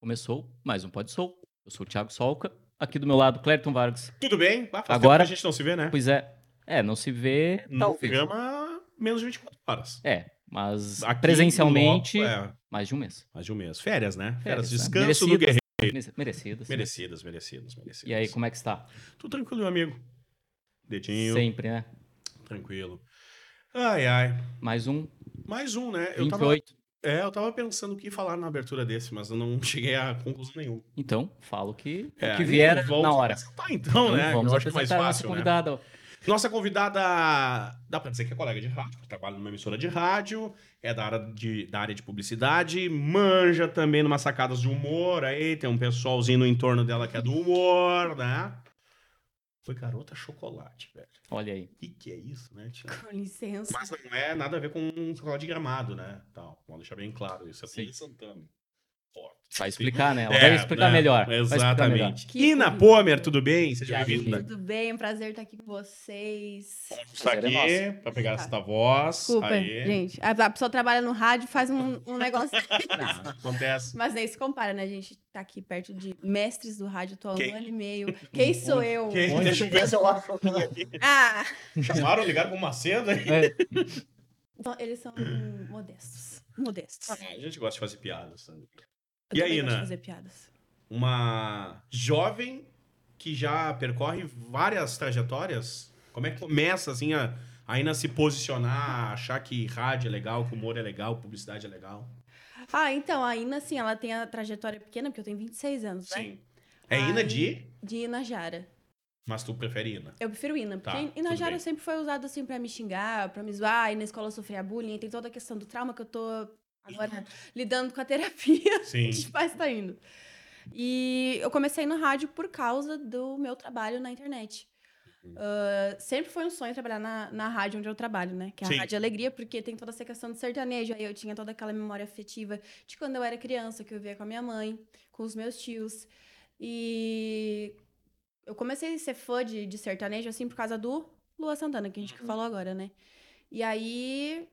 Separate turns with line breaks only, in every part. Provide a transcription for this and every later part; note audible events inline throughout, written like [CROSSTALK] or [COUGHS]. Começou mais um Pode Sol. Eu sou o Thiago Solca. Aqui do meu lado, Clériton Vargas.
Tudo bem? Ah, faz
Agora-
tempo que a gente não se vê, né?
Pois é. É, não se vê,
No
talvez.
programa, menos de 24 horas.
É, mas
Aqui,
presencialmente,
no- é,
mais de um mês.
mais de um mês. Férias, né? Férias,
Férias, né?
descanso do
Merecidas.
guerreiro.
Merecidas. Merecidas.
Merecidas, merecidas, merecidas.
assim, né? E aí, como é que está?
Tudo tranquilo, meu amigo. Dedinho,
Sempre, né?
tranquilo. Ai, ai.
Mais um,
Mais um, né? Eu tava,
28.
é, eu tava pensando o que falar na abertura desse, mas eu não [LAUGHS] cheguei a conclusão nenhuma.
Então, falo que,
É,
que vier
vamos
na hora.
apresentar, então, né?
vamos
eu acho que é mais
apresentar a nossa
fácil, né?
convidada. ó.
Nossa convidada, dá pra dizer que é colega de rádio, que trabalha numa emissora de rádio, é da área de, da área de publicidade, manja também numas sacadas de humor, aí tem um pessoalzinho no entorno dela que é do humor, né? Foi garota chocolate, velho.
Olha aí.
O que, que é isso, né, tia?
Com licença.
Mas não é nada a ver com chocolate de gramado, né? Tal. Vamos deixar bem claro isso. É
Sim.
Sim. Santana. Forte.
Vai explicar, né? Ela
É,
vai explicar
né?
melhor. vai explicar melhor.
Exatamente.
Que
Ina
bonito.
Pomer, tudo bem?
E
Seja
aí,
bem-vinda.
Tudo bem, é um prazer estar aqui com vocês.
Está
Prazer é
Tá aqui
nosso.
pra pegar essa voz.
Tá. Desculpa,
Aê.
gente. A, a pessoa trabalha no rádio faz um, um negócio. [LAUGHS]
Não, acontece.
Mas nem se compara, né? A gente tá aqui perto de mestres do rádio, tô há
Quem? Hum,
um ano e meio. Quem sou eu?
Quem-
Onde?
Deixa eu ver se eu acho alguém aqui.
Ah!
Chamaram, ligaram pro Macedo aí.
É,
Então, eles são hum, modestos. Modestos.
Ah, A gente gosta de fazer piadas. Né?
Eu
E
também
aí,
gosto de
Ana?
fazer piadas.
Uma jovem que já percorre várias trajetórias. Como é que começa, assim, a, a Ina se posicionar, a achar que rádio é legal, que humor é legal, publicidade é legal?
Ah, então, a Ina, assim, ela tem a trajetória pequena, porque eu tenho 26 anos, né?
Sim. É
Ai.
Ina de...
De Inajara.
Mas tu prefere Ina.
Eu prefiro Ina,
Tá,
porque
tudo
Inajara
bem.
sempre foi usado assim pra me xingar, pra me zoar, e na escola eu sofria bullying, tem toda a questão do trauma que eu tô agora lidando com a terapia.
Sim.
[LAUGHS] Os pais tá indo. E eu comecei no rádio por causa do meu trabalho na internet.
Uhum.
Ah, sempre foi um sonho trabalhar na, na rádio onde eu trabalho, né? Que é a
Sim.
Rádio Alegria, porque tem toda essa questão de sertanejo. Aí eu tinha toda aquela memória afetiva de quando eu era criança, que eu via com a minha mãe, com os meus tios. E eu comecei a ser fã de, de sertanejo, assim, por causa do Lua Santana, que a
Uhum.
gente falou agora, né? E aí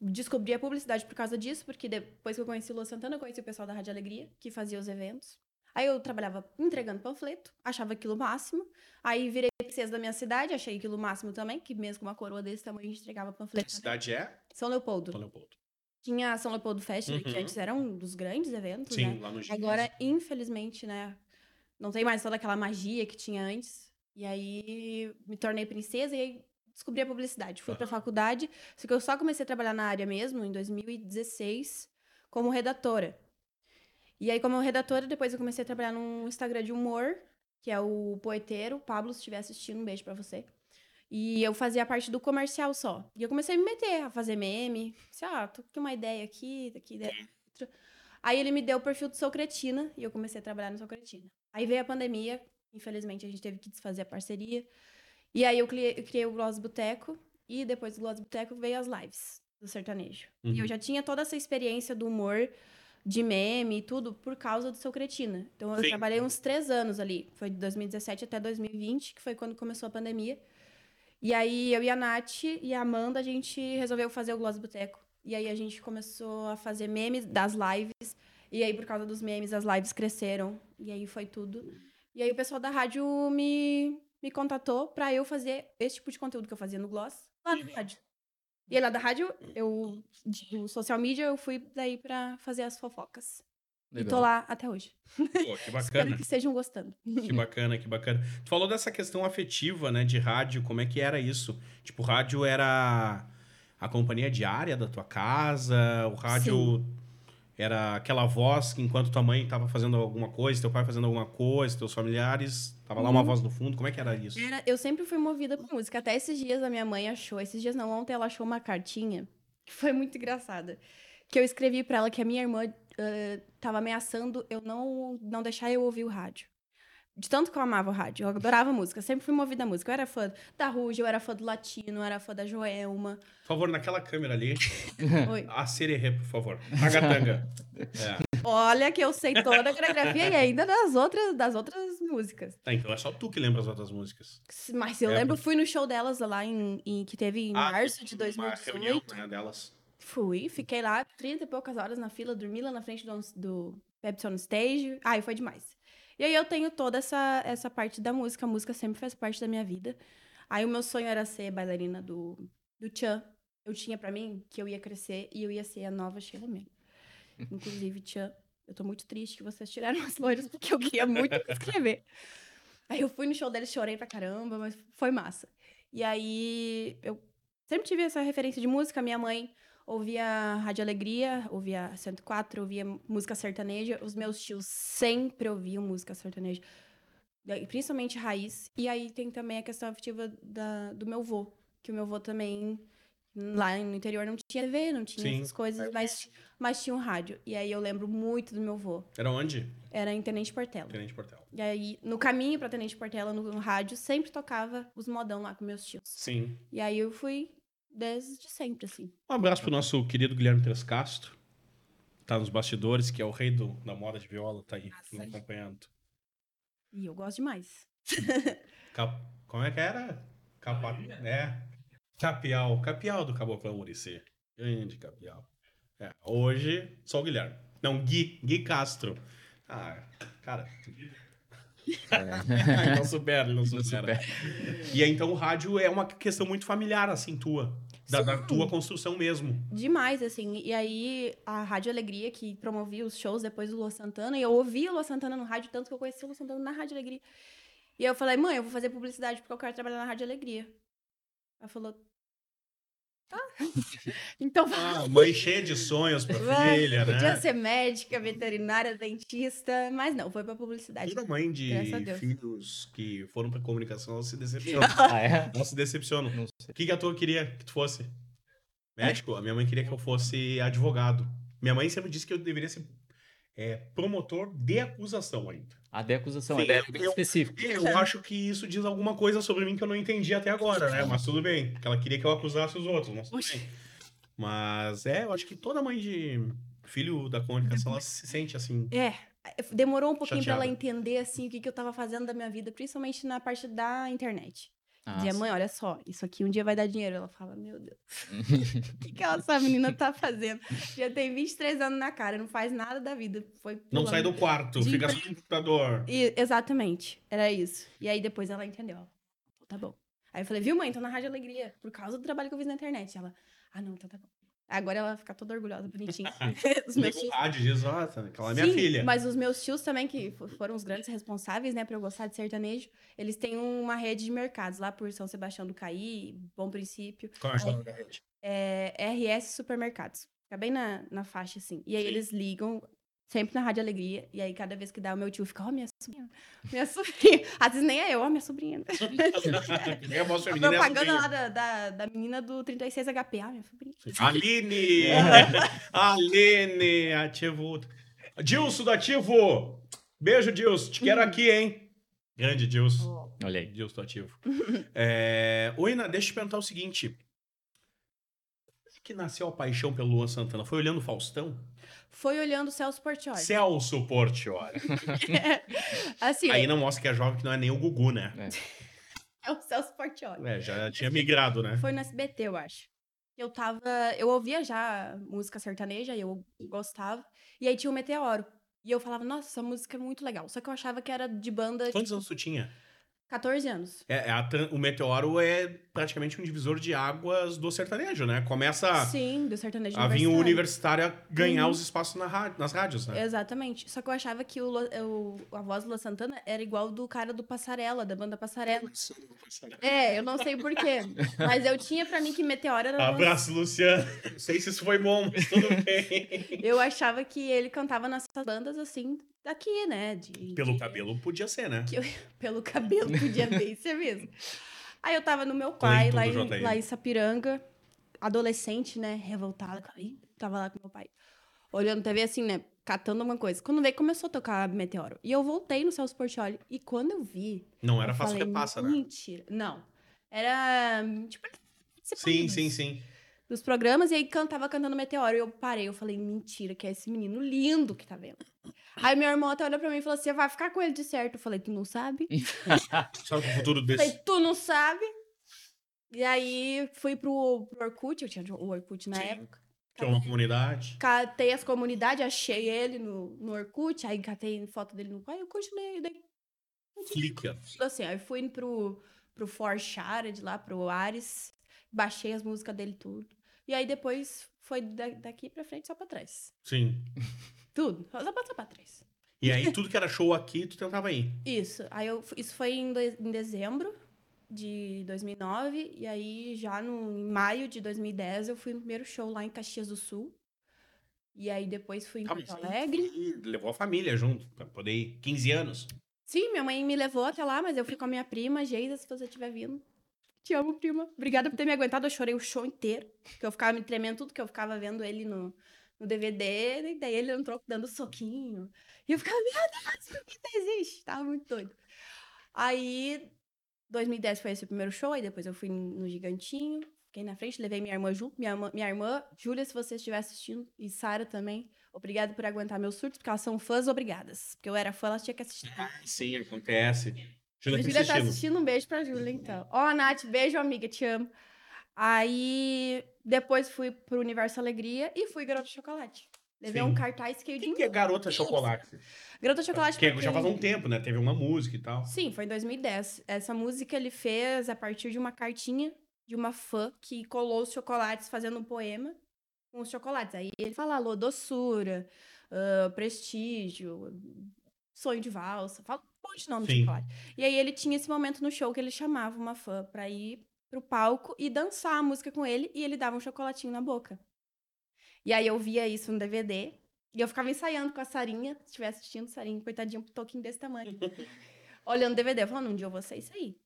descobri a publicidade por causa disso, porque depois que eu conheci o Lua Santana, eu conheci o pessoal da Rádio Alegria, que fazia os eventos. Aí eu trabalhava entregando panfleto, achava aquilo o máximo. Aí virei princesa da minha cidade, achei aquilo o máximo também, que mesmo com uma coroa desse tamanho a gente entregava
A
panfleto. também.
cidade é...
São Leopoldo.
São Leopoldo.
Tinha a São Leopoldo Fest, né, que
Uhum.
antes era um dos grandes eventos, né?
Sim, lá no Gis.
Agora, infelizmente, né? Não tem mais toda aquela magia que tinha antes. E aí me tornei princesa e aí descobri a publicidade. Fui pra faculdade, só que eu só comecei a trabalhar na área mesmo em 2016 como redatora. E aí, como redatora, depois eu comecei a trabalhar num Instagram de humor, que é o Poeteiro. Pablo, se estiver assistindo, um beijo pra você. E eu fazia parte do comercial só. E eu comecei a me meter, a fazer meme. Sei lá, tô com uma ideia aqui, daqui, né?" ideia outra. Aí ele me deu o perfil do Socretina e eu comecei a trabalhar no Socretina. Aí veio a pandemia, infelizmente a gente teve que desfazer a parceria. E aí eu criei, eu criei o Gloss Boteco e depois do Gloss Boteco veio as lives do sertanejo. E
Uhum.
eu já tinha toda essa experiência do humor, de meme e tudo, por causa do Socretina. Então eu
Sim.
trabalhei uns três anos ali. Foi de 2017 até 2020, que foi quando começou a pandemia. E aí eu e a Nath e a Amanda, a gente resolveu fazer o Gloss Boteco. E aí a gente começou a fazer memes das lives. E aí, por causa dos memes, as lives cresceram. E aí foi tudo. E aí o pessoal da rádio me, me contatou pra eu fazer esse tipo de conteúdo que eu fazia no Gloss lá
Uhum.
na rádio. E aí lá da rádio, eu, do social media, eu fui daí pra fazer as fofocas. E tô
legal.
lá até hoje.
Pô, que bacana. [LAUGHS]
Espero que estejam gostando.
Que bacana, que bacana. Tu falou dessa questão afetiva, né, de rádio, como é que era isso? Tipo, o rádio era a companhia diária da tua casa, o rádio era aquela voz que enquanto tua mãe tava fazendo alguma coisa, teu pai fazendo alguma coisa, teus familiares, tava lá uma
Uhum.
voz no fundo, como é que era isso?
Era- eu sempre fui movida por música. Até esses dias a minha mãe achou, esses dias não, ontem ela achou uma cartinha que foi muito engraçada. Que eu escrevi pra ela que a minha irmã ah, tava ameaçando eu não, não deixar eu ouvir o rádio. De tanto que eu amava o rádio, eu adorava música, sempre fui movida à música. Eu era fã da Ruge, eu era fã do Latino, eu era fã da Joelma.
Por favor, naquela câmera ali,
Oi.
a sererê, por favor.
[LAUGHS]
Agatanga. é.
Olha que eu sei toda a coreografia e ainda das outras, das outras músicas.
Tá, então é só tu que lembra as outras músicas.
Mas eu
É,
lembro, fui no show delas lá em, em- que teve em
Ah,
março de
uma
2018.
reunião, né, delas.
Fui, fiquei lá 30 e poucas horas na fila, dormi lá na frente do, do, Pepsi on Stage. Ai, foi demais. E aí eu tenho toda essa, essa parte da música. A música sempre faz parte da minha vida. Aí o meu sonho era ser bailarina do, do Tchan. Eu tinha pra mim que eu ia crescer e eu ia ser a nova Sheila Mello. Inclusive, Tchan, eu tô muito triste que vocês tiraram as loiras, porque eu queria muito me inscrever. Aí eu fui no show deles, chorei pra caramba, mas foi massa. E aí eu sempre tive essa referência de música. Minha mãe ouvia Rádio Alegria, ouvia 104, ouvia música sertaneja. Os meus tios sempre ouviam música sertaneja, daí, principalmente raiz. E aí tem também a questão afetiva da, do meu vô, que o meu vô também lá no interior não tinha TV, não tinha
Sim.
essas coisas, mas, mas tinha um rádio. E aí eu lembro muito do meu vô.
Era onde?
Era em Tenente Portela.
Tenente Portela.
E aí, no caminho pra Tenente Portela, no, no rádio, sempre tocava os modão lá com meus tios.
Sim.
E aí eu fui desde sempre, assim.
Um abraço pro nosso querido Guilherme Tres Castro. Tá nos bastidores, que é o rei do, da moda de viola, tá aí
Nossa.
nos acompanhando.
E eu gosto demais.
Cap... Como é que era? Capa... É. Capial. Capial do Caboclo Murici. Grande Capial. É, Hoje, só o Guilherme. Não, Gui. Gui Castro. Ah, cara.
[LAUGHS]
É, [LAUGHS]
Ele não supera, ele não
Não supera.
supera. E aí, então o rádio é uma questão muito familiar, assim, tua. Da, da
Sim.
tua construção mesmo.
Demais, assim. E aí, a Rádio Alegria, que promovia os shows depois do Lua Santana, e eu ouvia o Lua Santana no rádio, tanto que eu conheci o Lua Santana na Rádio Alegria. E eu falei, mãe, eu vou fazer publicidade porque eu quero trabalhar na Rádio Alegria. Ela falou, tá. [LAUGHS] então vai.
Ah, mãe cheia de sonhos pra
Vai,
filha, né?
Podia ser médica, veterinária, dentista, mas não, foi pra publicidade.
Toda mãe
Graças a
de
Deus.
filhos que foram pra comunicação elas se
[LAUGHS]
decepcionam.
Ah, é?
elas se decepcionam.
Não
O que, que a tua queria que tu fosse?
É.
Médico? A minha mãe queria que eu fosse advogado. Minha mãe sempre disse que eu deveria ser é, promotor de acusação ainda.
A de acusação
Sim,
é bem- bem
eu-
específico.
Eu acho que isso diz alguma coisa sobre mim que eu não entendi até agora, né? Mas tudo bem. Porque ela queria que eu acusasse os outros, mas tudo bem. Mas é, eu acho que toda mãe de filho da comunicação, ela se sente assim.
É, demorou um pouquinho pra ela
Chateada.
entender, assim, o que, que eu tava fazendo da minha vida, principalmente na parte da internet.
Ah,
Dizia,
sim.
mãe, olha só, isso aqui um dia vai dar dinheiro. Ela fala,
[LAUGHS]
meu Deus, [LAUGHS] o que, que essa menina tá fazendo? Já tem 23 anos na cara, não faz nada da vida. Foi
Não
pulando.
sai do quarto,
De
fica só no computador.
E- exatamente, era isso. E aí depois ela entendeu. Ela, Tá bom. Aí eu falei, viu, mãe, tô na Rádio Alegria, por causa do trabalho que eu fiz na internet. Ela, ah, não, então tá bom. Agora ela fica toda
[LAUGHS]
orgulhosa, bonitinha. [LAUGHS] Os meus
Liga o
tios.
rádio diz, ó, tá, aquela é minha
Sim,
filha.
Mas os meus tios também, que fo- foram os grandes responsáveis, né, pra eu gostar de sertanejo, eles têm uma rede de mercados lá por São Sebastião do Caí, Bom Princípio.
Como é que
[LAUGHS]
chama?
é, RS Supermercados. Fica bem na, na faixa, assim. E aí eles ligam, sempre na Rádio Alegria. E aí, cada vez que dá, o meu tio fica, ó, minha sobrinha, minha [LAUGHS] sobrinha. Às vezes nem é eu, ó, minha sobrinha.
É a voz
A
feminina é a
Tá propaganda
sobrinha.
lá da, da, da menina do 36 HP, ah, minha sobrinha. [LAUGHS]
Aline! Aline! Ativo. Dilso do Ativo! Beijo, Dilso. Te quero aqui, hein? Grande Dilso.
Ó,
Olha aí.
Dilso do Ativo. É... Ô, Ina, deixa eu te perguntar o seguinte. Como é Que nasceu a paixão pelo Luan Santana? Foi olhando o Faustão?
Foi olhando o Celso Portioli.
Celso
[LAUGHS]
Portioli.
assim,
Aí não mostra que é jovem, que não é nem o Gugu, né?
é o Celso Portioli.
É, já tinha migrado, né?
Foi no SBT, eu acho. Eu tava. Eu ouvia já música sertaneja e eu gostava. E aí tinha o Meteoro. E eu falava, nossa, essa música é muito legal. Só que eu achava que era de banda de
Quantos anos tu tinha?
14 anos.
É, é a tran- o meteoro é praticamente um divisor de águas do sertanejo, né? Começa a-
Sim, do sertanejo
a vir ah, o
universitário. Uhum.
universitário a ganhar os espaços na ra- nas rádios, né?
Exatamente. Só que eu achava que o, Lu- o- a voz do Lua Santana era igual do cara do Passarela, da banda Passarela. É, eu não sei porquê. mas eu tinha pra mim que Meteora era. Lua-
Abraço, Luciano. Não sei se isso foi bom, mas tudo bem.
Eu achava que ele cantava nessas bandas assim, daqui, né? de-
[LAUGHS] Pelo
de-
cabelo podia ser, né?
Que pelo [LAUGHS] cabelo, podia ver isso é mesmo. Aí eu tava no meu pai,
Clayton
lá
do
em,
JR.
lá em Sapiranga, adolescente, né, revoltada. Ih, Tava lá com meu pai, olhando TV assim, né, catando alguma coisa. Quando veio, começou a tocar Meteoro. E eu voltei no Celso Portioli, e quando eu vi...
Não era
eu
fácil
falei, "Hum,
repassa, né?
Mentira. Não. Era, tipo... ele participava
Sim,
dos-
sim, sim.
Dos programas, e aí cantava cantando Meteoro. E eu parei, eu falei, mentira, que é esse menino lindo que tá vendo. Aí minha irmã até olhou pra mim e falou assim: vai ficar com ele de certo. Eu falei, tu não sabe?
Sabe o futuro
Falei,
desse?
tu não sabe? E aí fui pro, pro Orkut, eu tinha o Orkut na época.
Que é uma comunidade.
Catei as comunidades, achei ele no, no Orkut, aí catei foto dele no. Aí eu continuei. Daí,
Flickr.
assim, aí fui pro, pro For Shared lá, pro Ares, baixei as músicas dele tudo. E aí depois foi da- daqui pra frente só pra trás.
Sim.
Tudo, só pra, só pra trás.
E aí, tudo que era show aqui, tu tentava ir.
Isso, aí eu, isso foi em, de- em dezembro de 2009, e aí já no, em maio de 2010 eu fui no primeiro show lá em Caxias do Sul. E aí depois fui em
Ah, mas
Porto
aí
Alegre.
tu levou a família junto, pra poder ir. 15 anos.
Sim, minha mãe me levou até lá, mas eu fui com a minha prima, Geisa, se você estiver vindo. Te amo, prima. Obrigada por ter me aguentado. Eu chorei o show inteiro. Que eu ficava me tremendo tudo, que eu ficava vendo ele no, no DVD. E daí ele entrou dando soquinho. E eu ficava, meu Deus, por que não existe? Tava muito doido. Aí, 2010 foi esse o primeiro show. Aí depois eu fui no Gigantinho. Fiquei na frente, levei minha irmã junto. Minha, irmã- minha irmã, Júlia, se você estiver assistindo. E Sara também. Obrigada por aguentar meus surtos, porque elas são fãs obrigadas. Porque eu era fã, elas tinham que assistir.
Sim, acontece.
A
Júlia tá
Júlia tá
assistindo.
assistindo, um beijo pra Júlia, então. Ó, Nath, beijo, amiga, te amo. Aí, depois fui pro Universo Alegria e fui Garota Chocolate. Levei
Sim.
um cartaz que eu
Quem que é Garota Chocolate?
Garota Chocolate
Que
porque-
já faz um tempo, né? Teve uma música e tal.
Sim, foi em 2010. Essa música ele fez a partir de uma cartinha de uma fã que colou os chocolates fazendo um poema com os chocolates. Aí ele fala alô, doçura, ah, prestígio, sonho de valsa, fala um monte de nome
Sim.
de chocolate. E aí ele tinha esse momento no show que ele chamava uma fã pra ir pro palco e dançar a música com ele e ele dava um chocolatinho na boca. E aí eu via isso no DVD e eu ficava ensaiando com a Sarinha, se estiver assistindo, Sarinha, coitadinha, um toquinho desse tamanho. Olhando DVD, falando, um dia eu vou ser isso aí.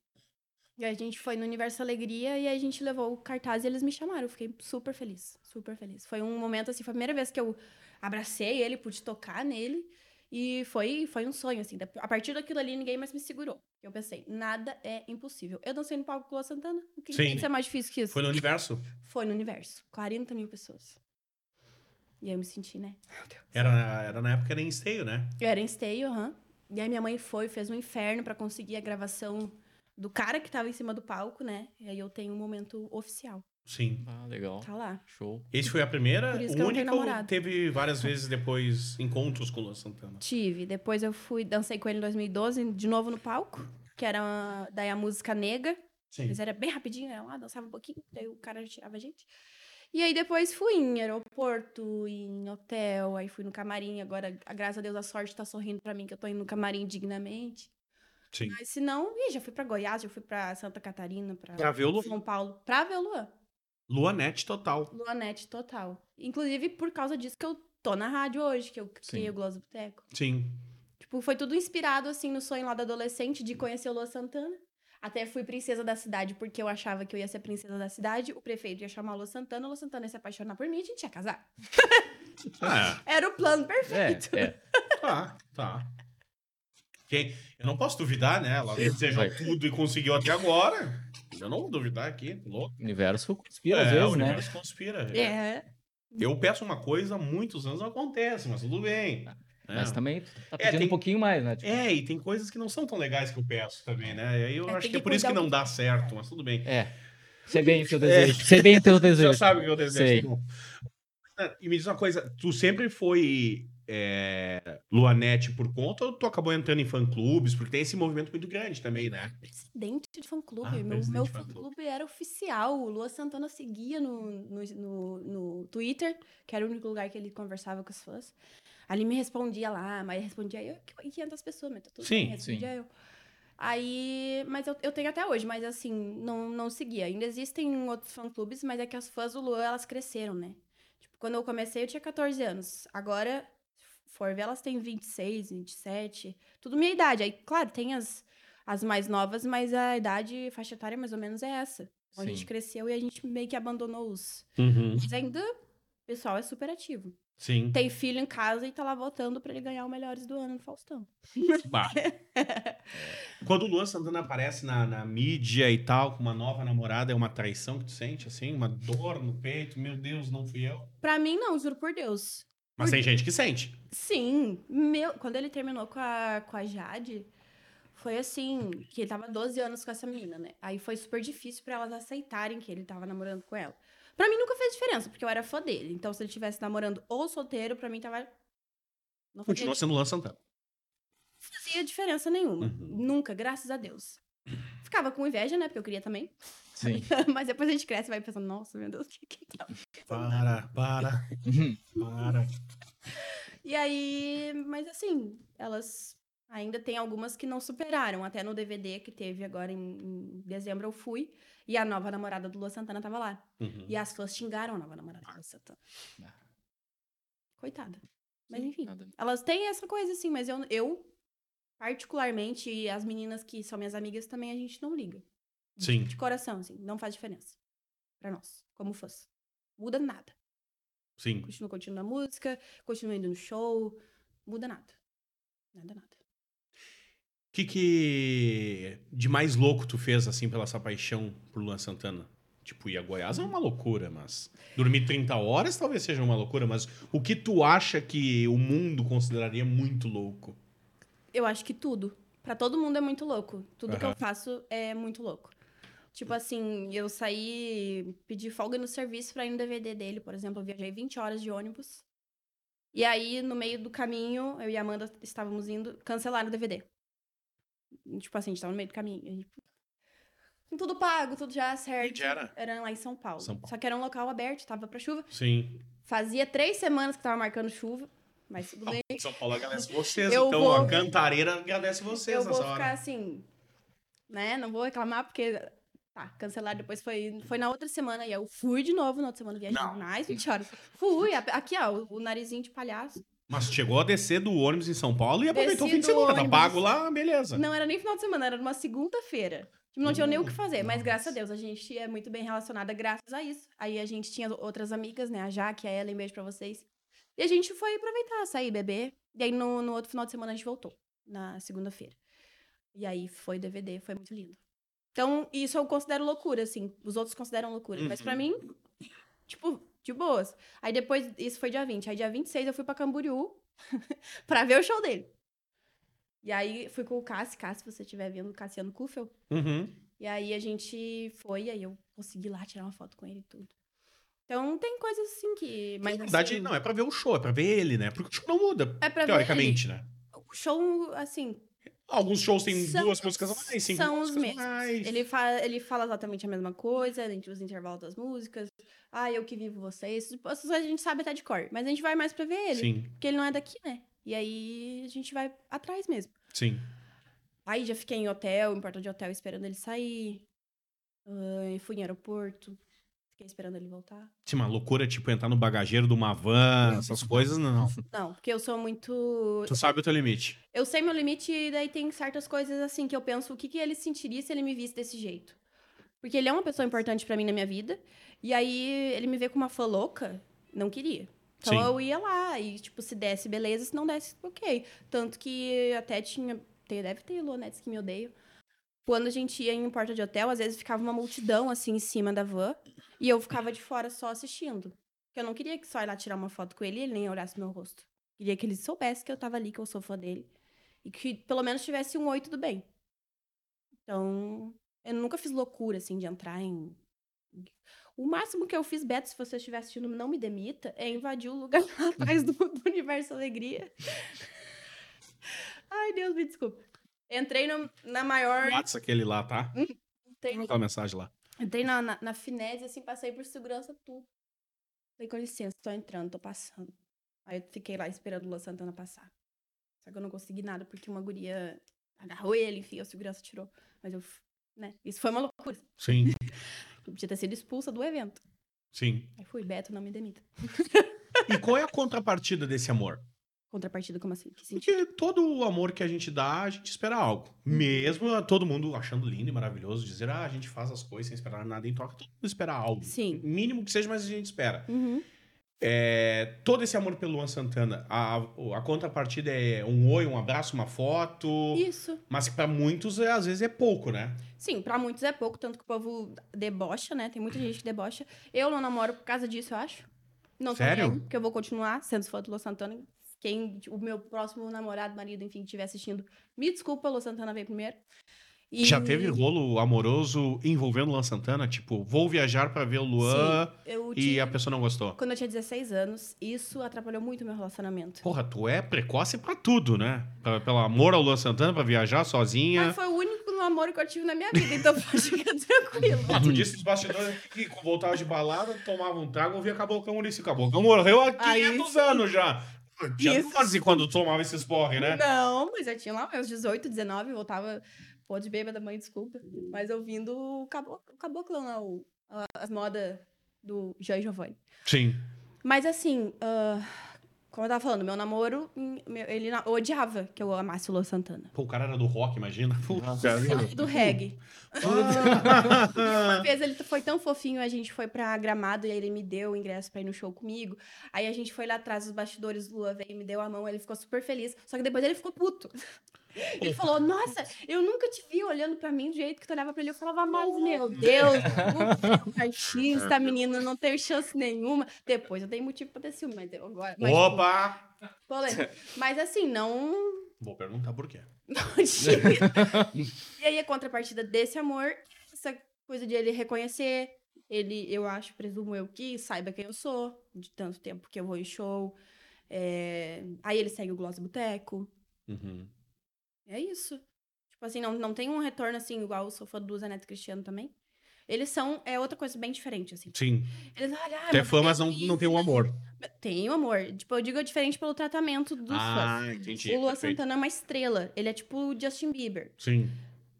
E a gente foi no Universo Alegria e a gente levou o cartaz e eles me chamaram. Eu fiquei super feliz, super feliz. Foi um momento assim, foi a primeira vez que eu abracei ele, pude tocar nele. E foi, foi um sonho, assim. da- A partir daquilo ali, ninguém mais me segurou. Eu pensei, nada é impossível. Eu dancei no palco com o Luan Santana. O que, que
Sim.
tem que ser mais difícil que isso?
Foi no universo?
Foi no universo. 40 mil pessoas. E aí eu me senti, né?
Era, era na época era em esteio, né?
Eu era em esteio, aham. E aí minha mãe foi, fez um inferno pra conseguir a gravação do cara que tava em cima do palco, né? E aí eu tenho um momento oficial.
Sim.
Ah, legal.
Tá lá.
Show.
Esse foi a primeira,
Por isso
o
que eu não tenho
único
namorado.
teve várias vezes depois encontros com o Luan Santana.
Tive. Depois eu fui, dancei com ele em 2012, de novo no palco, que era ah, daí a música nega.
Sim.
Mas era bem rapidinho, era lá, dançava um pouquinho, daí o cara já tirava a gente. E aí depois fui em aeroporto, em hotel, aí fui no camarim. Agora, a- graças a Deus, a sorte tá sorrindo pra mim, que eu tô indo no camarim dignamente.
Sim.
Mas se não, ih, já fui pra Goiás, já fui pra Santa Catarina, pra,
Pra ver o Luan.
São Paulo, pra ver o Luan.
Luanete total.
Luanete total. Inclusive, por causa disso que eu tô na rádio hoje, que eu criei
Sim.
o Gloss Boteco.
Sim.
Tipo, foi tudo inspirado, assim, no sonho lá da adolescente de conhecer o Lua Santana. Até fui princesa da cidade porque eu achava que eu ia ser princesa da cidade. O prefeito ia chamar o Lua Santana, o Lua Santana ia se apaixonar por mim e a gente ia casar.
Ah,
Era o
[LAUGHS]
plano perfeito.
Então,
É, é.
tá, tá. Quem? Eu não posso duvidar, né? Ela desejou
Vai.
tudo e conseguiu até agora. Eu não vou duvidar aqui, louco.
O universo conspira às
É, o
vezes, né?
universo conspira.
É.
Eu peço uma coisa há muitos anos, não acontece, mas tudo bem. É.
Mas também tá
É,
pedindo
tem-
um pouquinho mais, né? Tipo,
É, e tem coisas que não são tão legais que eu peço também, né? E aí eu
É,
acho
tem
que é
que
por isso que
cuidar
não dá certo, mas tudo bem.
é. Você
[LAUGHS]
bem o teu desejo. Você bem o teu
Você [LAUGHS] já
desejo.
sabe o que eu desejo.
Sei.
tá bom. E me diz uma coisa, tu sempre foi é, Luanete por conta ou tu acabou entrando em fã-clubes? Porque tem esse movimento muito grande também, né?
Presidente de fã-clube.
Ah,
meu
presidente
meu
de fã-clube.
fã-clube era oficial. O Lua Santana seguia no, no, no, no Twitter, que era o único lugar que ele conversava com os fãs. Ali me respondia lá, mas respondia eu e 500 pessoas, mas tá tudo
Sim,
bem, respondia eu. Aí, mas eu, eu tenho até hoje, mas assim, não, não seguia. Ainda existem outros fã-clubes, mas é que as fãs do Luan, elas cresceram, né? Tipo, quando eu comecei, eu tinha 14 anos. Agora, se for ver, elas têm 26, 27, tudo minha idade. Aí, claro, tem as, as mais novas, mas a idade, faixa etária, mais ou menos, é essa. Então, a
Sim.
gente cresceu e a gente meio que abandonou os... Mas ainda, o pessoal é super ativo. [LAUGHS]
Sim.
Tem filho em casa e tá lá votando pra ele ganhar o Melhores do Ano no Faustão.
Bah. Quando o Luan Santana aparece na, na mídia e tal, com uma nova namorada, é uma traição que tu sente, assim? Uma dor no peito? Meu Deus, não fui eu?
Pra mim, não, juro por Deus.
Mas tem gente que sente.
Sim, meu, quando ele terminou com a, com a Jade, foi assim, que ele tava 12 anos com essa menina, né? Aí foi super difícil pra elas aceitarem que ele tava namorando com ela. Pra mim nunca fez diferença, porque eu era fã dele. Então, se ele estivesse namorando ou solteiro, pra mim tava. Não fazia,
Continua sendo Luan Santana.
fazia diferença nenhuma.
Uhum.
Nunca, graças a Deus. Ficava com inveja, né? Porque eu queria também.
Sim.
[LAUGHS] Mas depois a gente cresce e vai pensando, nossa, meu Deus, o que que tá?
Para, [LAUGHS] para, para.
E aí, mas assim, elas ainda tem algumas que não superaram. Até no DVD que teve agora em, em dezembro eu fui. E a nova namorada do Lua Santana tava lá.
Uhum.
E as fãs xingaram a nova namorada do Lua Santana.
Ah.
Coitada. Mas enfim.
Nada.
Elas têm essa coisa, assim, mas eu, eu particularmente, e as meninas que são minhas amigas também, a gente não liga.
Sim.
De coração, assim, não faz diferença. Pra nós, como fãs. Muda nada.
Sim.
Continua continua a música, continua indo no show, muda nada. Nada, nada.
O que, que de mais louco tu fez, assim, pela essa paixão por Luan Santana? Tipo, ir a Goiás é uma loucura, mas. Dormir 30 horas talvez seja uma loucura, mas o que tu acha que o mundo consideraria muito louco?
Eu acho que tudo. Pra todo mundo é muito louco. Tudo que eu
Aham.
faço é muito louco. Tipo assim, eu saí, pedi folga no serviço pra ir no DVD dele, por exemplo. Eu viajei 20 horas de ônibus. E aí, no meio do caminho, eu e a Amanda estávamos indo, cancelaram o DVD. Tipo assim, a gente tava no meio do caminho. E... Com tudo pago, tudo já certo.
era?
Era lá em São Paulo.
São Paulo.
Só que era um local aberto, tava pra chuva.
Sim.
Fazia três semanas que tava marcando chuva, mas tudo bem.
São Paulo agradece vocês,
Eu
então
vou-
a cantareira agradece vocês
eu
nessa
vou ficar
hora.
assim, né? Não vou reclamar, porque. Tá, cancelar depois foi, foi na outra semana. E aí eu fui de novo na outra semana, viajei mais 20 horas. Fui, a- aqui, ó, o, o narizinho de palhaço.
Mas chegou a descer do ônibus em São Paulo e aproveitou o
Desci
fim de
do
semana. Tá
ônibus.
pago lá, beleza.
Não era nem final de semana, era numa segunda-feira. Tipo, Não tinha nem o que fazer, mas
Nossa.
graças a Deus, a gente é muito bem relacionada graças a isso. Aí a gente tinha outras amigas, né? A Jaque, a Ellen, beijo pra vocês. E a gente foi aproveitar, sair, beber. E aí no, no outro final de semana a gente voltou, na segunda-feira. E aí foi DVD, foi muito lindo. Então, isso eu considero loucura, assim. Os outros consideram loucura. Mas pra
Uhum.
mim, tipo, de boas. Aí depois, isso foi dia 20. Aí dia 26 eu fui pra Camboriú [LAUGHS] pra ver o show dele. E aí fui com o Cassi, Cassi, se você estiver vendo, Cassiano Kufel.
Uhum.
E aí a gente foi, aí eu consegui lá tirar uma foto com ele e tudo. Então tem coisas assim que. Mas,
Na verdade,
assim,
não, é pra ver o show, é pra ver ele, né? Porque o show não muda,
É pra ver
teoricamente, né?
ele. O show, assim,
Alguns shows têm
São-
duas músicas a mais, cinco
são os
músicas a
mesmos.
mais.
ele fala, ele fala exatamente a mesma coisa, entre os intervalos das músicas. Ah, eu que vivo vocês. Tipo, Essas coisas a gente sabe até de cor. Mas a gente vai mais pra ver ele.
Sim,
Porque ele não é daqui, né? E aí a gente vai atrás mesmo.
sim.
Aí já fiquei em hotel, em porta de hotel, esperando ele sair. Ahn, fui em aeroporto, fiquei esperando ele voltar.
Sim, uma loucura, tipo, entrar no bagageiro de uma van, essas coisas, não.
Não, porque eu sou muito.
Tu sabe o teu limite.
Eu sei meu limite e daí tem certas coisas assim que eu penso o que, que ele sentiria se ele me visse desse jeito. Porque ele é uma pessoa importante pra mim na minha vida. E aí ele me vê com uma fã louca, não queria. Então
Sim.
eu ia lá e, tipo, se desse, beleza, se não desse, ok. Tanto que até tinha. tem- Deve ter Luanetes que me odeiam. Quando a gente ia em porta de hotel, às vezes ficava uma multidão assim em cima da van. E eu ficava de fora só assistindo. Porque eu não queria que só ir lá tirar uma foto com ele e ele nem olhasse meu rosto. Queria que ele soubesse que eu tava ali, que eu sou fã dele. E que pelo menos tivesse um oi, tudo bem. Então, eu nunca fiz loucura, assim, de entrar em. O máximo que eu fiz, Beto, se você estiver assistindo Não Me Demita, é invadir o lugar lá atrás do, do Universo Alegria. Ai, Deus, me desculpa. Entrei no- na maior.
Whats aquele lá, tá?
Hum? Entrei,
Manda uma mensagem lá.
entrei na, na, na finese, assim, passei por segurança, tudo. Falei, com licença, tô entrando, tô passando. Aí eu fiquei lá esperando o Luan Santana passar. Só que eu não consegui nada, porque uma guria agarrou ele, enfim, a segurança tirou. Mas eu, f- né, isso foi uma loucura.
Sim,
Eu podia ter sido expulsa do evento.
sim.
Aí fui, Beto, não me demita.
E qual é a contrapartida desse amor?
Contrapartida, como assim? Que sentido?
Porque todo o amor que a gente dá, a gente espera algo.
Hum.
Mesmo todo mundo achando lindo e maravilhoso, dizer, ah, a gente faz as coisas sem esperar nada em troca, todo mundo espera algo.
Sim.
Mínimo que seja, mas a gente espera.
Uhum.
É, todo esse amor pelo Luan Santana, a, a contrapartida é um oi, um abraço, uma foto.
Isso.
Mas que pra muitos, é- às vezes, é pouco, né?
Sim, pra muitos é pouco, tanto que o povo debocha, né? Tem muita gente que debocha. Eu não namoro por causa disso, eu acho. Não tô nem
Sério?
aí, porque eu vou continuar sendo fã do Lu Santana. Quem, o meu próximo namorado, marido, enfim, que estiver assistindo, me desculpa, Lu Santana veio primeiro. E-
Já teve um? rolo amoroso envolvendo Luan Santana? Tipo, vou viajar pra ver o Luan
eu
e
tive-
a pessoa não gostou.
Quando eu tinha 16 anos, isso atrapalhou muito meu relacionamento.
Porra, tu é precoce pra tudo, né? Pra- pelo amor ao Luan Santana, pra viajar sozinha.
Mas foi o único namoro que eu tive na minha vida, então [LAUGHS] pode ficar tranquilo.
Ah, tu disse os bastidores que voltava de balada, tomava um trago, ouvia Cabocão Ulisses. Cabocão morreu há
Aí
500 anos já. Tinha
Isso.
quase quando tomava esses porre, né?
Não, mas eu tinha lá meus 18, 19, voltava, pô, de bêbada, mãe, desculpa. Mas ouvindo o cabo- o caboclão lá, o- a- as modas do Jean e Giovanni.
Sim.
Mas assim, ah, como eu tava falando, meu namoro, hum, meu- ele na- odiava que eu amasse o Lô Santana.
Pô, o cara era do rock, imagina. Puta vida. [LAUGHS]
Do reggae.
Ah!
Uma vez ele foi tão fofinho, a gente foi pra Gramado e aí ele me deu o ingresso pra ir no show comigo. Aí a gente foi lá atrás dos bastidores, Lua veio e me deu a mão, ele ficou super feliz. Só que depois ele ficou puto. Ele falou, nossa, eu nunca te vi olhando pra mim do jeito que tu olhava pra ele. Eu falava, mas meu Deus, como tu é machista, menino, não tem chance nenhuma. Depois eu dei motivo pra ter ciúme, mas eu agora... Mas,
Opa!
polêmico. mas assim, não...
Vou perguntar por quê.
Tive. e aí a contrapartida desse amor, essa coisa de ele reconhecer, ele, eu acho, presumo eu que saiba quem eu sou, de tanto tempo que eu vou em show. É, Aí ele segue o Gloss Boteco.
Uhum.
É isso. Tipo assim, não, não tem um retorno assim, igual eu sou fã do Zanetti Cristiano também. Eles são, é outra coisa bem diferente, assim.
Sim.
Eles, olha, ah,
Até
mas
fã,
eu
mas não,
tenho
não tem o amor.
isso. Tem o amor. Tipo, eu digo é diferente pelo tratamento dos fãs.
Ah, entendi.
O Lua
Perfeito.
Santana é uma estrela. Ele é tipo o Justin Bieber
Sim.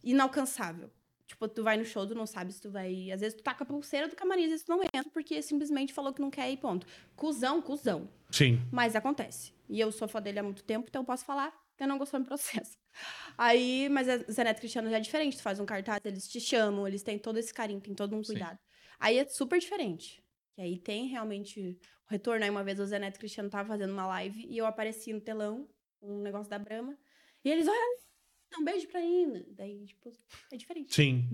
inalcançável. Tipo, tu vai no show, tu não sabe se tu vai. Às vezes tu tá com a pulseira do camarim, às vezes tu não entra, porque simplesmente falou que não quer e ponto. Cusão, cuzão.
Sim.
Mas acontece. E eu sou fã dele há muito tempo, então eu posso falar que eu não gostou do processo. [LAUGHS] Aí, mas a Zanetti Cristiano já é diferente. Tu faz um cartaz, eles te chamam, eles têm todo esse carinho, tem todo um
Sim.
cuidado. Aí é super diferente. E aí tem realmente o retorno. Aí uma vez o Zanetti Cristiano tava fazendo uma live e eu apareci no telão, um negócio da Brahma. E eles, olha, dá um beijo pra Ina. Daí, tipo, é
[LAUGHS]
diferente.
Sim.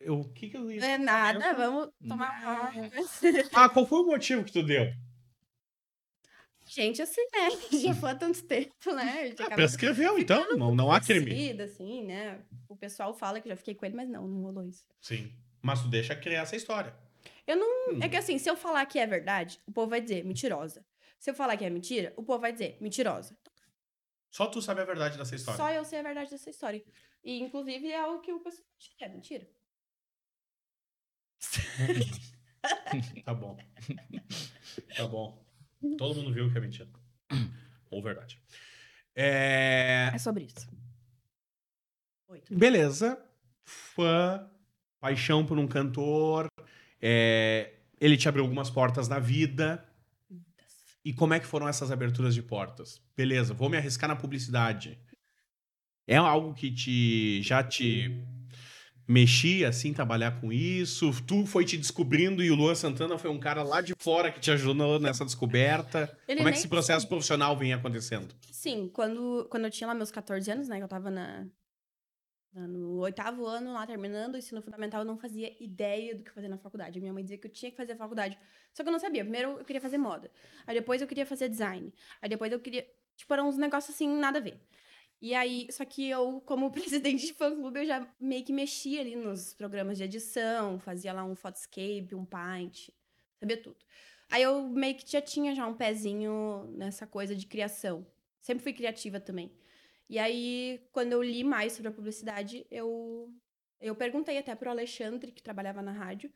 Eu, o que que eu ia...
Não é nada, vamos
[LAUGHS]
tomar uma
Ah, qual foi o motivo que tu deu?
Gente, assim, né? [LAUGHS] Já foi há tanto tempo, né? Já acabou-
Prescreveu, Ah, então. Não, não há crime.
torcida, assim, né? O pessoal fala que já fiquei com ele, mas não, não rolou isso.
Sim. Mas tu deixa criar essa história.
Eu não.
Hum.
É que assim, se eu falar que é verdade, o povo vai dizer mentirosa. Se eu falar que é mentira, o povo vai dizer mentirosa.
Só tu sabe a verdade dessa história.
Só eu sei a verdade dessa história. E, inclusive, é algo que o pessoal acha que é mentira.
Tá bom. Tá bom. Todo mundo viu que é mentira. Ou verdade. É...
É sobre isso. Oi. tudo
Beleza. Fã, paixão por um cantor. é, Ele te abriu algumas portas na vida.
bem?
E como é que foram essas aberturas de portas? Beleza, vou me arriscar na publicidade. É algo que te já te mexia assim trabalhar com isso? Tu foi te descobrindo e o Luan Santana foi um cara lá de fora que te ajudou nessa descoberta.
Ele
como é
nem-
que esse processo profissional vem acontecendo?
Sim, quando, quando eu tinha lá meus 14 anos, né? Que eu tava na, na- no oitavo ano lá, terminando o ensino fundamental, eu não fazia ideia do que fazer na faculdade. Minha mãe dizia que eu tinha que fazer faculdade. Só que eu não sabia. Primeiro eu queria fazer moda. Aí depois eu queria fazer design. Aí depois eu queria. Tipo, eram uns negócios assim, nada a ver. E aí, só que eu, como [LAUGHS] presidente de fã-clube, eu já meio que mexia ali nos programas de edição, fazia lá um Photoscape, um Paint, sabia tudo. Aí eu meio que já tinha já um pezinho nessa coisa de criação. Sempre fui criativa também. E aí, quando eu li mais sobre a publicidade, eu, eu perguntei até pro Alexandre, que trabalhava na rádio,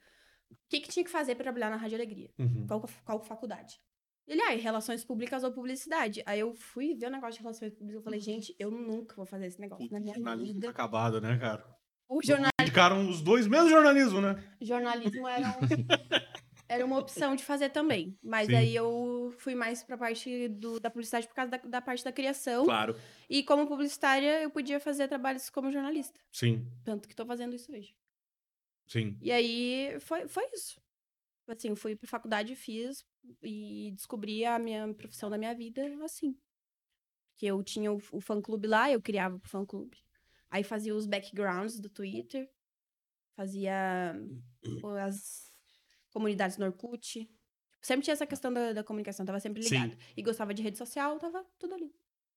o que, que tinha que fazer para trabalhar na Rádio Alegria
Uhum.
qual, qual faculdade? Ele, ah, e relações públicas ou publicidade. Aí eu fui ver o negócio de relações públicas. Eu falei, gente, eu nunca vou fazer esse negócio na minha vida.
acabado, né, cara?
O jorna-
Indicaram os dois mesmo jornalismo, né?
jornalismo era, um- [LAUGHS] era uma opção de fazer também. Mas
Sim.
aí eu fui mais pra parte do- da publicidade por causa da, da parte da criação.
Claro.
E como publicitária, eu podia fazer trabalhos como jornalista.
Sim,
Tanto que tô fazendo isso hoje.
sim.
E aí foi, foi isso. Assim, eu fui pra faculdade, fiz e descobri a minha profissão da minha vida assim. Que eu tinha o, o fã clube lá, eu criava pro fã clube. Aí fazia os backgrounds do Twitter, fazia o- as comunidades no Orkut. Sempre tinha essa questão da, da comunicação, tava sempre
Sim.
ligado. E gostava de rede social, tava tudo ali.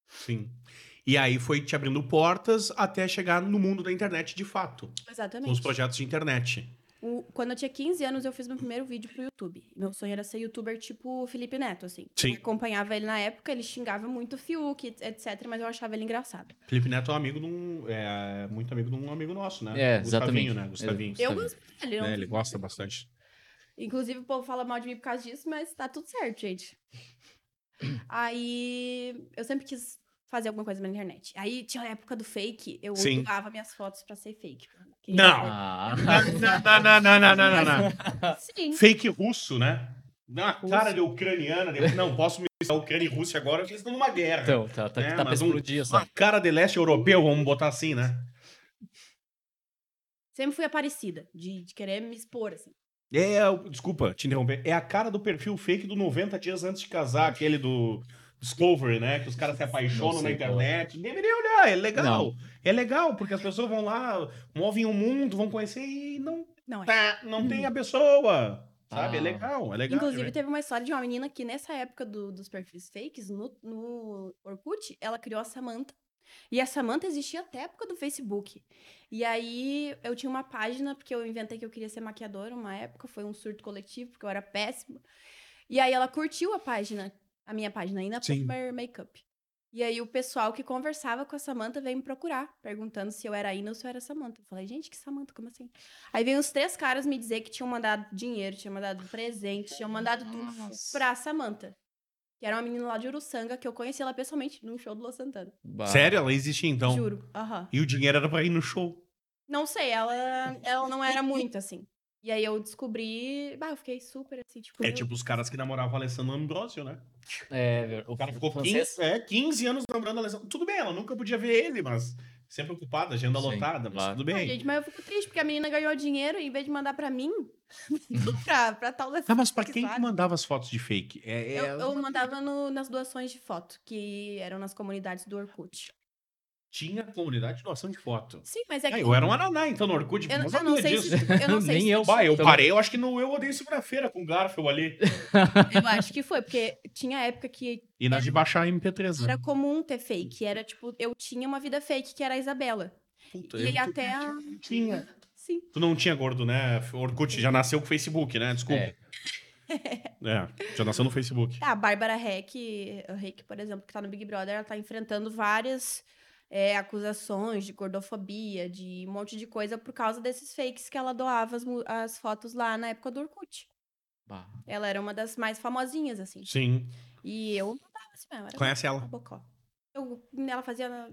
Sim. E aí foi te abrindo portas até chegar no mundo da internet de fato, com os
Exatamente.
projetos de internet.
O- quando eu tinha 15 anos, eu fiz meu primeiro vídeo pro YouTube. Meu sonho era ser youtuber tipo o Felipe Neto, assim.
Sim.
Eu acompanhava ele na época, ele xingava muito o Fiuk, etc. Mas eu achava ele engraçado.
Felipe Neto é um amigo de um. É muito amigo de um amigo nosso, né?
É,
Gustavinho,
exatamente.
né? Gustavinho.
Exato.
Eu
Sabe.
gosto dele. não-
Né, Ele gosta bastante.
Inclusive, o povo fala mal de mim por causa disso, mas tá tudo
[COUGHS]
certo, gente. Aí, eu sempre quis fazer alguma coisa na internet. Aí, tinha a época do fake, eu
Sim.
doava minhas fotos pra ser fake. Quem
Não.
Ah, [LAUGHS]
Não, não, não, não, não, não, não.
[LAUGHS] sabe? Sim.
Fake russo, né? Na
Russo.
cara de ucraniana. de- Não, posso misturar Ucrânia e Rússia agora, porque eles estão numa guerra.
então, tá, tá,
É,
tá pra
mas um-
explodir
Uma [LAUGHS]
essa.
cara de leste europeu, vamos botar assim, né?
Sempre fui aparecida, de, de querer me expor, assim.
É, o- desculpa te interromper. É a cara do perfil fake do 90 dias antes de casar, aquele do Discovery, né? Que os caras se apaixonam
Não
na
sei qual é.
internet. Deveria olhar, é legal. É legal, porque as pessoas vão lá, movem o mundo, vão conhecer e não,
Não é.
tá, não tem a pessoa. Sabe? É
Ah.
legal, é legal.
Inclusive,
né?
teve uma história de uma menina que, nessa época do- dos perfis fakes, no, no Orkut, ela criou a Samantha. E a Samantha existia até a época do Facebook. E aí, eu tinha uma página, porque eu inventei que eu queria ser maquiadora uma época, foi um surto coletivo, porque eu era péssima. E aí, ela curtiu a página, a minha página, ainda
Sim.
Popper Makeup. E aí, o pessoal que conversava com a Samantha veio me procurar, perguntando se eu era Ina ou se eu era Samantha. Eu falei, gente, que Samantha, como assim? Aí veio uns três caras me dizer que tinham mandado dinheiro, tinham mandado presente, tinham mandado tudo
Nossa.
pra Samanta. Que era uma menina lá de Uruçanga, que eu conheci ela pessoalmente num show do Lua Santana.
Bah.
Sério, ela existia então.
Juro. Aham.
E o dinheiro era pra ir no show.
Não sei, ela, ela não era muito assim. E aí eu descobri. Bah, eu fiquei super assim, tipo.
É
meu-
tipo os caras que namoravam Alessandro Ambrosio, né?
É, ver-
O cara ficou
francês.
15, é, 15 anos namorando Alessandro. Tudo bem, ela nunca podia ver ele, mas sempre ocupada, agenda
Sim,
lotada, mas
claro.
tudo
Não,
bem.
gente, mas eu fico triste, porque a menina ganhou dinheiro e em vez de mandar pra mim, [LAUGHS] pra, pra tal
Tá, mas pra quem que
Sabe?
mandava as fotos de fake? É, é-
Eu, eu mandava no- nas doações de foto, que eram nas comunidades do Orkut.
Tinha comunidade de doação de foto.
Sim, mas é que.
Ah, eu era um ananá, então, no Orkut.
eu,
não
eu
sabia
não sei
disso.
se.
[LAUGHS]
Eu não sei
Nem
se
eu.
Bah, eu
Então-
parei, eu acho que no Eu Odeio Segunda-feira, com o Garfield ali.
Eu acho que foi, porque tinha época que
E nas de baixar MP3, né?
era comum ter fake. Era tipo, eu tinha uma vida fake que era a Isabela.
Puta,
e
eu
até a.
não tinha.
Sim.
Tu não tinha gordo, né? Orkut já nasceu com o Facebook, né? Desculpa.
É.
É, já nasceu no Facebook.
A Bárbara Heck, a Heck, por exemplo, que tá no Big Brother, ela tá enfrentando várias é, acusações de gordofobia, de um monte de coisa por causa desses fakes que ela doava as, mu- as fotos lá na época do Orkut.
Bah.
Ela era uma das mais famosinhas, assim.
Sim.
E eu mandava assim mesmo. Era
Conhece ela?
uma bocó. Eu, ela fazia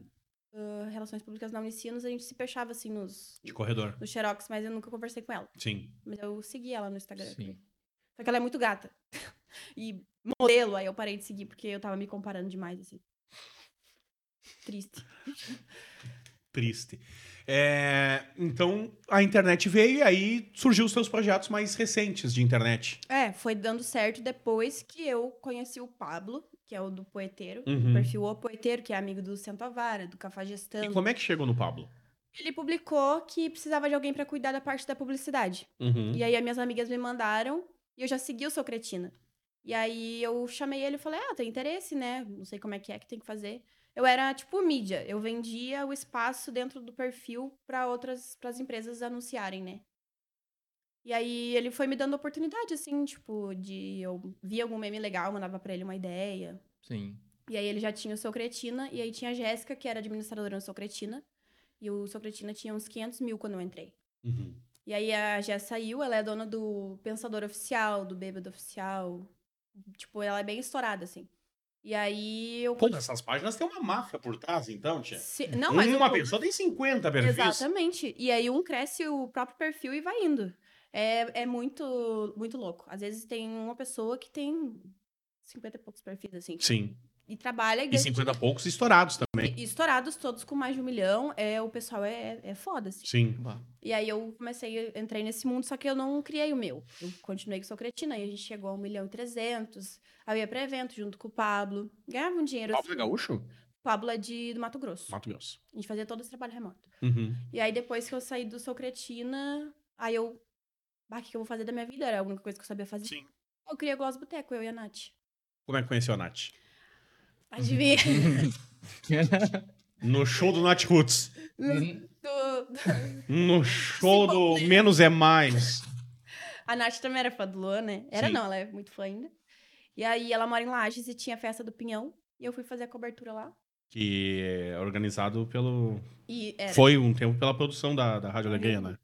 ah, relações públicas na Unicinos, a gente se fechava assim nos,
De corredor.
no Xerox, mas eu nunca conversei com ela.
Sim.
Mas eu segui ela no Instagram.
Sim.
Só que ela é muito gata. [LAUGHS] E modelo, aí eu parei de seguir, porque eu tava me comparando demais, assim. Triste.
Triste. É, então, a internet veio e aí surgiu os seus projetos mais recentes de internet.
É, foi dando certo depois que eu conheci o Pablo, que é o do poeteiro.
Uhum.
O perfil O Poeteiro, que é amigo do Centovara, do
E
Cafajestano.
como é que chegou no Pablo?
Ele publicou que precisava de alguém pra cuidar da parte da publicidade.
Uhum.
E aí as minhas amigas me mandaram e eu já segui o Sou Cretina. E aí eu chamei ele e falei, ah, tem interesse, né? Não sei como é que é que tem que fazer. Eu era tipo mídia, eu vendia o espaço dentro do perfil para outras pras empresas anunciarem, né? E aí ele foi me dando oportunidade, assim, tipo, de eu via algum meme legal, mandava pra ele uma ideia.
Sim.
E aí ele já tinha o Socretina, e aí tinha a Jéssica, que era administradora no Socretina. E o Socretina tinha uns 500 mil quando eu entrei.
Uhum.
E aí a Jess saiu, ela é dona do Pensador Oficial, do Bêbado Oficial. Tipo, ela é bem estourada, assim. E aí eu.
Pô, essas páginas tem uma máfia por trás, então, tia.
Se- Não, mas.
uma
o-
pessoa tem 50 perfis.
Exatamente. E aí um cresce o próprio perfil e vai indo. É, é muito, muito louco. Às vezes tem uma pessoa que tem 50 e poucos perfis, assim.
Sim.
E trabalha e
E
ganha
50 poucos estourados também.
E estourados todos com mais de um milhão, é, o pessoal é, é foda, assim.
Sim.
Bah.
E aí eu comecei, eu entrei nesse mundo, só que eu não criei o meu. Eu continuei com Sou Cretina, e a gente chegou a 1 milhão e 300. Aí eu ia pra evento junto com o Pablo. Ganhava um dinheiro.
Pablo é
assim.
gaúcho?
Pablo é de, do Mato Grosso.
Mato Grosso.
A gente fazia todo esse trabalho remoto.
Uhum.
E aí depois que eu saí do Sou Cretina, aí eu... Ah, o que que eu vou fazer da minha vida? Era a única coisa que eu sabia fazer.
Sim.
Eu
[LAUGHS]
criei o Gloss Boteco, eu e a Nath.
Como é que conheceu a Nath?
Adivinha?
No show do Not Roots.
Do-
No show do Menos é Mais.
A Nath também era fã do Luan, né? Era
Sim.
não, ela é muito fã ainda. E aí ela mora em Lages e tinha a festa do Pinhão. E eu fui fazer a cobertura lá.
Que é organizado pelo.
E é, era.
Foi um tempo pela produção da, da Rádio Alegria, né?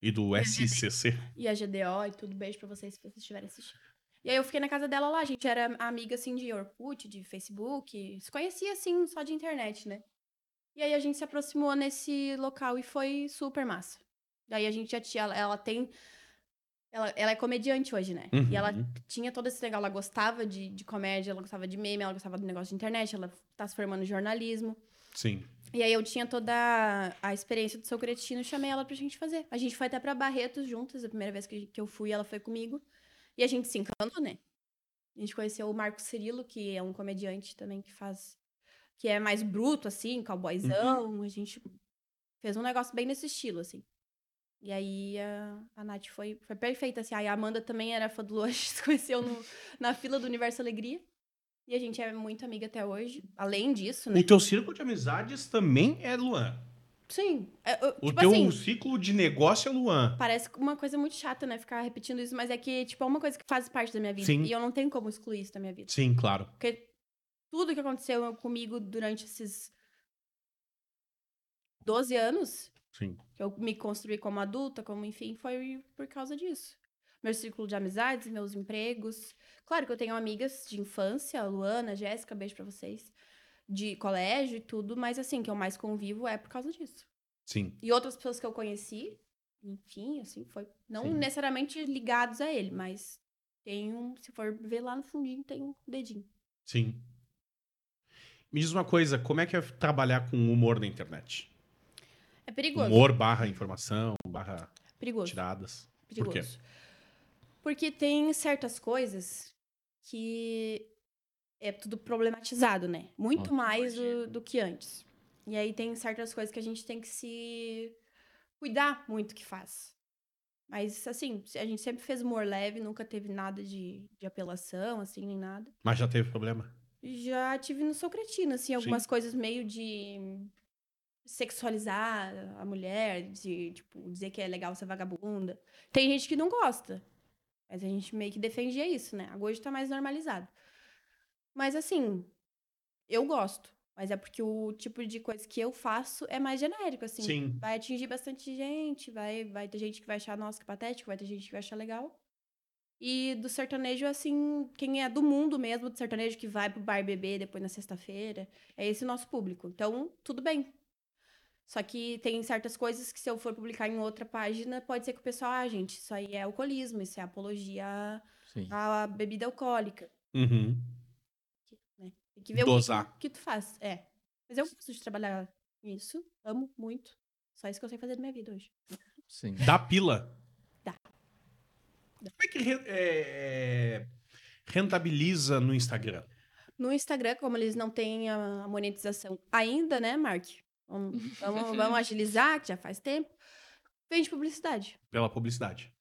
E
Uhum.
do SCC.
E a GDO e tudo. Beijo pra vocês se vocês estiverem assistindo. E aí eu fiquei na casa dela lá, a gente era amiga assim de Orkut, de Facebook. Se conhecia assim só de internet, né? E aí a gente se aproximou nesse local e foi super massa. Daí a gente já tinha. Ela, ela tem. Ela, ela é comediante hoje, né?
Uhum.
E ela tinha todo esse negócio. Ela gostava de, de comédia, ela gostava de meme, ela gostava do negócio de internet, ela tá se formando em jornalismo.
Sim.
E aí eu tinha toda a experiência do seu cretino e chamei ela pra gente fazer. A gente foi até pra Barretos juntas, a primeira vez que, que eu fui, ela foi comigo. E a gente se encantou, né? A gente conheceu o Marco Cirilo, que é um comediante também que faz. que é mais bruto, assim, cowboyzão. A gente fez um negócio bem nesse estilo, assim. E aí a, a Nath foi, foi perfeita, assim. Aí a Amanda também era fã do Lua, [LAUGHS] a gente se conheceu no- na fila do Universo Alegria. E a gente é muito amiga até hoje. Além disso, né?
O teu círculo de amizades também é Luan.
Sim. é, eu-
O
tipo
teu
assim,
ciclo de negócio é Luan.
parece uma coisa muito chata, né? Ficar repetindo isso, mas é que, tipo, é uma coisa que faz parte da minha vida.
Sim.
E eu não tenho como excluir isso da minha vida.
Sim, claro.
Porque tudo que aconteceu comigo durante esses 12 anos,
Sim.
que eu me construí como adulta, como enfim, foi por causa disso. Meu círculo de amizades, meus empregos. Claro que eu tenho amigas de infância, a Luana, a Jéssica, beijo pra vocês, de colégio e tudo, mas assim, que eu mais convivo é por causa disso.
Sim.
E outras pessoas que eu conheci, enfim, assim, foi. Não
Sim.
necessariamente ligados a ele, mas tem um. Se for ver lá no fundinho, tem um dedinho.
Sim. Me diz uma coisa, como é que é trabalhar com humor na internet?
É perigoso.
Humor barra informação, barra
perigoso.
tiradas.
perigoso.
Por quê?
Porque tem certas coisas que é tudo problematizado, né? Muito
Ó,
mais do, do que antes. E aí tem certas coisas que a gente tem que se cuidar muito que faz. Mas, assim, a gente sempre fez humor leve, nunca teve nada de, de apelação, assim, nem nada.
Mas já teve problema?
Já tive no Socratina, assim, algumas coisas meio de sexualizar a mulher, de, tipo, dizer que é legal ser vagabunda. Tem gente que não gosta. Mas a gente meio que defendia isso, né? Agora tá mais normalizado. Mas assim, eu gosto. Mas é porque o tipo de coisa que eu faço é mais genérico, assim.
Sim.
Vai atingir bastante gente, vai, vai ter gente que vai achar, nossa, que patético, vai ter gente que vai achar legal. E do sertanejo, assim, quem é do mundo mesmo, do sertanejo, que vai pro bar beber depois na sexta-feira, é esse o nosso público. Então, tudo bem. Só que tem certas coisas que se eu for publicar em outra página, pode ser que o pessoal, ah, gente, isso aí é alcoolismo, isso é apologia
Sim.
à bebida alcoólica.
Uhum.
Tem que ver o
Dosar.
que- que, tu faz. É. Mas eu gosto de trabalhar nisso, amo muito. Só isso que eu sei fazer da minha vida hoje.
Sim.
Dá pila.
Dá.
Como é que re- é, é, rentabiliza no Instagram?
No Instagram, como eles não têm a a monetização ainda, né, Mark? Vamos, vamos- vamos agilizar, que já faz tempo. Vende publicidade.
Pela publicidade.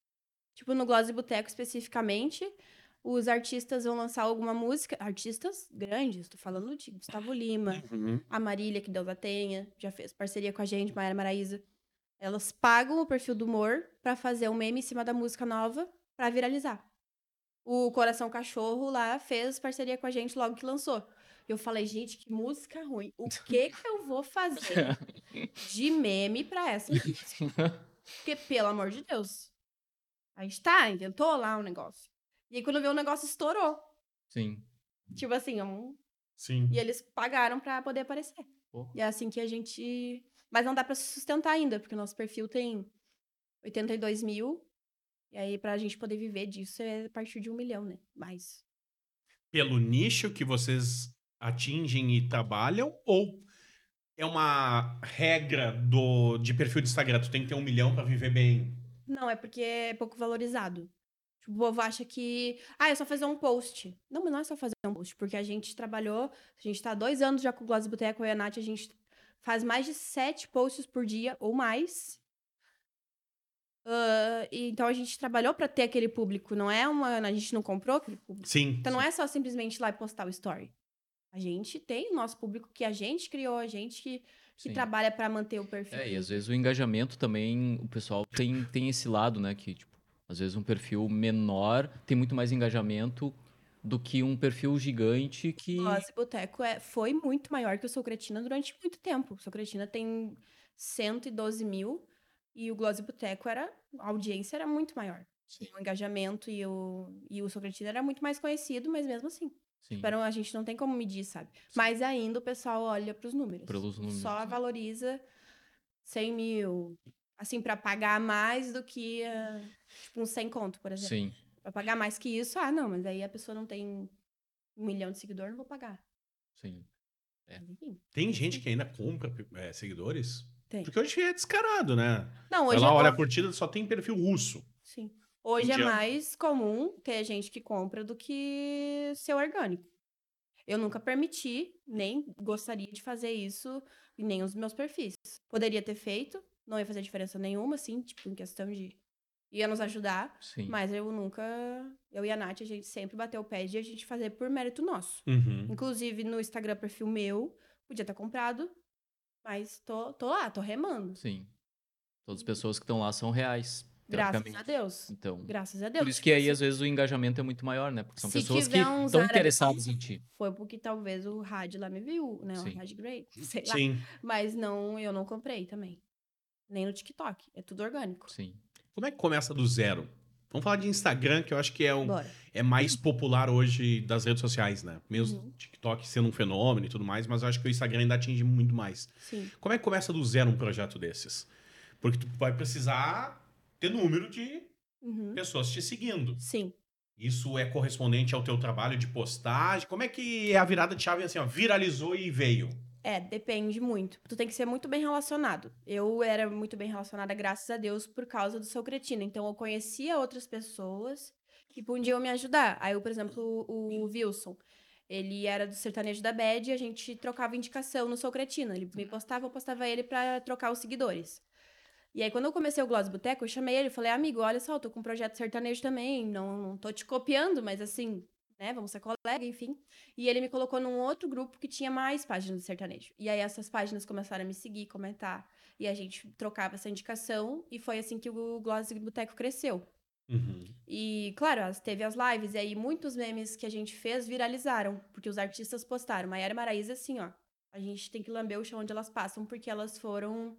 Tipo, no Gloss e Boteco especificamente, os artistas vão lançar alguma música. Artistas grandes, tô falando de Gustavo Lima,
Uhum.
a Marília, que Deus a tenha, já fez parceria com a gente, Mayara Maraísa. Elas pagam o perfil do humor pra fazer um meme em cima da música nova pra viralizar. O Coração Cachorro lá fez parceria com a gente logo que lançou. Eu falei, gente, que música ruim. O que que eu vou fazer de meme pra essa porque, pelo amor de Deus. A gente tá, inventou lá um negócio. E aí, quando veio o negócio, estourou.
Sim.
Tipo assim, um...
Sim.
e eles pagaram pra poder aparecer.
Pô.
E é assim que a gente. Mas não dá pra se sustentar ainda, porque o nosso perfil tem 82 mil. E aí, pra gente poder viver disso, é a partir de um milhão, né? Mas.
Pelo nicho que vocês atingem e trabalham ou é uma regra do, de perfil de Instagram? Tu tem que ter um milhão pra viver bem.
Não, é porque é pouco valorizado. Tipo, o povo acha que. Ah, é só fazer um post. Não, mas não é só fazer um post, porque a gente trabalhou. A gente tá há dois anos já com o Gloss Boteco e a Nath, a gente faz mais de sete posts por dia ou mais. Ah, e então a gente trabalhou pra ter aquele público, não é uma. A gente não comprou aquele público.
Sim.
Então não é só simplesmente ir lá e postar o story. A gente tem o nosso público que a gente criou, a gente que, que
Sim.
trabalha pra manter o perfil.
É, e às vezes o engajamento também, o pessoal tem, tem esse lado, né? Que, tipo, às vezes um perfil menor tem muito mais engajamento do que um perfil gigante que.
Ó, Esse boteco é, foi muito maior que o Socretina durante muito tempo. O Socretina tem 112 mil e o Glossy Boteco era. A audiência era muito maior. Tinha o engajamento e o, e o Socretina era muito mais conhecido, mas mesmo assim.
Sim,
Tipo, era um- a gente não tem como medir, sabe? Mas ainda o pessoal olha pros números.
pelos números.
Só valoriza 100 mil. Assim, pra pagar mais do que. ah, Tipo, um 100 conto, por exemplo.
Sim.
Pra pagar mais que isso, ah, não, mas aí a pessoa não tem um milhão de seguidor, não vou pagar.
Sim. É.
Mas, enfim,
Tem gente que ainda compra é, seguidores?
Tem.
Porque hoje é descarado, né?
Não, hoje
Hoje Ela
é
olha a
com-
curtida, só tem perfil russo.
Sim. Hoje
Indiano.
é mais comum ter gente que compra do que ser orgânico. Eu nunca permiti, nem gostaria de fazer isso em nenhum dos meus perfis. Poderia ter feito, não ia fazer diferença nenhuma, assim, tipo, em questão de. ia nos ajudar,
Sim.
mas eu nunca. Eu e a Nath, a gente sempre bateu o pé de a gente fazer por mérito nosso.
Uhum.
Inclusive no Instagram, perfil meu, podia estar comprado, mas tô, tô lá, tô remando.
Sim. Todas as pessoas que estão lá são reais.
Graças a
teoricamente.
Deus.
Então.
Graças a Deus.
Por isso que aí, às vezes, o engajamento é muito maior, né? Porque são
Se
pessoas que
tiver um uns
estão
árabes-
interessadas em ti.
Foi porque talvez o rádio lá me viu, né?
Sim.
O rádio Grey, [LAUGHS] sei lá.
Sim.
Mas não, eu não comprei também. Nem no TikTok. É tudo orgânico.
Sim.
Como é que começa do zero? Vamos falar de Instagram, que eu acho que é, um,
Bora.
é mais popular hoje das redes sociais, né? Mesmo
Uhum.
TikTok sendo um fenômeno e tudo mais, mas eu acho que o Instagram ainda atinge muito mais.
Sim.
Como é que começa do zero um projeto desses? Porque tu vai precisar ter número de
Uhum.
pessoas te seguindo.
Sim.
Isso é correspondente ao teu trabalho de postagem? Como é que é a virada de chave assim, ó, viralizou e veio?
É, depende muito. Tu tem que ser muito bem relacionado. Eu era muito bem relacionada, graças a Deus, por causa do seu cretino. Então eu conhecia outras pessoas que podiam me ajudar. Aí, eu, por exemplo, o, o Wilson. Ele era do sertanejo da Bad e a gente trocava indicação no seu cretino. Ele me postava, eu postava ele pra trocar os seguidores. E aí, quando eu comecei o Gloss Boteco, eu chamei ele e falei, amigo, olha só, eu tô com um projeto sertanejo também. Não, não tô te copiando, mas assim, né? Vamos ser colega, enfim. E ele me colocou num outro grupo que tinha mais páginas de sertanejo. E aí essas páginas começaram a me seguir, comentar. E a gente trocava essa indicação. E foi assim que o Gloss Boteco cresceu.
Uhum.
E, claro, as- teve as lives. E aí muitos memes que a gente fez viralizaram. Porque os artistas postaram. Maiara e Maraísa, assim, ó. A gente tem que lamber o chão onde elas passam. Porque elas foram...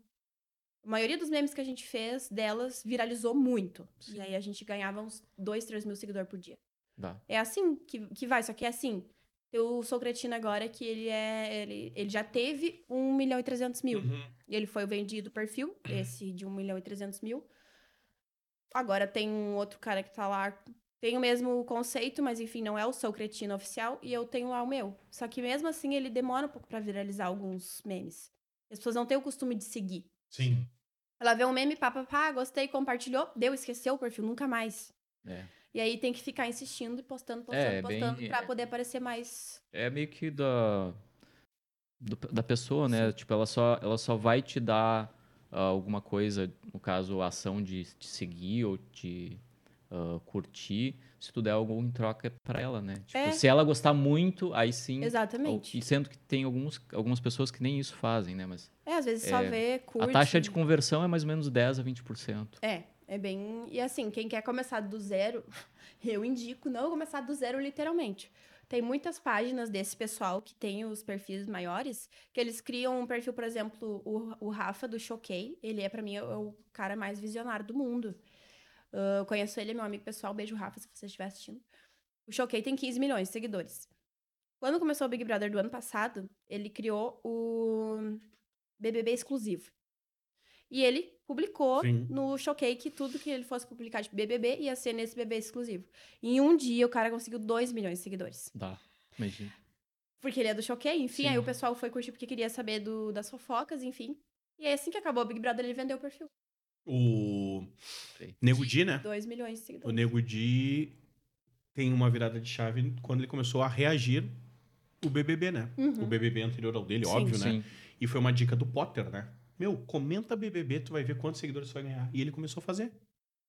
A maioria dos memes que a gente fez delas viralizou muito. E aí a gente ganhava uns 2, 3 mil seguidores por dia.
Dá.
É assim que, que vai, só que é assim. Eu sou cretina agora que ele é. Ele, ele já teve 1 milhão e 300 mil.
Uhum.
Ele foi vendido o perfil, esse de 1 milhão e 300 mil. Agora tem um outro cara que tá lá. Tem o mesmo conceito, mas enfim, não é o seu cretino oficial. E eu tenho lá o meu. Só que mesmo assim, ele demora um pouco pra viralizar alguns memes. As pessoas não têm o costume de seguir.
Sim.
Ela vê um meme, pá, pá, pá, gostei, compartilhou, deu, esqueceu o perfil, nunca mais.
É.
E aí tem que ficar insistindo e postando, postando,
É, é bem-
postando pra poder aparecer mais.
É meio que da do- da pessoa, né? Tipo, ela só ela só vai te dar ah, alguma coisa, no caso, a ação de te seguir ou te ah, curtir, se tu der algo em troca pra ela, né? Tipo,
É.
se ela gostar muito, aí sim. ou-
Exatamente.
E sendo que tem alguns, algumas pessoas que nem isso fazem, né? Mas
É, às vezes só
É,
vê, curte.
a taxa de conversão é mais ou menos 10 a 20%.
É, é bem. E assim, quem quer começar do zero, [LAUGHS] eu indico não começar do zero literalmente. Tem muitas páginas desse pessoal que tem os perfis maiores, que eles criam um perfil, por exemplo, o, o Rafa do Choquei, ele é, pra mim, o- o cara mais visionário do mundo. Ah, eu conheço ele, é meu amigo pessoal, beijo Rafa, se você estiver assistindo. O Choquei tem 15 milhões de seguidores. Quando começou o Big Brother do ano passado, ele criou o BBB exclusivo. E ele publicou
Sim.
no Choquei que tudo que ele fosse publicar de BBB ia ser nesse BBB exclusivo. Em um dia, o cara conseguiu 2 milhões de seguidores.
Dá. Imagina.
Porque ele é do Choquei, enfim.
Sim.
Aí o pessoal foi curtir porque queria saber do, das fofocas, enfim. E aí, assim que acabou o Big Brother, ele vendeu o perfil.
O
Sei.
Nego Di, né?
2 milhões de
O
seguidores.
Nego Di tem uma virada de chave quando ele começou a reagir o BBB, né?
Uhum.
O BBB anterior ao dele,
Sim.
óbvio, né?
Sim.
E foi uma dica do Potter, né? Meu, comenta BBB, tu vai ver quantos seguidores tu vai ganhar. E ele começou a fazer.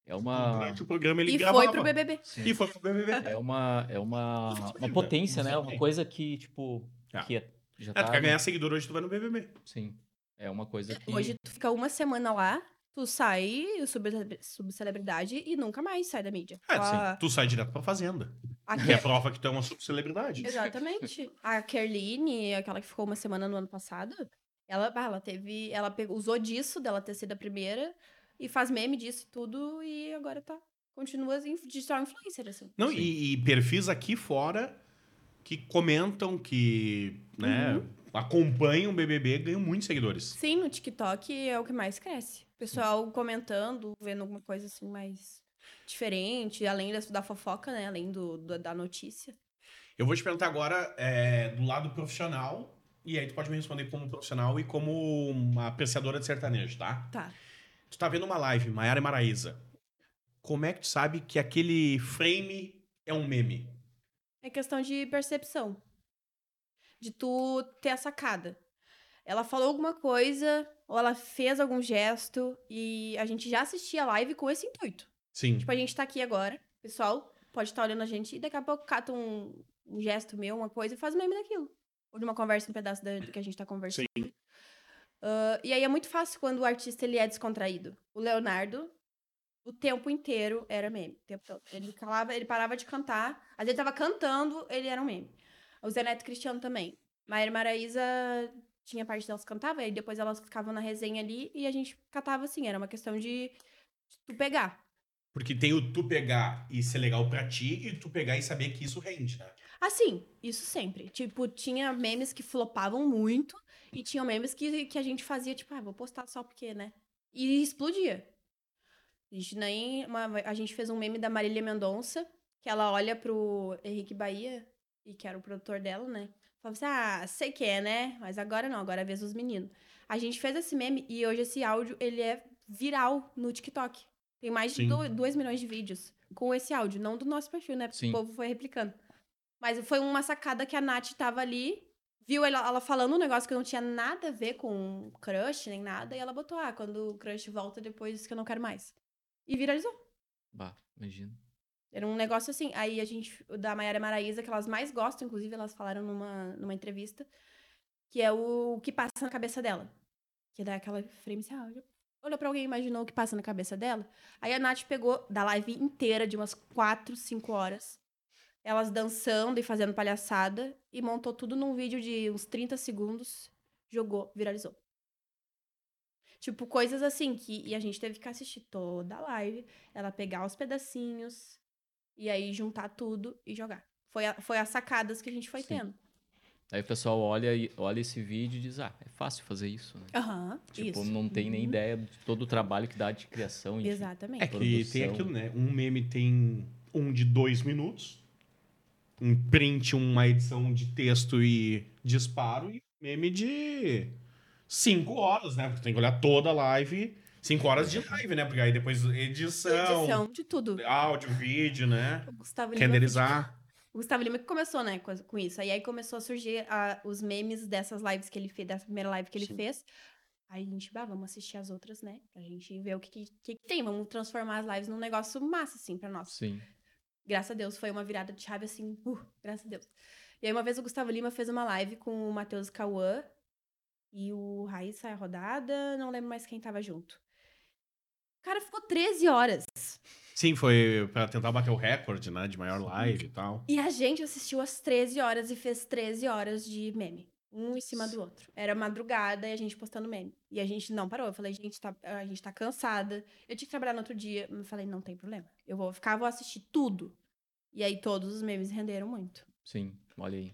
É uma
Durante o programa ele
E
gravava.
foi pro BBB.
Um E foi pro BBB.
É uma, é uma, uma potência, né? Uma coisa né? que, tipo,
Ah.
que já
É,
tá...
tu quer ganhar seguidor hoje, tu vai no BBB.
Sim. É uma coisa que...
Hoje tu fica uma semana lá, tu sai subce- subcelebridade e nunca mais sai da mídia.
É,
Só
sim. Tu sai direto pra Fazenda. Que
a
[LAUGHS] é
Ker-
prova que tu é uma subcelebridade.
Exatamente. A Kerline, aquela que ficou uma semana no ano passado, ela, bah, ela teve. Ela pe- usou disso, dela ter sido a primeira, e faz meme disso e tudo, e agora tá. Continua assim, digital influencer, assim.
Não,
Sim.
e, e perfis aqui fora que comentam, que né,
Uhum.
acompanham o BBB, ganham muitos seguidores.
Sim, no TikTok é o que mais cresce. O pessoal comentando, vendo alguma coisa assim mais diferente, além das- da fofoca, né? Além do, do- da notícia.
Eu vou te perguntar agora é, do lado profissional, e aí tu pode me responder como profissional e como uma apreciadora de sertanejo, tá?
Tá.
Tu tá vendo uma live, Maiara e Maraísa. Como é que tu sabe que aquele frame é um meme?
É questão de percepção. De tu ter a sacada. Ela falou alguma coisa, ou ela fez algum gesto, e a gente já assistia a live com esse intuito.
Sim.
Tipo, a gente tá aqui agora, o pessoal pode estar olhando a gente, e daqui a pouco cata um, um gesto meu, uma coisa, e faz meme daquilo. Ou de uma conversa, um pedaço da- do que a gente tá conversando. Ah, e aí é muito fácil quando o artista ele é descontraído. O Leonardo, o tempo inteiro era meme. o tempo todo. Ele calava, ele parava de cantar. Às vezes ele tava cantando, ele era um meme. O Zé Neto Cristiano também. Maíra Maraísa tinha parte delas que cantava, e depois elas ficavam na resenha ali e a gente catava assim. Era uma questão de, de tu pegar.
Porque tem o tu pegar e ser legal pra ti, e tu pegar e saber que isso rende, né?
Assim, isso sempre. Tipo, tinha memes que flopavam muito e tinha memes que, que a gente fazia, tipo, ah, vou postar só porque, né? E explodia. A gente nem. uma- a gente fez um meme da Marília Mendonça, que ela olha pro Henrique Bahia, e que era o produtor dela, né? Falava assim, ah, sei que é, né? Mas agora não, agora é a vez dos meninos. A gente fez esse meme e hoje esse áudio, ele é viral no TikTok. Tem mais de
Sim.
2 milhões de vídeos com esse áudio, não do nosso perfil, né? Porque
Sim.
o povo foi replicando. Mas foi uma sacada que a Nath tava ali, viu ela, ela falando um negócio que não tinha nada a ver com crush nem nada, e ela botou, ah, quando o crush volta depois que eu não quero mais. E viralizou.
Bah, imagina.
Era um negócio assim. Aí a gente, o da Maiara Maraísa, que elas mais gostam, inclusive, elas falaram numa, numa entrevista, que é o, o que passa na cabeça dela. Que dá aquela frame assim, ah, olha- olhou pra alguém e imaginou o que passa na cabeça dela. Aí a Nath pegou da live inteira, de umas 4, 5 horas, elas dançando e fazendo palhaçada, e montou tudo num vídeo de uns 30 segundos, jogou, viralizou. Tipo, coisas assim que. E a gente teve que assistir toda a live, ela pegar os pedacinhos, e aí juntar tudo e jogar. Foi, a- foi as sacadas que a gente foi
Sim.
tendo.
Aí o pessoal olha, e- olha esse vídeo e diz, ah, é fácil fazer isso, né?
Aham,
Tipo,
isso.
não tem nem
Uhum.
ideia de todo o trabalho que dá de criação. enfim.
É
Exatamente.
que tem
Produção.
aquilo, né? Um meme tem um de dois minutos, um print, uma edição de texto e disparo, e meme de cinco horas, né? Porque tu tem que olhar toda a live, cinco horas de live, né? Porque aí depois edição,
é Edição de tudo.
áudio, vídeo, né?
O Gustavo Lima,
Renderizar.
o Gustavo Lima que começou, né, com, com isso. Aí, aí começou a surgir ah, os memes dessas lives que ele fez, dessa primeira live que ele
Sim.
fez. Aí a gente, bah, vamos assistir as outras, né? Pra gente ver o que, que, que que tem. Vamos transformar as lives num negócio massa, assim, pra nós.
Sim.
Graças a Deus, foi uma virada de chave assim, uh, graças a Deus. E aí uma vez o Gustavo Lima fez uma live com o Matheus Cauã e o Raíssa Rodada, não lembro mais quem tava junto. Cara, ficou 13 horas.
Sim, foi pra tentar bater o recorde, né? De maior live e tal.
E a gente assistiu às 13 horas e fez 13 horas de meme. Um em cima do outro. Era madrugada e a gente postando meme. E a gente não parou. Eu falei, gente, tá- a gente tá cansada. Eu tinha que trabalhar no outro dia. Eu falei, não tem problema. Eu vou ficar, vou assistir tudo. E aí todos os memes renderam muito.
Sim, olha aí.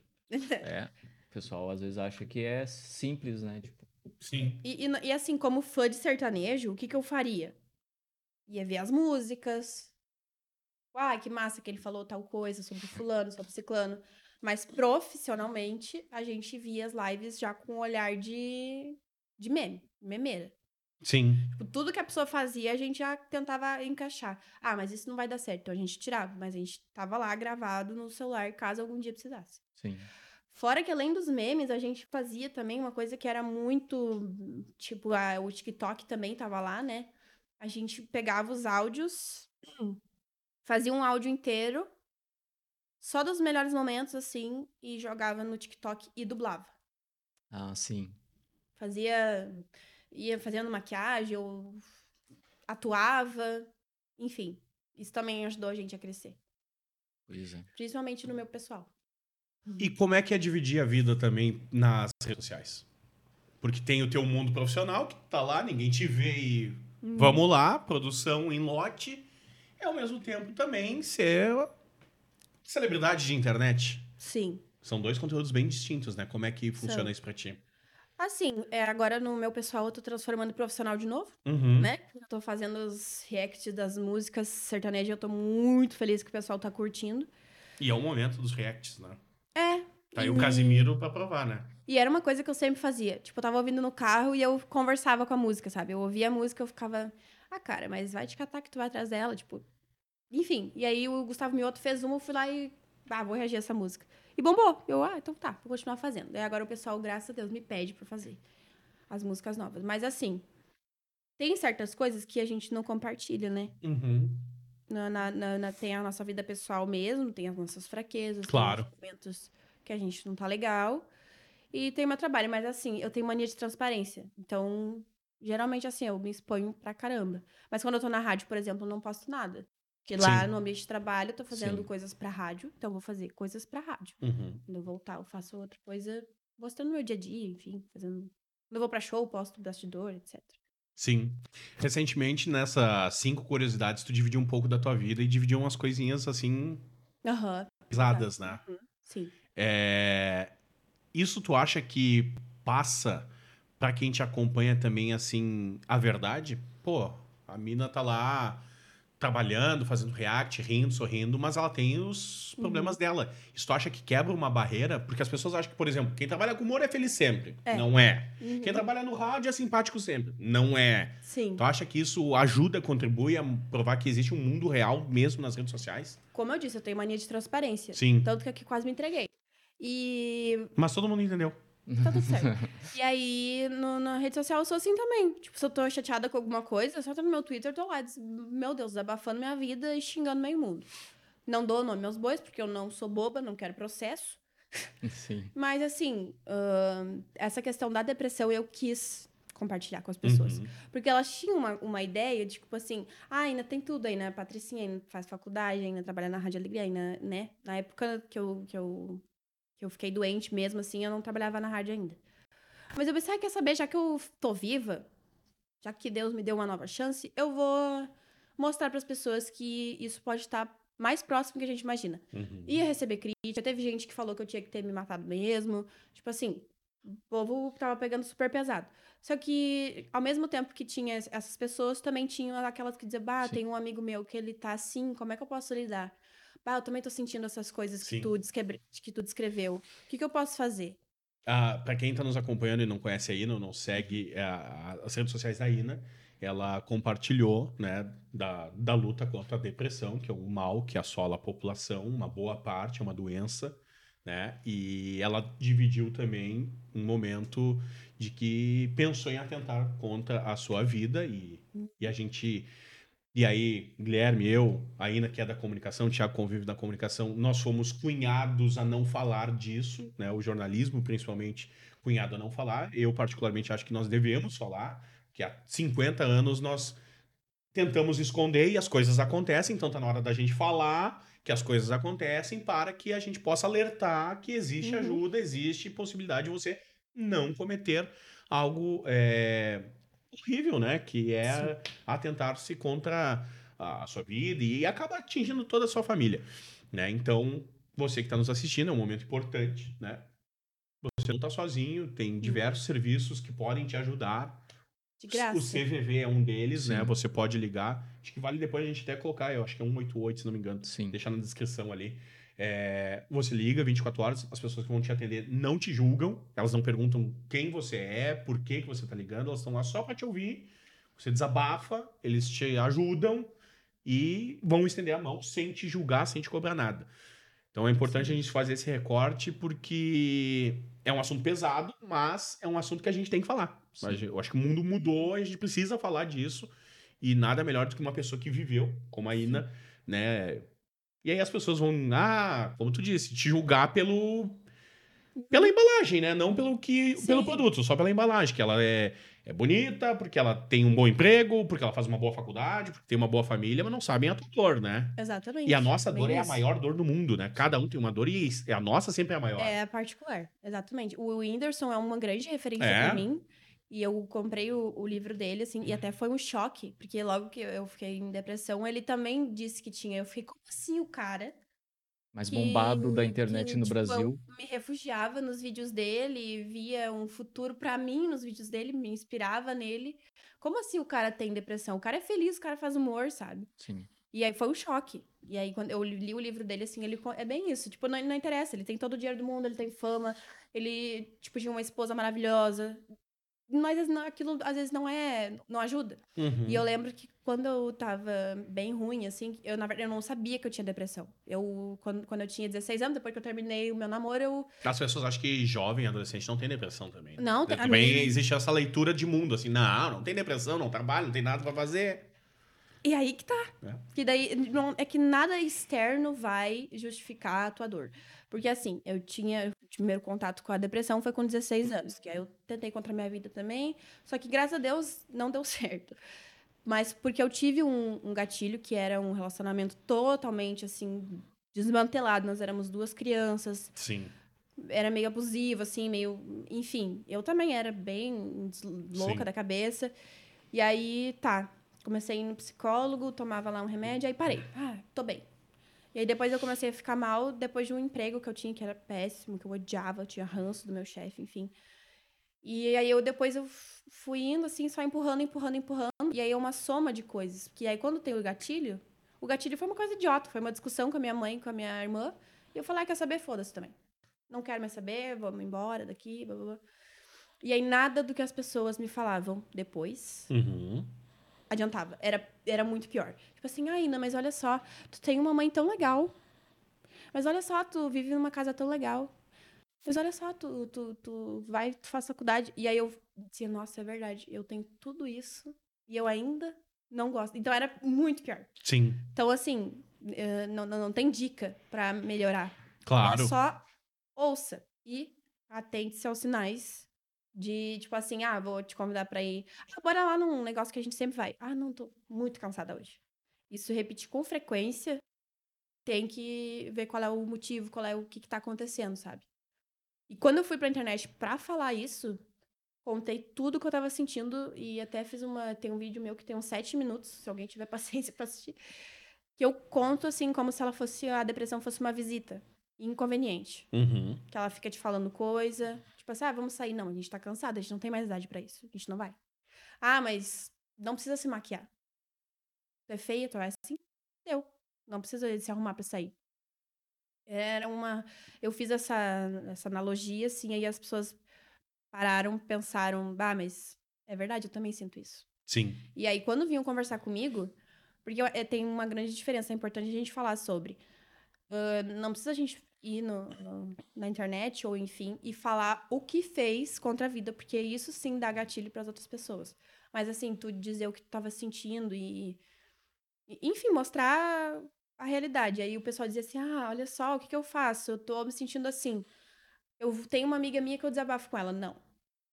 É, o pessoal às vezes acha que é simples, né? Tipo,
Sim.
E, e n- e assim, como fã de sertanejo, o que, que eu faria? Ia ver as músicas. Ah, que massa que ele falou tal coisa sobre fulano, sobre ciclano. Mas profissionalmente, a gente via as lives já com um olhar de, de meme, memeira.
Sim.
Tipo, tudo que a pessoa fazia, a gente já tentava encaixar. Ah, mas isso não vai dar certo, então a gente tirava. Mas a gente tava lá gravado no celular, caso algum dia precisasse.
sim.
Fora que além dos memes, a gente fazia também uma coisa que era muito. Tipo, a- o TikTok também tava lá, né? A gente pegava os áudios, fazia um áudio inteiro, só dos melhores momentos, assim, e jogava no TikTok e dublava.
Ah, sim.
Fazia. ia fazendo maquiagem ou atuava. Enfim, isso também ajudou a gente a crescer.
Pois é.
Principalmente no meu pessoal.
E como é que é dividir a vida também nas redes sociais? Porque tem o teu mundo profissional que tá lá, ninguém te vê e vamos lá, produção em lote. E ao mesmo tempo também ser celebridade de internet.
Sim.
São dois conteúdos bem distintos, né? Como é que funciona isso pra ti?
Assim, é, agora no meu pessoal eu tô transformando em profissional de novo,
Uhum.
né? Eu tô fazendo os reacts das músicas sertanejas, eu tô muito feliz que o pessoal tá curtindo.
E é o momento dos reacts, né?
É.
Tá aí
e,
o Casimiro pra provar, né?
e era uma coisa que eu sempre fazia. Tipo, eu tava ouvindo no carro e eu conversava com a música, sabe? Eu ouvia a música, eu ficava, ah, cara, mas vai te catar que tu vai atrás dela, tipo. Enfim, e aí o Gustavo Mioto fez uma, eu fui lá e, ah, vou reagir a essa música. E bombou. Eu, ah, então tá, vou continuar fazendo. Daí agora o pessoal, graças a Deus, me pede pra fazer as músicas novas. Mas assim, tem certas coisas que a gente não compartilha, né?
Uhum.
na, na- na- na- tem a nossa vida pessoal mesmo, tem as nossas fraquezas,
Claro.
tem os momentos que a gente não tá legal. E tem o meu trabalho, mas assim, eu tenho mania de transparência. Então, geralmente assim, eu me exponho pra caramba. Mas quando eu tô na rádio, por exemplo, eu não posto nada. Porque lá
Sim.
no ambiente de trabalho eu tô fazendo
Sim.
coisas pra rádio, então eu vou fazer coisas pra rádio.
Uhum.
Quando eu voltar, eu faço outra coisa mostrando meu dia a dia, enfim, fazendo. Quando eu vou pra show, eu posto bastidor, etc.
Sim. Recentemente, nessas cinco curiosidades, tu dividiu um pouco da tua vida e dividiu umas coisinhas assim,
Aham,
pesadas, né?
sim.
É, Isso tu acha que passa pra quem te acompanha também, assim, a verdade? Pô, a mina tá lá trabalhando, fazendo react, rindo, sorrindo, mas ela tem os
Uhum.
problemas dela. Isso tu acha que quebra uma barreira? Porque as pessoas acham que, por exemplo, quem trabalha com humor é feliz sempre.
É.
Não é.
Uhum,
Quem trabalha no rádio é simpático sempre. Não é.
Sim.
Tu acha que isso ajuda, contribui a provar que existe um mundo real mesmo nas redes sociais?
Como eu disse, eu tenho mania de transparência.
Sim.
Tanto que aqui quase me entreguei. E
Mas todo mundo entendeu.
tá tudo certo. e aí, no- na rede social, eu sou assim também. Tipo, se eu tô chateada com alguma coisa, eu só tô no meu Twitter, tô lá, des- meu Deus, desabafando minha vida e xingando meio mundo. Não dou nome aos bois, porque eu não sou boba, não quero processo.
[LAUGHS] Sim.
Mas, assim, ahn, essa questão da depressão eu quis compartilhar com as pessoas.
Uhum.
Porque elas tinham uma, uma ideia de, tipo assim, ah, ainda tem tudo, ainda é patricinha, ainda faz faculdade, ainda trabalha na Rádio Alegria, ainda, né? Na época que eu, que eu, que eu fiquei doente mesmo, assim, eu não trabalhava na rádio ainda. Mas eu pensei, ah, quer saber, já que eu tô viva, já que Deus me deu uma nova chance, eu vou mostrar para as pessoas que isso pode estar mais próximo do que a gente imagina.
Uhum.
Ia receber crítica, teve gente que falou que eu tinha que ter me matado mesmo, tipo assim, o povo tava pegando super pesado. Só que, ao mesmo tempo que tinha es- essas pessoas, também tinham aquelas que diziam, bah,
Sim.
tem um amigo meu que ele tá assim, como é que eu posso lidar? Bah, eu também tô sentindo essas coisas
Sim.
que tu, desquebre- que tu descreveu. O que, que eu posso fazer?
Ah, para quem tá nos acompanhando e não conhece a Ina, ou não segue é, a- as redes sociais da Ina, ela compartilhou, né, da, da luta contra a depressão, que é um mal que assola a população, uma boa parte, é uma doença, né? E ela dividiu também um momento de que pensou em atentar contra a sua vida e, e a gente e aí, Guilherme, eu, a Ina, que é da comunicação, o Thiago convive da comunicação, nós fomos cunhados a não falar disso, né? O jornalismo, principalmente, cunhado a não falar. Eu, particularmente, acho que nós devemos falar, que há 50 anos nós tentamos esconder e as coisas acontecem, então tá na hora da gente falar que as coisas acontecem para que a gente possa alertar que existe
Uhum.
ajuda, existe possibilidade de você não cometer algo é, horrível, né? Que é
Sim.
atentar-se contra a sua vida e acaba atingindo toda a sua família, né? Então, você que está nos assistindo, é um momento importante, né? Você não está sozinho, tem diversos serviços que podem te ajudar,
Uhum. De graça.
o CVV é um deles,
Sim.
né? Você pode ligar. Acho que vale depois a gente até colocar, eu acho que é 188, se não me engano.
Sim.
Deixar na descrição ali. É, você liga 24 horas, as pessoas que vão te atender não te julgam, elas não perguntam quem você é, por que, que você tá ligando, elas estão lá só pra te ouvir. Você desabafa, eles te ajudam e vão estender a mão sem te julgar, sem te cobrar nada. Então é importante a gente fazer esse recorte porque é um assunto pesado, mas é um assunto que a gente tem que falar.
Sim.
Mas eu acho que o mundo mudou e a gente precisa falar disso. E nada melhor do que uma pessoa que viveu, como a Ina, né? E aí as pessoas vão, ah, como tu disse, te julgar pelo pela embalagem, né? Não pelo que
Sim.
pelo produto, só pela embalagem, que ela é é bonita, porque ela tem um bom emprego, porque ela faz uma boa faculdade, porque tem uma boa família, mas não sabem a tua dor, né?
Exatamente.
E a nossa
Bem
dor é a
isso.
maior dor do mundo, né? Cada um tem uma dor e a nossa sempre é a maior.
É particular, exatamente. O Whindersson é uma grande referência
É.
pra mim. E eu comprei o, o livro dele, assim, e até foi um choque, porque logo que eu fiquei em depressão, ele também disse que tinha. Eu fiquei, como assim o cara?
Mais
que-
bombado da internet
que,
no
tipo,
Brasil.
Eu me refugiava nos vídeos dele, via um futuro pra mim nos vídeos dele, me inspirava nele. Como assim o cara tem depressão? O cara é feliz, o cara faz humor, sabe?
Sim.
E aí foi um choque. E aí, quando eu li o livro dele, assim, ele co- é bem isso. Tipo, não, não interessa. Ele tem todo o dinheiro do mundo, ele tem fama, ele, tipo, tinha uma esposa maravilhosa. Mas às- não- aquilo, às vezes, não é... Não ajuda.
Uhum.
E eu lembro que quando eu tava bem ruim, assim, eu, na verdade, eu não sabia que eu tinha depressão. Eu, quando, quando eu tinha 16 anos, depois que eu terminei o meu namoro, eu...
As pessoas acham que jovem, adolescente, não tem depressão também. né?
Não, tem-
Também
ah, não.
existe essa leitura de mundo, assim, não, não tem depressão, não trabalha, não tem nada pra fazer.
E aí que tá.
É.
Que daí não, é que nada externo vai justificar a tua dor. Porque assim, eu tinha o primeiro contato com a depressão foi com 16 anos, que aí eu tentei contra a minha vida também, só que graças a Deus não deu [LAUGHS] certo. Mas porque eu tive um, um gatilho que era um relacionamento totalmente assim desmantelado, nós éramos duas crianças,
Sim.
era meio abusivo assim, meio, enfim, eu também era bem des- louca
Sim.
da cabeça. E aí, tá. Comecei a ir no psicólogo, tomava lá um remédio, aí parei. Ah, tô bem. E aí depois eu comecei a ficar mal depois de um emprego que eu tinha que era péssimo, que eu odiava, eu tinha ranço do meu chefe, enfim. E aí eu depois eu f- fui indo assim, só empurrando, empurrando, empurrando. E aí é uma soma de coisas. Porque aí quando tem o gatilho, o gatilho foi uma coisa idiota, foi uma discussão com a minha mãe, com a minha irmã. E eu falei, ah, quer saber? Foda-se também. Não quero mais saber, vamos embora daqui, blá blá blá. E aí nada do que as pessoas me falavam depois
Uhum.
adiantava. Era, era muito pior. Tipo assim, ah, Ina, mas olha só, tu tem uma mãe tão legal. Mas olha só, tu vive numa casa tão legal. Mas olha só, tu, tu, tu vai, tu faz faculdade. E aí eu dizia, nossa, é verdade, eu tenho tudo isso e eu ainda não gosto. Então era muito pior.
Sim,
Então, assim, eh, não, não, não tem dica pra melhorar. É
claro.
só ouça e atente-se aos sinais de, tipo assim, ah, vou te convidar pra ir. Ah, bora lá num negócio que a gente sempre vai. Ah, não, tô muito cansada hoje. Isso repetir com frequência, tem que ver qual é o motivo, qual é o que, que tá acontecendo, sabe? E quando eu fui pra internet pra falar isso, contei tudo que eu tava sentindo e até fiz uma. Tem um vídeo meu que tem uns sete minutos, se alguém tiver [LAUGHS] paciência pra assistir. Que eu conto assim, como se ela fosse. A depressão fosse uma visita inconveniente.
Uhum.
Que ela fica te falando coisa. Tipo assim, ah, vamos sair. Não, a gente tá cansada, a gente não tem mais idade pra isso. A gente não vai. Ah, mas não precisa se maquiar. Tu é feia, tu é assim. Deu. Não precisa se arrumar pra sair. Era uma. Eu fiz essa, essa analogia, assim, aí as pessoas pararam, pensaram, bah, mas é verdade, eu também sinto isso.
Sim.
E aí, quando vinham conversar comigo, porque eu- eh, tem uma grande diferença, é importante a gente falar sobre. Ah, não precisa a gente ir no, no- na internet ou enfim e falar o que fez contra a vida, porque isso sim dá gatilho para as outras pessoas. Mas assim, tu dizer o que tu tava sentindo e. e- Enfim, mostrar a realidade. Aí o pessoal dizia assim: ah, olha só, o que, que eu faço? Eu tô me sentindo assim. Eu tenho uma amiga minha que eu desabafo com ela. Não.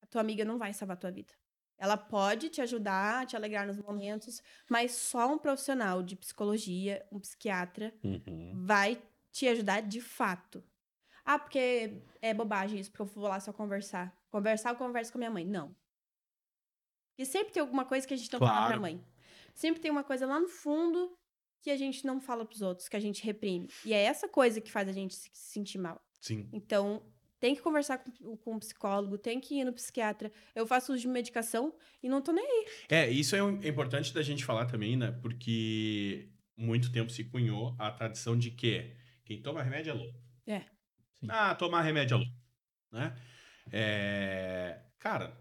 A tua amiga não vai salvar a tua vida. Ela pode te ajudar, te alegrar nos momentos, mas só um profissional de psicologia, um psiquiatra,
Uhum.
vai te ajudar de fato. Ah, porque é bobagem isso, porque eu vou lá só conversar. Conversar, eu converso com a minha mãe. Não. Porque sempre tem alguma coisa que a gente não fala pra
Claro.
mãe. Sempre tem uma coisa lá no fundo que a gente não fala pros outros, que a gente reprime. E é essa coisa que faz a gente se sentir mal.
Sim.
Então, tem que conversar com, com o psicólogo, tem que ir no psiquiatra. Eu faço uso de medicação e não tô nem aí.
É, isso é um- é importante da gente falar também, né? Porque muito tempo se cunhou a tradição de que quem toma remédio é louco.
É.
Sim.
Ah, tomar remédio é louco, né? É, Cara,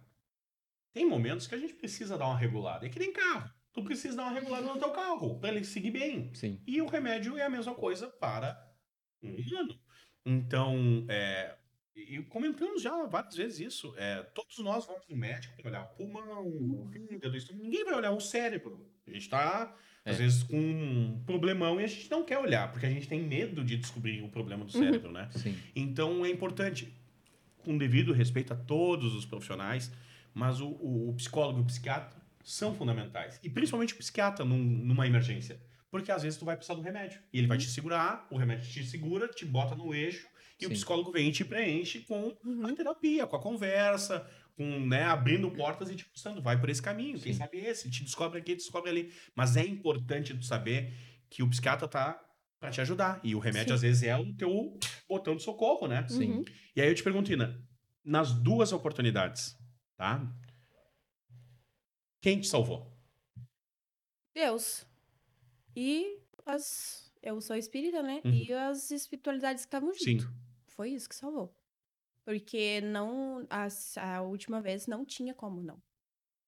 tem momentos que a gente precisa dar uma regulada. É que nem carro. Tu precisa dar uma regulada no teu carro pra ele seguir bem.
Sim.
E o remédio é a mesma coisa para um humano. Então, é, E comentamos já várias vezes isso. É, todos nós vamos no médico pra olhar o pulmão,
Uhum.
o rim, o dedo do estômago. Ninguém vai olhar o cérebro. A gente tá, às
É.
vezes, com um problemão e a gente não quer olhar, porque a gente tem medo de descobrir o problema do
Uhum.
cérebro, né?
Sim.
Então é importante, com devido respeito a todos os profissionais, mas o, o- o psicólogo e o psiquiatra são fundamentais. E principalmente o psiquiatra num- numa emergência. Porque às vezes tu vai precisar do remédio. E ele vai
Uhum.
te segurar, o remédio te segura, te bota no eixo, e o
Sim.
psicólogo vem e te preenche com
Uhum.
a terapia, com a conversa, com, né, abrindo portas e te mostrando, vai por esse caminho, quem
Sim.
sabe esse, te descobre aqui, descobre ali. Mas é importante tu saber que o psiquiatra tá pra te ajudar. E o remédio,
Sim.
às vezes, é o teu botão de socorro, né?
Sim.
Uhum.
E aí eu te pergunto, Ina, nas duas oportunidades, tá? Quem te salvou?
Deus. E as. Eu sou espírita, né?
Uhum.
E as espiritualidades que estavam junto.
Sim.
Foi isso que salvou. Porque não. as- a última vez não tinha como, não.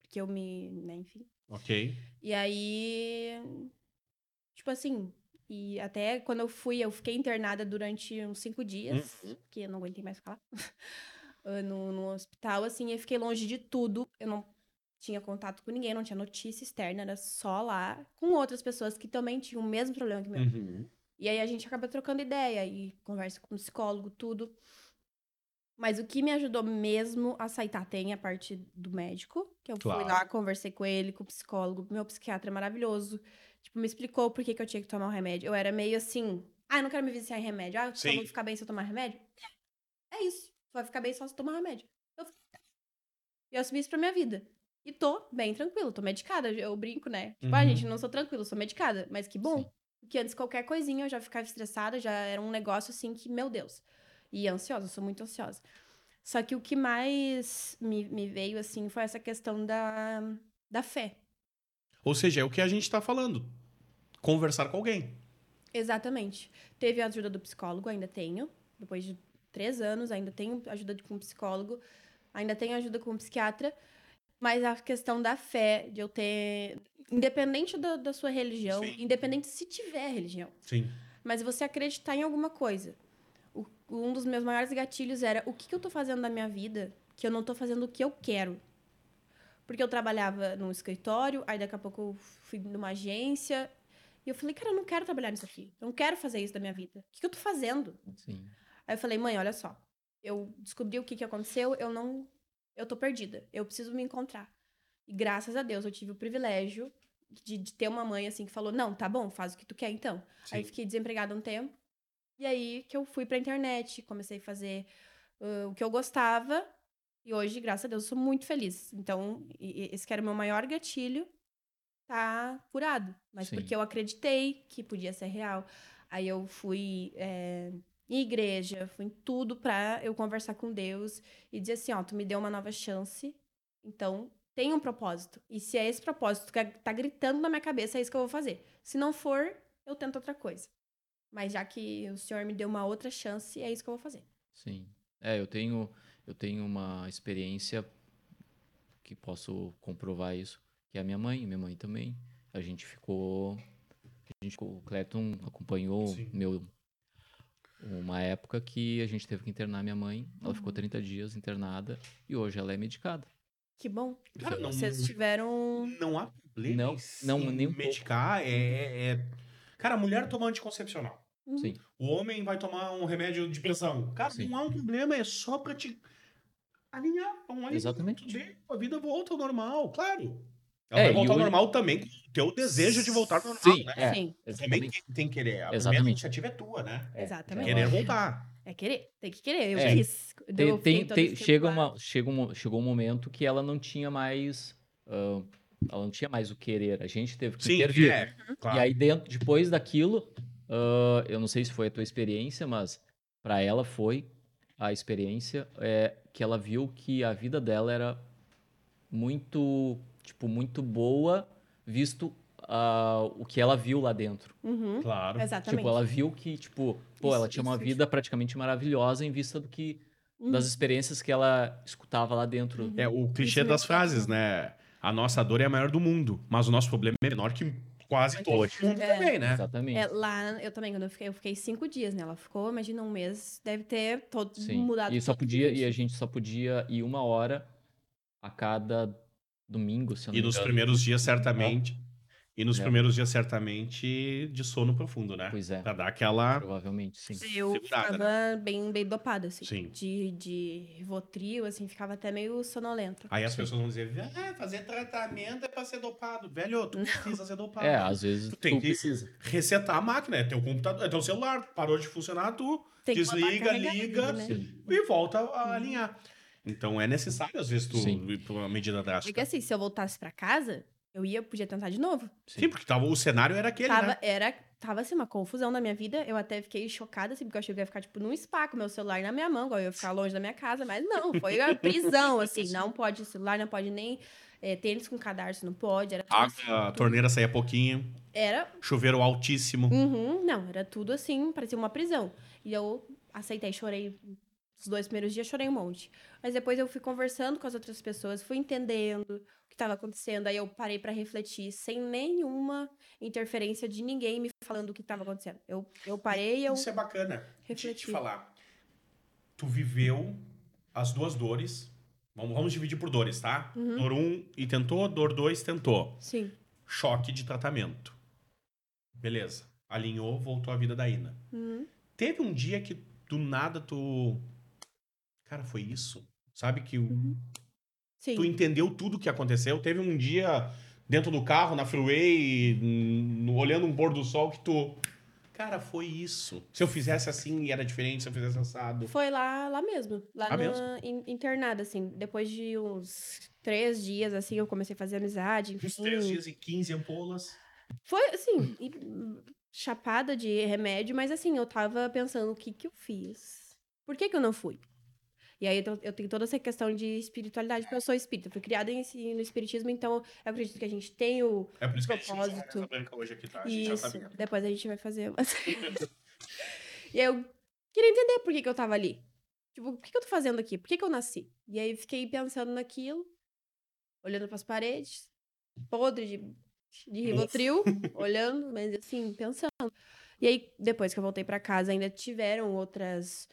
Porque eu me. Né, enfim.
Ok.
E aí, tipo assim, e até quando eu fui, eu fiquei internada durante uns cinco dias,
Uhum.
que eu não aguentei mais [LAUGHS] ficar lá, no, no hospital, assim, eu fiquei longe de tudo, eu não tinha contato com ninguém, não tinha notícia externa, era só lá, com outras pessoas que também tinham o mesmo problema que o meu.
Uhum.
E aí a gente acaba trocando ideia e conversa com o psicólogo, tudo. Mas o que me ajudou mesmo a aceitar tem a parte do médico, que eu
Claro.
fui lá, conversei com ele, com o psicólogo, meu psiquiatra é maravilhoso. Tipo, me explicou por que, que eu tinha que tomar o remédio. Eu era meio assim, ah, eu não quero me viciar em remédio. Ah, eu só
Sim.
vou ficar bem se eu tomar remédio. É isso, vai ficar bem só se tomar remédio. Eu fiquei, tá. E eu assumi isso pra minha vida. E tô bem tranquilo, tô medicada, eu brinco, né? Tipo, ah,
Uhum.
gente, não sou tranquilo, sou medicada, mas que bom.
Sim.
Porque antes qualquer coisinha eu já ficava estressada, já era um negócio assim que, meu Deus. E ansiosa, eu sou muito ansiosa. Só que o que mais me, me veio, assim, foi essa questão da, da fé.
Ou seja, é o que a gente tá falando. Conversar com alguém.
Exatamente. Teve a ajuda do psicólogo, ainda tenho. Depois de três anos, ainda tenho ajuda de- com o psicólogo, ainda tenho ajuda com o psiquiatra. Mas a questão da fé, de eu ter. Independente da, da sua religião,
Sim.
independente se tiver religião,
Sim.
mas você acreditar em alguma coisa. O- um dos meus maiores gatilhos era o que, que eu tô fazendo na minha vida que eu não tô fazendo o que eu quero. Porque eu trabalhava num escritório, aí daqui a pouco eu fui numa agência. E eu falei, cara, eu não quero trabalhar nisso aqui. Eu não quero fazer isso da minha vida. O que, que eu tô fazendo?
Sim.
Aí eu falei, mãe, olha só. Eu descobri o que, que aconteceu, eu não. Eu tô perdida. Eu preciso me encontrar. E graças a Deus eu tive o privilégio de, de ter uma mãe assim que falou: não, tá bom, faz o que tu quer então. Aí eu
Sim.
fiquei desempregada um tempo. E aí que eu fui pra internet, comecei a fazer ah, o que eu gostava. E hoje, graças a Deus, eu sou muito feliz. Então, e- e- esse que era o meu maior gatilho, tá curado. Mas
Sim.
porque eu acreditei que podia ser real. Aí eu fui eh, em igreja, fui em tudo pra eu conversar com Deus e dizer assim, ó, tu me deu uma nova chance, então tem um propósito. E se é esse propósito que tá gritando na minha cabeça, é isso que eu vou fazer. Se não for, eu tento outra coisa. Mas já que o Senhor me deu uma outra chance, é isso que eu vou fazer.
Sim. É, eu tenho, eu tenho uma experiência que posso comprovar isso, que é a minha mãe, minha mãe também. A gente ficou, a gente, o Clepton acompanhou
Sim.
meu uma época que a gente teve que internar minha mãe. Ela ficou 30 dias internada e hoje ela é medicada.
Que bom.
Cara, não,
Vocês tiveram.
não há problema
Não,
em
não,
se
nem um pouco.
medicar. É, é- é- Cara, a mulher toma anticoncepcional.
Uhum.
Sim.
O homem vai tomar um remédio de pressão. Cara,
Sim.
não há um problema, é só pra te alinhar. é Um alinhamento
Exatamente.
dele, A vida volta ao normal, claro.
É,
Ela vai
e
voltar ao
hoje-
normal também com o teu desejo de voltar ao normal,
Sim,
né?
é,
Sim,
Também
exatamente.
tem, tem que querer. A primeira
Exatamente.
iniciativa é tua, né?
É,
Exatamente.
Querer
ela-
voltar.
É querer, tem que querer. Eu
É.
quis.
Tem-
Eu
tem-
fiquei assim, tipo, todo
tem-
esse tempo
chega
lá.
uma, chega um, chegou um momento que ela não tinha mais. ah, ela não tinha mais o querer. A gente teve que
Sim,
intervir.
é, claro.
E aí, dentro, depois daquilo, ah, eu não sei se foi a tua experiência, mas para ela foi a experiência é, que ela viu que a vida dela era muito, tipo, muito boa, visto ah, o que ela viu lá dentro.
Uhum.
Claro.
Exatamente.
Tipo, ela viu que, tipo, pô, ela
Isso,
tinha uma
isso,
vida praticamente maravilhosa em vista do que
Uhum.
das experiências que ela escutava lá dentro.
É o clichê
Isso
das
mesmo.
frases, né? A nossa dor é a maior do mundo, mas o nosso problema é menor que Quase todo
Hoje.
mundo
É.
também, né?
Exatamente.
É, lá, eu também, quando eu fiquei, eu fiquei cinco dias, né? Ela ficou, imagina, um mês, deve ter todo
Sim.
mudado.
E só
tudo.
podia, e a gente só podia ir uma hora a cada domingo, se eu não
E
me
nos
engano.
primeiros dias, certamente. E nos
É.
primeiros dias, certamente, de sono profundo, né?
Pois é,
Pra dar aquela.
provavelmente sim.
Eu
segurada,
ficava bem, bem dopada, assim.
né? Sim.
De, de Rivotril, assim, ficava até meio sonolenta.
Aí as
Sim.
pessoas vão dizer, ah, fazer tratamento é pra ser dopado. Velho, tu precisa ser dopado.
É, às vezes
Tu
tu,
tem que-
precisa.
Resetar a máquina, é teu computador, é teu celular. Parou de funcionar, tu
Tem que botar
Desliga,
carregador,
liga.
né?
Sim.
e volta
Uhum.
a alinhar. Então é necessário, às vezes, tu
Sim.
ir pra uma medida
Porque
drástica.
assim, se eu voltasse pra casa, eu ia, podia tentar de novo.
Sim, porque tava, o cenário era aquele,
tava,
né?
era, tava assim, uma confusão na minha vida. Eu até fiquei chocada, assim, porque eu achei que eu ia ficar, tipo, num spa com meu celular na minha mão, igual eu ia ficar longe da minha casa, mas não, foi uma prisão, assim, não pode celular, não pode nem eh, tênis com cadarço, não pode. Era tudo, assim,
A, a torneira saía pouquinho,
era,
chuveiro altíssimo.
uhum, não, era tudo assim, parecia uma prisão. E eu aceitei, chorei. Os dois primeiros dias chorei um monte. Mas depois eu fui conversando com as outras pessoas, fui entendendo o que estava acontecendo. Aí eu parei pra refletir, sem nenhuma interferência de ninguém me falando o que estava acontecendo. Eu, eu parei e eu
Isso é bacana. Deixa eu te
refleti.
falar. Tu viveu as duas dores. Vamos, vamos dividir por dores, tá?
Uhum.
Dor 1 um, e tentou, dor 2 tentou.
Sim.
Choque de tratamento. Beleza. Alinhou, voltou a vida da Ina.
Uhum.
Teve um dia que do nada tu. Cara, foi isso? Sabe que
Uhum.
o-
Sim.
tu entendeu tudo o que aconteceu? Teve um dia dentro do carro, na freeway, hum, olhando um pôr do sol que tu. Cara, foi isso. Se eu fizesse assim era diferente, se eu fizesse assado.
Foi lá, lá mesmo. Lá
Lá
na in- internada, assim. Depois de uns três dias, assim, eu comecei a fazer amizade.
Uns
enfim.
três dias e 15 ampolas.
Foi, assim, e- chapada de remédio, mas assim, eu tava pensando o que que eu fiz. Por que que eu não fui? E aí eu to- eu tenho toda essa questão de espiritualidade, porque eu sou espírita. Fui criada em, si- no espiritismo, então eu acredito que a gente tem o...
É por isso que a gente usa
Propósito.
essa branca hoje aqui, tá? A gente já
Isso.
sabia.
Depois a gente vai fazer.
[LAUGHS]
umas- e aí eu queria entender por que que eu tava ali. Tipo, o que que eu tô fazendo aqui? Por que que eu nasci? E aí fiquei pensando naquilo, olhando pras paredes, podre de, de Rivotril, olhando, mas assim, pensando. E aí, depois que eu voltei pra casa, ainda tiveram outras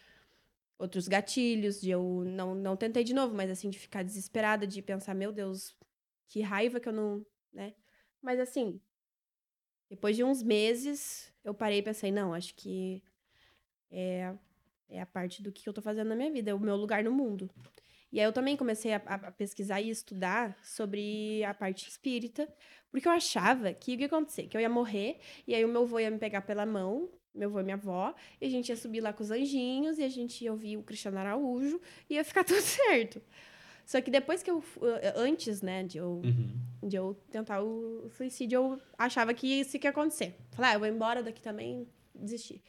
outros gatilhos, de eu não, não tentei de novo, mas assim, de ficar desesperada, de pensar, meu Deus, que raiva que eu não, né? Mas assim, depois de uns meses, eu parei e pensei, não, acho que é, é a parte do que eu tô fazendo na minha vida, é o meu lugar no mundo. E aí eu também comecei a, a- a pesquisar e estudar sobre a parte espírita, porque eu achava que o que ia acontecer? Que eu ia morrer, e aí o meu avô ia me pegar pela mão, meu avô e minha avó, e a gente ia subir lá com os anjinhos, e a gente ia ouvir o Cristiano Araújo, e ia ficar [LAUGHS] tudo certo. Só que depois que eu... fu- Antes, né, de eu
Uhum.
de eu tentar o suicídio, eu achava que isso que ia acontecer. Falei, ah, eu vou embora daqui também, desisti.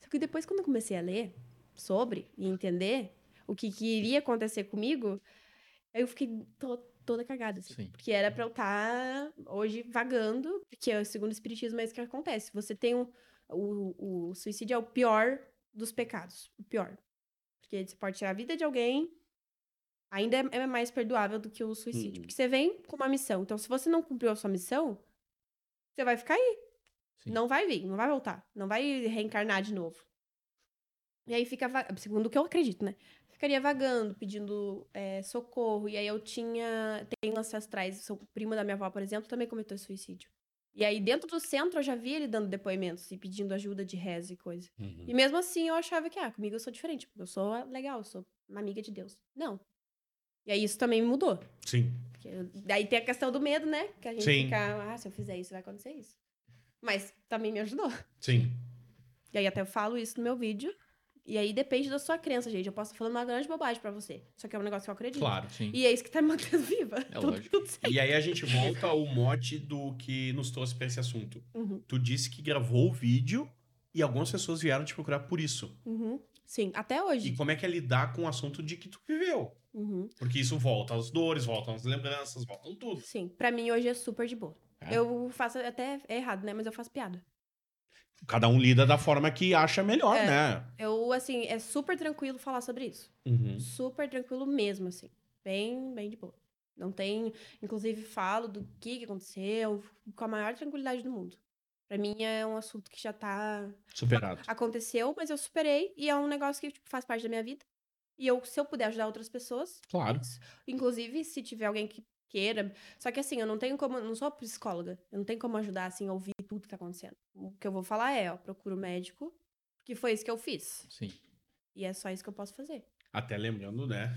Só que depois, quando eu comecei a ler sobre e entender o que, que iria acontecer comigo, eu fiquei to- toda cagada, assim.
Sim.
Porque era pra eu estar hoje vagando, porque segundo o Espiritismo é isso que acontece. Você tem um... O, o suicídio é o pior dos pecados. O pior. Porque você pode tirar a vida de alguém, ainda é- é mais perdoável do que o suicídio.
Uhum.
Porque você vem com uma missão. Então, se você não cumpriu a sua missão, você vai ficar aí.
Sim.
Não vai vir, não vai voltar. Não vai reencarnar de novo. E aí fica, va- segundo o que eu acredito, né? Ficaria vagando, pedindo é, socorro. E aí eu tinha. Tem ancestrais, o primo da minha avó, por exemplo, também cometeu suicídio. E aí, dentro do centro, eu já vi ele dando depoimentos e pedindo ajuda de reza e coisa. E mesmo assim eu achava que, ah, comigo eu sou diferente, porque eu sou ah, legal, eu sou uma amiga de Deus. Não. E aí isso também me mudou.
Sim.
Porque eu- daí tem a questão do medo, né? Que a gente
Sim.
fica, ah, se eu fizer isso, vai acontecer isso. Mas também me ajudou.
Sim.
E aí até eu falo isso no meu vídeo. E aí depende da sua crença, gente. Eu posso estar falando uma grande bobagem pra você. Só que é um negócio que eu acredito.
Claro. É
Sim.
E é isso que tá me mantendo [LAUGHS] viva. tudo,
lógico.
tudo certo.
E aí a gente volta ao mote do que nos trouxe pra esse assunto.
Uhum,
Tu disse que gravou o vídeo e algumas pessoas vieram te procurar por isso.
uhum. Sim, até
E
hoje.
como é que é lidar com o assunto de que tu viveu?
Uhum.
Porque isso volta às dores, voltam às lembranças, voltam tudo.
Sim, pra mim hoje é super de boa.
É?
Eu faço até é errado, né? Mas eu faço piada.
Cada um lida da forma que acha melhor,
É.
né?
Eu, assim,
Uhum. Hum.
é super tranquilo falar sobre isso. Super tranquilo mesmo, assim. Bem, bem de boa. Não tem, inclusive falo do que, que aconteceu com a maior tranquilidade do mundo. Pra mim é um assunto que já tá
Superado.
aconteceu, mas eu superei e é um negócio que tipo, faz parte da minha vida. E eu, se eu puder ajudar outras pessoas,
Claro.
inclusive se tiver alguém que queira, só que assim, eu não tenho como, eu não sou psicóloga, eu não tenho como ajudar assim a ouvir tudo que tá acontecendo. O que eu vou falar é, ó, procura o médico, que foi isso que eu fiz.
Sim.
E é só isso que eu posso fazer.
Até lembrando, né?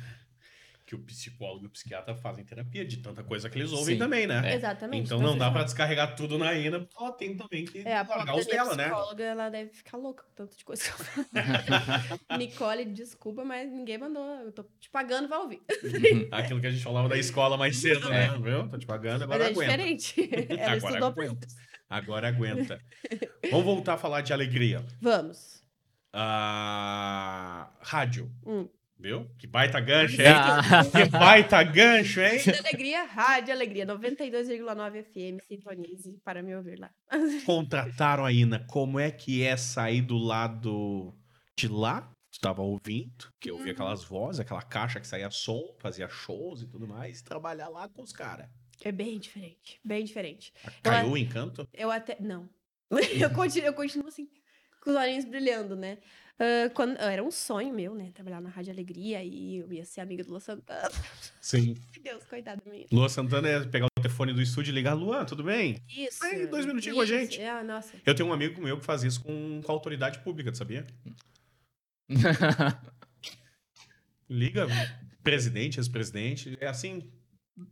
Que o psicólogo e o psiquiatra fazem terapia de tanta coisa que eles ouvem
Sim.
também, né?
É.
Exatamente. assim,
Então não dá pra descarregar tudo na Ina, porque ela tem também que
É, a
largar
própria
os
minha
dela, né?
psicóloga, ela deve ficar louca com tanto de coisa que eu falo.
[LAUGHS]
Nicole, desculpa, mas ninguém mandou. Eu tô te pagando pra ouvir.
Aquilo que a gente falava da escola mais cedo,
É.
né? Viu? Tô te pagando,
Mas
agora
é
aguenta.
diferente.
[LAUGHS]
Ela
Agora
estudou pra
aguenta. Agora
[LAUGHS]
aguenta. Vamos voltar a falar de alegria.
Vamos.
Ah, rádio.
Hum.
Viu? Que baita gancho, hein?
Ah,
Que baita gancho, hein?
De alegria, rádio alegria. 92,9 FM, sintonize para me ouvir lá.
Contrataram a Ina. Como é que é sair do lado de lá? Tu tava ouvindo, que eu ouvia aquelas vozes, aquela caixa que saía som, fazia shows e tudo mais, e trabalhar lá com os caras.
É bem diferente, bem diferente.
Caiu o encanto?
Eu até. Não. [LAUGHS] Eu continuo, eu continuo assim, com os olhinhos brilhando, né? Ah, quando, era um sonho meu, né? Trabalhar na Rádio Alegria e eu ia ser amiga do Lu Santana.
Sim.
Meu Deus, coitada minha.
Luan Santana ia pegar o telefone do estúdio e ligar, Luan, tudo bem?
Isso.
Aí, dois minutinhos com a
isso.
gente.
Ah, nossa.
Eu tenho um amigo meu que faz isso com, com a autoridade pública, tu sabia?
[LAUGHS]
Liga, presidente, ex-presidente, é assim,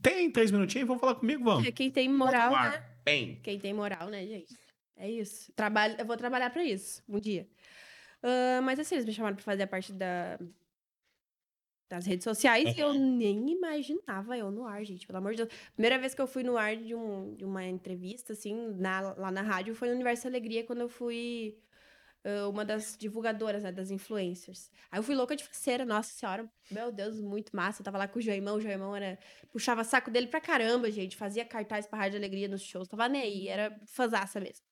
tem três minutinhos, vão falar comigo, vamos.
É, quem tem moral,
Ar,
né?
Bem.
Quem tem moral, né, gente? É isso. Trabalho, eu vou trabalhar pra isso um dia. Ah, mas assim, eles me chamaram pra fazer a parte da, das redes sociais e eu nem imaginava eu no ar, gente. Pelo amor de Deus. Primeira vez que eu fui no ar de, um- de uma entrevista, assim, na- lá na rádio, foi no Universo Alegria, quando eu fui ah, uma das divulgadoras, né, das influencers. Aí eu fui louca de faceira, nossa senhora, meu Deus, muito massa. Eu tava lá com o Joimão, o Joimão era puxava saco dele pra caramba, gente. Fazia cartaz pra Rádio Alegria nos shows. Tava nem aí, era fãzaça mesmo.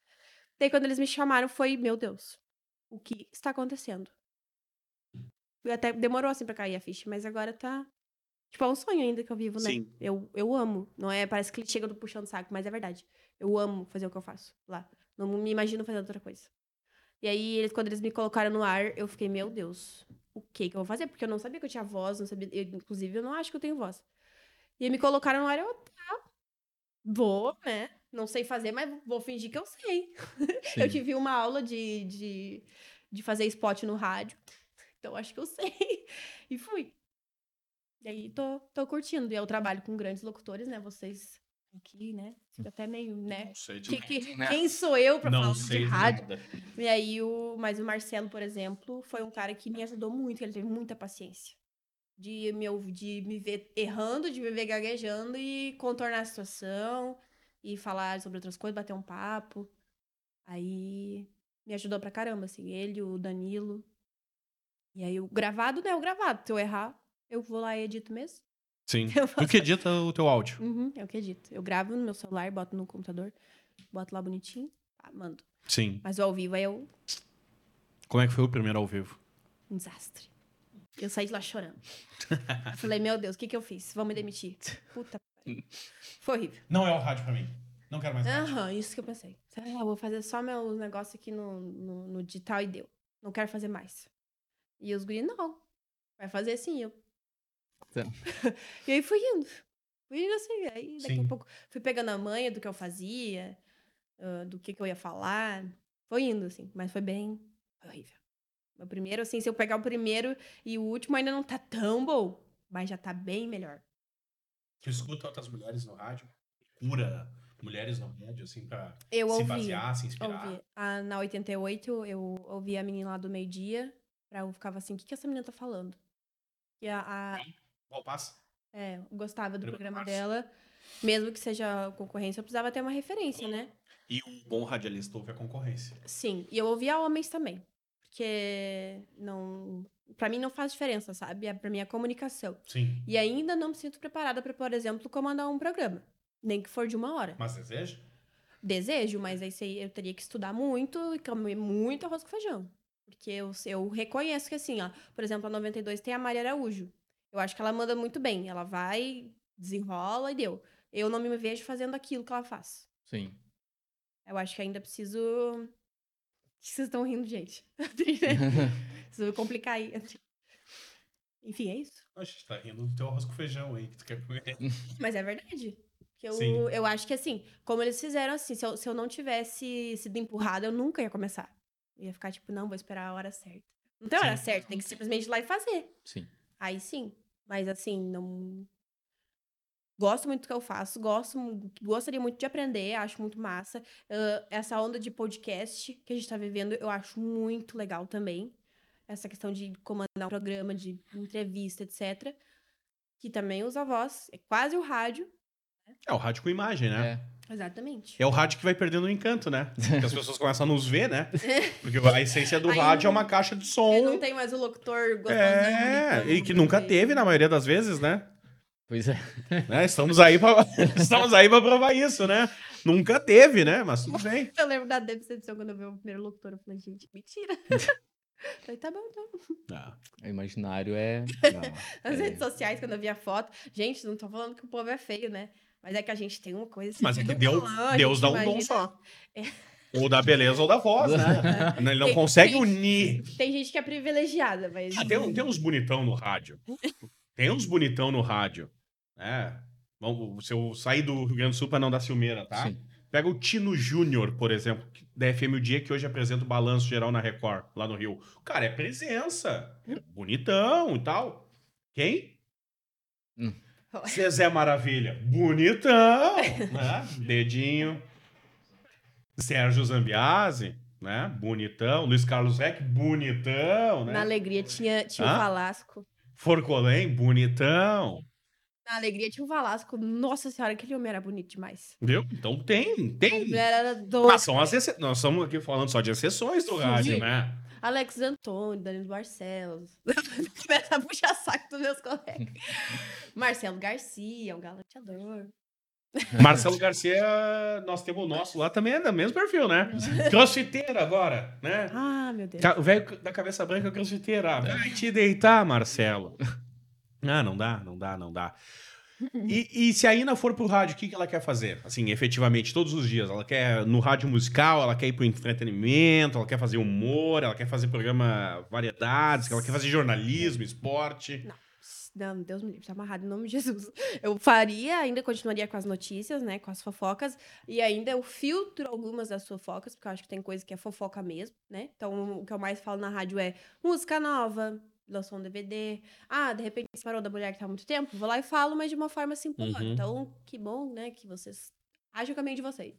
Daí quando eles me chamaram foi, meu Deus, o que está acontecendo? E até demorou assim pra cair a ficha, mas agora tá... Tipo, é um sonho ainda que eu vivo, né?
Sim.
Eu, eu amo. Não é, parece que chega do puxando saco, mas é verdade. Eu amo fazer o que eu faço lá. Não me imagino fazendo outra coisa. E aí, eles, quando eles me colocaram no ar, eu fiquei, meu Deus, o que que eu vou fazer? Porque eu não sabia que eu tinha voz, não sabia... eu, inclusive, eu não acho que eu tenho voz. E aí me colocaram no ar, eu tá. Vou, né? Não sei fazer, mas vou fingir que eu sei. [LAUGHS]
sim.
Eu tive uma aula de, de, de fazer spot no rádio. Então acho que eu sei. [LAUGHS] E fui. E aí tô, tô curtindo. E eu trabalho com grandes locutores, né? Vocês aqui, né? Fica até meio, né?
Não sei de
Que- que-
Né?
quem sou eu pra
Não
falar
sei
de
de
rádio?
nada.
E aí, o, mas o Marcelo, por exemplo, foi um cara que me ajudou muito, ele teve muita paciência. De me, ouvir- de me ver errando, de me ver gaguejando e contornar a situação e falar sobre outras coisas, bater um papo. Aí me ajudou pra caramba, assim, ele, o Danilo. E aí o gravado, né? O gravado. Se eu errar, eu vou lá e edito mesmo.
Sim.
Eu
Tu que edita o teu áudio.
Uhum, é o que edito. Eu gravo no meu celular, boto no computador, boto lá bonitinho, pá, mando.
Sim.
Mas o ao vivo é eu
Como é que foi o primeiro ao vivo?
Um desastre. Eu saí de lá chorando. Eu falei, meu Deus, o que, que eu fiz? Vão me demitir. Puta. que pariu. Foi horrível.
Não é o rádio pra mim. Não quero mais rádio.
Aham, isso que eu pensei. Sei lá, vou fazer só meu negócio aqui no, no, no digital e deu. Não quero fazer mais. E os guri, não. Vai fazer assim, eu.
Tá.
[LAUGHS] e aí fui indo. Fui indo assim. Aí daqui
Sim.
a pouco fui pegando a manha do que eu fazia, ah, do que, que eu ia falar. Foi indo, assim. Mas foi bem foi horrível. O primeiro, assim, se eu pegar o primeiro e o último, ainda não tá tão bom. Mas já tá bem melhor.
Tu escuta outras mulheres no rádio? Cura mulheres no rádio, assim, pra
Eu
se
ouvi.
basear, se inspirar.
Ouvi. Ah, na 88, eu ouvi a menina lá do meio-dia. pra- Eu ficava assim, o que, que essa menina tá falando? E a, a-
Qual passo?
é, eu gostava do
Programa
programa
massa.
dela. Mesmo que seja concorrência, eu precisava ter uma referência, né?
E um bom radialista ouve a concorrência.
Sim, e eu ouvia homens também. Porque não. Pra mim não faz diferença, sabe? É pra mim é comunicação.
Sim.
E ainda não me sinto preparada pra, por exemplo, comandar um programa. Nem que for de uma hora.
Mas deseja?
Desejo, mas aí sei- eu teria que estudar muito e comer muito arroz com feijão. Porque eu, eu reconheço que, assim, ó, por exemplo, a 92 tem a Maria Araújo. Eu acho que ela manda muito bem. Ela vai desenrola e deu. Eu não me vejo fazendo aquilo que ela faz.
Sim.
Eu acho que ainda preciso. O que Vocês estão rindo, gente. [LAUGHS] preciso complicar aí. Enfim, é isso.
A gente tá rindo do teu arroz com feijão aí que tu quer comer.
Mas é verdade. Que eu,
Sim.
eu acho que assim, como eles fizeram assim, se eu, se eu não tivesse sido empurrada, eu nunca ia começar. Eu ia ficar tipo, não, vou esperar a hora certa. Não tem hora
Sim.
certa, tem que simplesmente ir lá e fazer.
Sim.
Aí sim. Mas assim, não. Gosto muito do que eu faço, gosto, mu- gostaria muito de aprender, acho muito massa. Ah, essa onda de podcast que a gente tá vivendo, eu acho muito legal também. Essa questão de comandar um programa, de entrevista, etc. Que também usa a voz, é quase o rádio.
É o rádio com imagem, né?
É.
Exatamente.
É o rádio que vai perdendo o encanto, né? Porque as pessoas começam a nos ver,
[LAUGHS]
né? Porque a essência do
Aí
rádio
não-
é uma caixa de
Porque não
som.
tem mais o locutor né? gostosão.
É,
gritando
e que nunca
pra
teve na maioria das vezes, né?
Pois é. [LAUGHS]
Né? Estamos aí pra [LAUGHS] estamos aí para provar isso, né? Nunca teve, né? Mas tudo bem.
Eu lembro da decepção quando eu vi o primeiro locutor, eu falei, gente,
[LAUGHS]
mentira. falei, tá bom, então.
Ah,
O imaginário é.
não.
Nas
É.
redes sociais, quando eu vi a foto, gente, não tô falando que o povo é feio, né? Mas é que a gente tem uma coisa assim.
Mas é que
tão
Deus,
galã, a
Deus
gente
dá um
imagina-
dom só. Ou da beleza ou da voz,
[LAUGHS]
né? [LAUGHS] Ele não consegue unir.
Tem gente que é privilegiada, mas.
Ah, tem, um- tem uns bonitão no rádio. Tem uns bonitão no rádio. É. Vamos, se eu sair do Rio Grande do Sul pra não dar ciumeira, tá?
Sim.
Pega o Tino Júnior, por exemplo, que- da FM O Dia, que hoje apresenta o Balanço Geral na Record, lá no Rio. O Cara, é presença. É bonitão e tal. Quem?
Hum.
Zezé Maravilha. Bonitão, né? Dedinho. Sérgio Zambiase, né? Bonitão. Luiz Carlos Reck, bonitão, né?
Na alegria tinha, tinha
Hã?
um Valasco.
Forcolém, bonitão.
Na alegria tinha um Valasco. Nossa senhora, aquele homem era bonito demais.
Viu? Então tem,
A
tem.
mulher era doida.
Mas são as exce... Nós estamos aqui falando só de exceções do
Sim.
rádio, né?
Alex Antônio, Danilo Barcelos. [LAUGHS] Começa a puxar saco dos meus [LAUGHS] colegas. Marcelo Garcia, um galanteador.
[LAUGHS] Marcelo Garcia, nós temos o nosso lá também, é do mesmo perfil, né? Crossfiteiro agora, né?
Ah, meu Deus.
Ca- O velho da cabeça branca é crossfiteiro. Ah, vai te deitar, Marcelo. Ah, não dá, não dá, não dá. E, e se a Ina for pro rádio, o que, que ela quer fazer? Assim, efetivamente, todos os dias. Ela quer no rádio musical, ela quer ir pro entretenimento, ela quer fazer humor, ela quer fazer programa variedades, ela quer fazer jornalismo, esporte.
Não, Deus me livre, tá amarrado em nome de Jesus. [LAUGHS] Eu faria, ainda continuaria com as notícias, né? Com as fofocas. E ainda eu filtro algumas das fofocas, porque eu acho que tem coisa que é fofoca mesmo, né? Então, o que eu mais falo na rádio é música nova, lançou um DVD. Ah, de repente separou da mulher que tá há muito tempo. Vou lá e falo, mas de uma forma simplória.
Uhum.
Então, que bom, né? Que vocês ajam o caminho de vocês.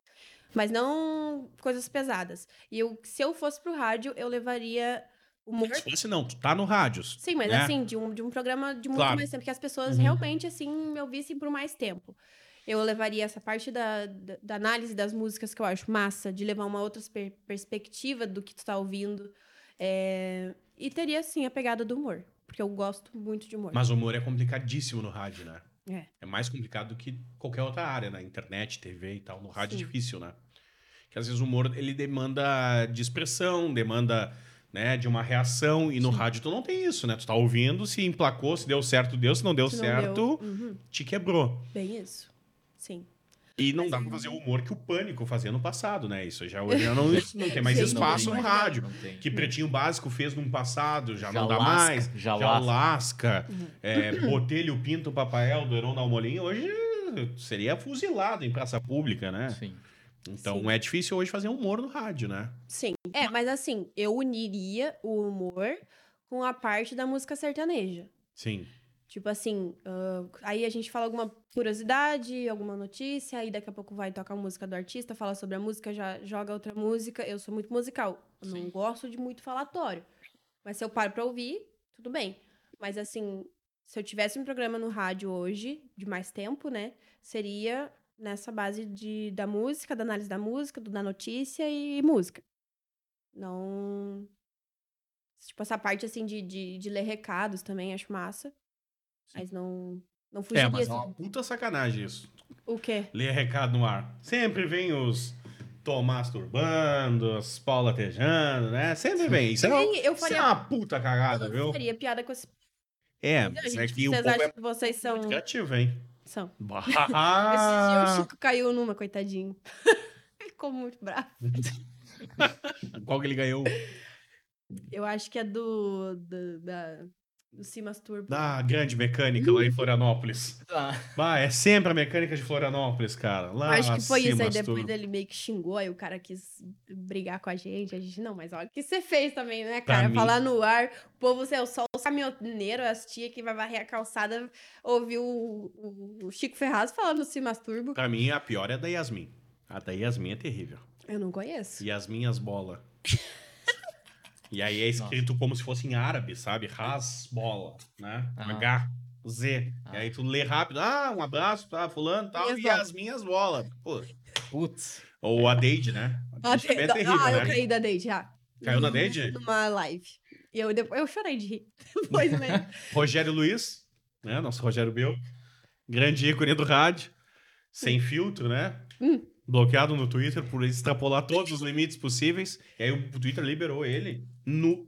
Mas não coisas pesadas. E eu, se eu fosse pro rádio, eu levaria um humor
Se fosse não, tu tá no rádio.
Sim, mas
né?
assim, de um, de um programa de muito
Claro.
mais tempo, que as pessoas
Uhum.
realmente, assim, me ouvissem por mais tempo. Eu levaria essa parte da, da, da análise das músicas que eu acho massa, de levar uma outra per- perspectiva do que tu tá ouvindo. é, E teria, assim, a pegada do humor. Porque eu gosto muito de humor.
Mas o humor é complicadíssimo no rádio, né?
É.
mais complicado do que qualquer outra área, na internet, TV e tal. No rádio
Sim.
é difícil, né? Porque às vezes o humor ele demanda de expressão, demanda né, de uma reação. E no
Sim.
rádio tu não tem isso, né? Tu tá ouvindo, se emplacou, se deu certo, deu, se não deu
Se não
certo,
deu- Uhum,
te quebrou.
bem isso. Sim.
E não
Mas
dá
é-
pra fazer o humor que o pânico fazia no passado, né? Isso já hoje
[LAUGHS]
já não, isso não tem mais
Sim,
espaço
não
no
tem.
rádio.
Não tem.
Que Pretinho Básico fez no passado, já, não dá
lasca,
mais.
Tá
Já,
Já
lasca.
lasca,
Uhum.
é, Botelho Pinto Papael do Heron Dalmolin, hoje seria fuzilado em praça pública, né?
Sim.
Então
Sim.
é difícil hoje fazer humor no rádio, né?
Sim. É, mas assim, eu uniria o humor com a parte da música sertaneja.
Sim.
Tipo assim, ah, aí a gente fala alguma curiosidade, alguma notícia, aí daqui a pouco vai tocar a música do artista, fala sobre a música, já joga outra música. Eu sou muito musical. Eu não gosto de muito falatório. Mas se eu paro pra ouvir, tudo bem. Mas assim, se eu tivesse um programa no rádio hoje, de mais tempo, né? Seria nessa base de, da música, da análise da música, do- da notícia e música. Não. Tipo, essa parte assim de, de, de ler recados também, acho massa. Mas não. Não fugiria.
é, mas é
assim.
uma puta sacanagem isso.
O quê?
Lê recado no ar. Sempre vem os Tomás Turbando, as Paula Tejano, né? Sempre vem. Isso é uma,
Sim, eu
isso é
faria,
uma puta cagada,
eu
viu?
faria piada com esse.
É,
A
mas
gente, um
é que o
vocês
povo
acham
é
que vocês são. [LAUGHS]
muito criativo, hein?
São.
Bah.
Esse dia o
Ah,
Chico caiu numa, coitadinho. [LAUGHS] Ele Ficou muito bravo.
qual que ele ganhou?
Eu acho que é do. do da, do Simas Turbo.
Da grande mecânica lá em Florianópolis. Bah, é sempre a mecânica de Florianópolis, cara.
Eu
Lá
acho que foi isso.
acima
Aí
de
depois
tudo.
dele meio que xingou, aí o cara quis brigar com a gente. A gente, não, mas olha o que você fez também, né,
Pra
cara?
mim-
Falar no ar, o povo, você é só os caminhoneiros, as tia que vai varrer a calçada, ouviu o, o- o Chico Ferraz falando do Simas Turbo.
Pra mim, a pior é a da Yasmin. A da Yasmin é terrível.
Eu não conheço.
Yasmin as bola. e aí é escrito como se fosse em árabe, sabe? Ras bola, né?
Ah.
H, Z. E
Ah.
aí tu lê rápido, ah, um abraço pra fulano e tal,
Minhas
e
bolas.
Yasmin as bola. Pô.
Putz.
Ou a Deide, né? A
Ah,
Deide também é
da-
terrível,
ah, eu
né?
caí da Deide já.
Caiu na Deide?
Numa live. E eu, depois, eu chorei de rir. [LAUGHS] Depois, né?
[LAUGHS] Rogério Luiz, né? Nosso Rogério Bel. Grande ícone do rádio. Sem filtro, né?
Hum.
Bloqueado no Twitter por extrapolar todos os limites possíveis. E aí o Twitter liberou ele. No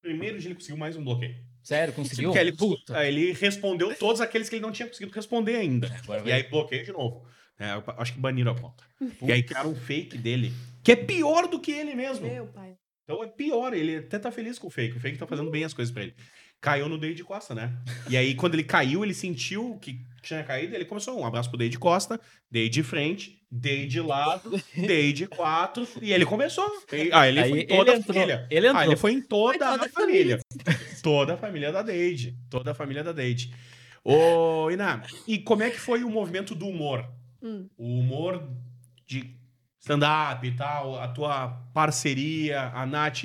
primeiro dia ele conseguiu mais um bloqueio.
Sério, conseguiu?
Porque ele,
Puta.
aí ele respondeu todos aqueles que ele não tinha conseguido responder ainda.
Agora
E
vai.
aí bloqueio de novo. É, eu acho que baniram a conta.
Hum.
E aí criaram um fake dele, que é pior do que ele mesmo.
Meu pai.
Então é pior, ele até tá feliz com o fake. O fake tá fazendo bem as coisas pra ele. Caiu no David Costa, né? E aí, quando ele caiu, ele sentiu que tinha caído, ele começou um abraço pro David Costa, David de frente, David de lado, David de quatro, e ele começou. E- ah, ele
Aí
foi em
ele
toda a
entrou,
família.
ele entrou.
Ah, ele foi em toda,
Foi toda
a
a
família. [LAUGHS] toda a família da Deide. Toda a família da Deide. Ô, Iná, e como é que foi o movimento do humor?
Hum.
O humor de stand-up e tal, a tua parceria, a Nath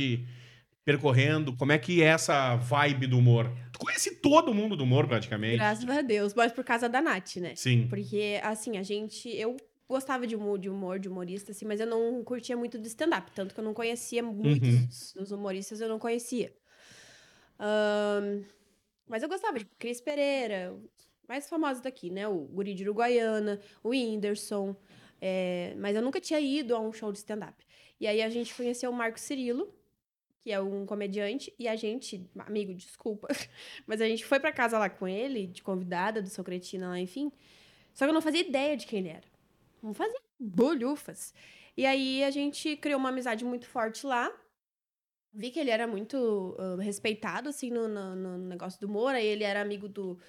percorrendo, como é que é essa vibe do humor? Tu conhece todo mundo do humor, praticamente.
Graças a Deus. Mas por causa da Nath, né?
Sim.
Porque, assim, a gente. Eu gostava de humor, de humor, de humorista, assim, mas eu não curtia muito do stand-up. Tanto que eu não conhecia muitos dos humoristas, eu não conhecia. Ahn, mas eu gostava de Cris Pereira, os mais famosos daqui, né? O Guri de Uruguaiana, o Whindersson. é, mas eu nunca tinha ido a um show de stand-up. E aí a gente conheceu o Marco Cirilo, que é um comediante, e a gente, amigo, desculpa, [LAUGHS] mas a gente foi pra casa lá com ele, de convidada do Socretina lá, enfim. Só que eu não fazia ideia de quem ele era. Não fazia bolhufas. E aí a gente criou uma amizade muito forte lá. Vi que ele era muito ah, respeitado, assim, no, no- no negócio do humor. Aí ele era amigo do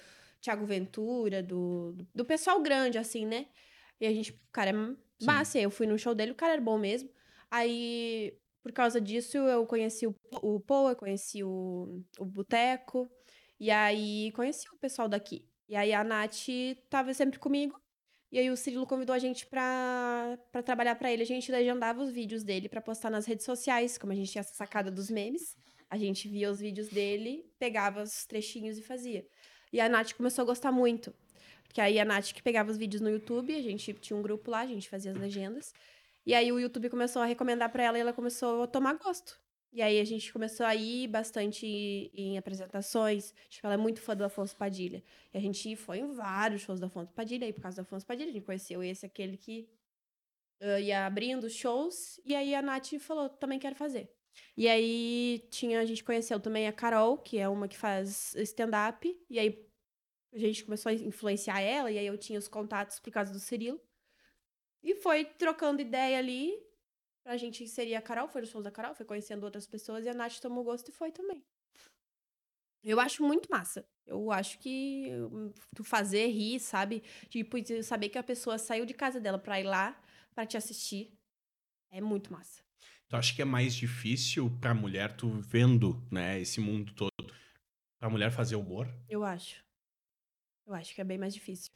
Tiago Ventura, do, do, do pessoal grande, assim, né? E a gente, o cara é
Sim.
massa. E aí Eu fui no show dele, o cara era bom mesmo. Aí, por causa disso, eu conheci o, o Paul, eu conheci o, o Boteco. E aí, conheci o pessoal daqui. E aí, a Nath tava sempre comigo. E aí, o Cirilo convidou a gente pra, pra trabalhar pra ele. A gente legendava os vídeos dele pra postar nas redes sociais, como a gente tinha essa sacada dos memes. A gente via os vídeos dele, pegava os trechinhos e fazia. E a Nath começou a gostar muito. Porque aí a Nath que pegava os vídeos no YouTube, a gente tinha um grupo lá, a gente fazia as legendas. E aí o YouTube começou a recomendar pra ela e ela começou a tomar gosto. E aí a gente começou a ir bastante em apresentações. Tipo, ela é muito fã do Afonso Padilha. E a gente foi em vários shows do Afonso Padilha. E por causa do Afonso Padilha, a gente conheceu esse, aquele que ah, ia abrindo os shows. E aí a Nath falou, também quero fazer. E aí tinha, a gente conheceu também a Carol, que é uma que faz stand-up. E aí a gente começou a influenciar ela. E aí eu tinha os contatos por causa do Cirilo. E foi trocando ideia ali. Pra gente inserir a Carol, foi nos shows da Carol, foi conhecendo outras pessoas e a Nath tomou gosto e foi também. Eu acho muito massa. Eu acho que hum, tu fazer rir, sabe? Tipo, de saber que a pessoa saiu de casa dela pra ir lá, pra te assistir, é muito massa.
Tu acha que é mais difícil pra mulher tu vendo, né, esse mundo todo? Pra mulher fazer humor?
Eu acho. Eu acho que é bem mais difícil.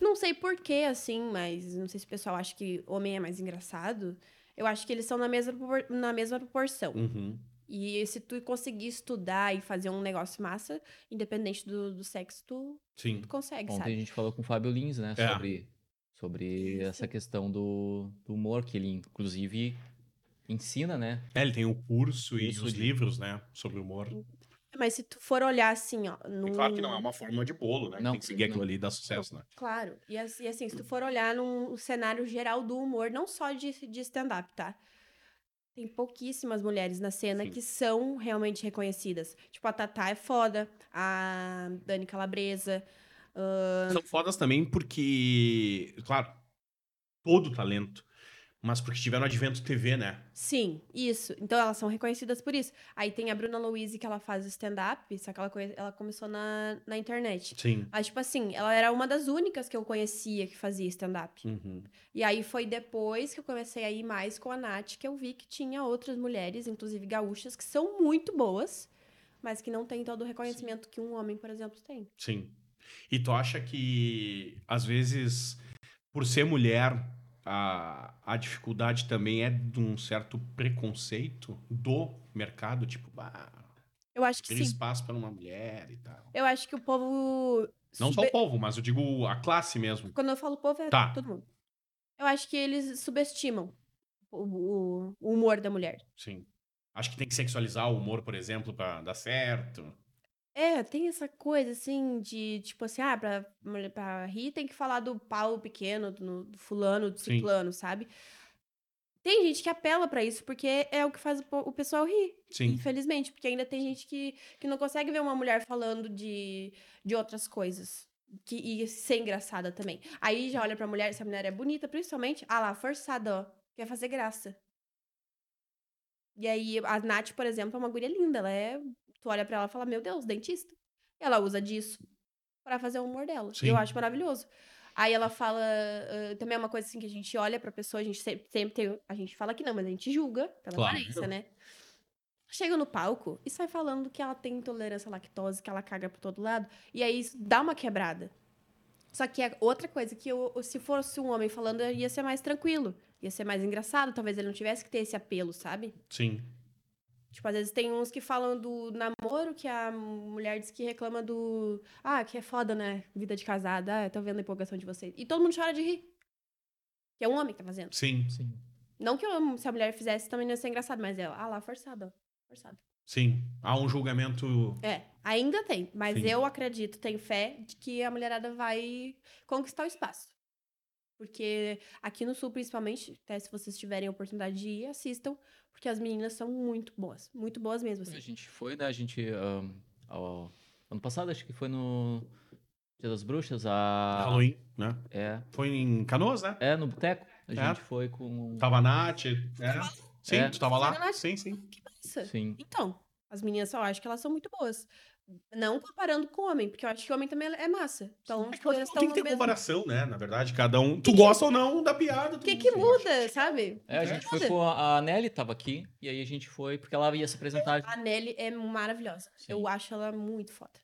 Não sei porquê, assim, mas não sei se o pessoal acha que homem é mais engraçado. Eu acho que eles são na mesma, propor- na mesma proporção.
Uhum.
E se tu conseguir estudar e fazer um negócio massa, independente do, do sexo, tu,
Sim.
tu consegue,
Ontem a
sabe?
gente falou com o Fábio Lins, né?
É.
Sobre, sobre
Isso.
essa questão do, do humor, que ele inclusive ensina, né?
É, ele tem o curso e
Curso
os
de-
livros, né, sobre humor.
Mas se tu for olhar assim, ó. Num...
É claro que não é uma fórmula de bolo, né? que
Não,
tem que seguir
não.
aquilo ali e dar sucesso, né?
Claro. E as- e assim, se tu for olhar num cenário geral do humor, não só de, de stand-up, tá? Tem pouquíssimas mulheres na cena
Sim.
que são realmente reconhecidas. Tipo, a Tatá é foda, a Dani Calabresa,
São fodas também porque, claro, todo talento, mas porque tiveram advento TV, né?
Sim, isso. Então elas são reconhecidas por isso. Aí tem a Bruna Louise que ela faz o stand-up, só que ela, conhe- ela começou na, na internet.
Sim.
Aí, tipo assim, ela era uma das únicas que eu conhecia que fazia stand-up.
Uhum.
E aí foi depois que eu comecei a ir mais com a Nath que eu vi que tinha outras mulheres, inclusive gaúchas, que são muito boas, mas que não têm todo o reconhecimento que um homem, por exemplo, tem.
Sim. E tu acha que, às vezes, por ser mulher, a, a dificuldade também é de um certo preconceito do mercado? Tipo, bah,
Eu acho que
aquele
sim.
espaço para uma mulher e tal.
Eu acho que o povo.
Não só
sube-
o povo, mas eu digo a classe mesmo.
Quando eu falo povo, é
Tá.
todo mundo. Eu acho que eles subestimam o, o- o humor da mulher.
Sim. Acho que tem que sexualizar o humor, por exemplo, pra dar certo.
É, tem essa coisa assim de tipo assim, ah, pra, mulher- pra rir tem que falar do pau pequeno, do, do fulano, do
Sim.
ciclano, sabe? Tem gente que apela pra isso porque é o que faz o, po- o pessoal rir,
Sim.
infelizmente, porque ainda tem gente que, que não consegue ver uma mulher falando de, de outras coisas. Que, e ser engraçada também. Aí já olha pra mulher, se a mulher é bonita, principalmente, ah lá, forçada, ó. Quer fazer graça. E aí, a Nath, por exemplo, é uma guria linda. Ela é. Tu olha pra ela e fala, meu Deus, dentista. E ela usa disso pra fazer o humor dela.
Sim.
E eu acho maravilhoso. Aí ela fala. ah, também é uma coisa assim que a gente olha pra pessoa, a gente sempre, sempre tem. A gente fala que não, mas a gente julga pela
Claro.
aparência, né? Chega no palco e sai falando que ela tem intolerância à lactose, que ela caga por todo lado. E aí isso dá uma quebrada. Só que é outra coisa que eu, se fosse um homem falando, ia ser mais tranquilo. Ia ser mais engraçado. Talvez ele não tivesse que ter esse apelo, sabe?
Sim.
Tipo, às vezes tem uns que falam do namoro, que a mulher diz que reclama do. Ah, que é foda, né? Vida de casada. Ah, tô vendo a empolgação de vocês. E todo mundo chora de rir. Que é um homem que tá fazendo.
Sim.
Sim.
Não que eu, se a mulher fizesse também não ia ser engraçado, mas ela. Ah lá, forçado, ó. Forçado.
Sim. Há um julgamento.
É, ainda tem. Mas
Sim.
eu acredito, tenho fé de que a mulherada vai conquistar o espaço. Porque aqui no Sul, principalmente, até se vocês tiverem a oportunidade de ir, assistam. Porque as meninas são muito boas. Muito boas mesmo, assim.
A gente foi, né? A gente. ahn, ao- ano passado, acho que foi no Dia das Bruxas.
Ah.
A,
Halloween, né?
é,
Foi em Canoas, né?
é, Tá. no Boteco. A
É.
gente foi com.
Tava a Nath. é. Sim,
É.
tu tava
Tava a
lá?
Nath.
Sim, sim.
Que massa.
Sim.
Então, as meninas eu acho que elas são muito boas. Não comparando com o homem, porque eu acho que o homem também é massa. Então, tipo, elas
Não tem
estão
que
no
ter
mesmo...
comparação, né? Na verdade, cada um. Tu gosta ou não da piada.
O
tu- assim.
que que muda, sabe?
É, a
É.
gente foi com a, a Nelly, tava aqui, e aí a gente foi, porque ela ia se apresentar.
A Nelly é maravilhosa.
Sim.
Eu acho ela muito foda.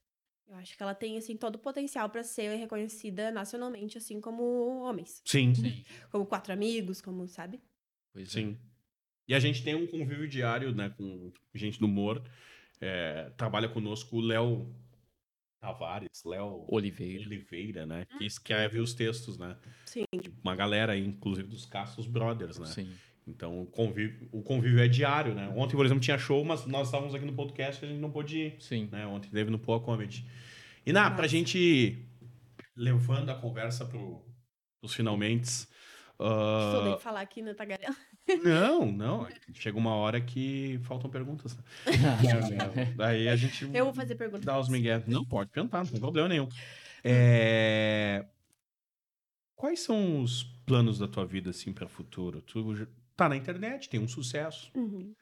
Eu acho que ela tem, assim, todo o potencial pra ser reconhecida nacionalmente, assim, como homens.
Sim, sim.
Sim,
Como quatro amigos, como, sabe?
pois é.
E a gente tem um convívio diário, né? Com gente do humor. É, trabalha conosco o Léo Tavares, Léo
Oliveira.
Oliveira, né? Que escreve os textos, né?
Uhum. Sim.
Uma galera aí, inclusive dos Castos Brothers, né?
Sim.
Então o convívio, o convívio é diário, né? Ontem, por exemplo, tinha show, mas nós estávamos aqui no podcast e a gente não pôde ir.
Sim.
né? Ontem teve no Poa Comedy. E na, pra
Massa.
gente ir levando a conversa pro, pros finalmente. ah,
Sou
Ah.
de falar aqui na Tagarela.
não, não. Chega uma hora que faltam perguntas. né?
[LAUGHS]
[LAUGHS]
Daí a gente
Eu vou fazer pergunta.
dá os migué. Não pode perguntar, não tem problema nenhum.
Hum.
É, Quais são os planos da tua vida assim para o futuro? Tu já- tá na internet, tem um sucesso.
Uhum.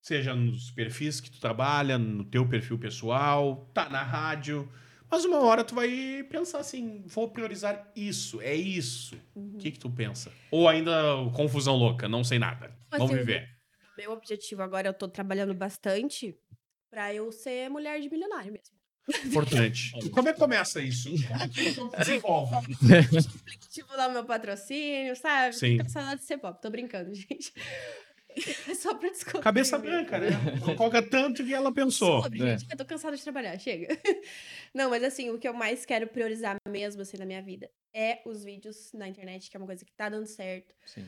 Seja nos perfis que tu trabalha, no teu perfil pessoal, tá na rádio. Mas uma hora tu vai pensar assim, vou priorizar isso, é isso.
Uhum.
O que que tu pensa? Ou ainda confusão louca, não sei nada.
Mas
Vamos
eu- [LAUGHS]
viver.
Então, assim, Meu objetivo agora, eu tô trabalhando bastante pra eu ser mulher de milionário mesmo.
Importante. Como é que começa isso? [LAUGHS] Desenvolve.
tipo, lá o meu patrocínio, sabe?
Sim.
Tô com saudade de ser pop, tô brincando, [LAUGHS] gente. É só pra descobrir.
Cabeça branca, né? Não Coca tanto que ela pensou.
Sobre,
É.
gente, eu tô cansada de trabalhar, chega. [LAUGHS] Não, mas assim, o que eu mais quero priorizar mesmo, assim, na minha vida é os vídeos na internet, que é uma coisa que tá dando certo,
Sim.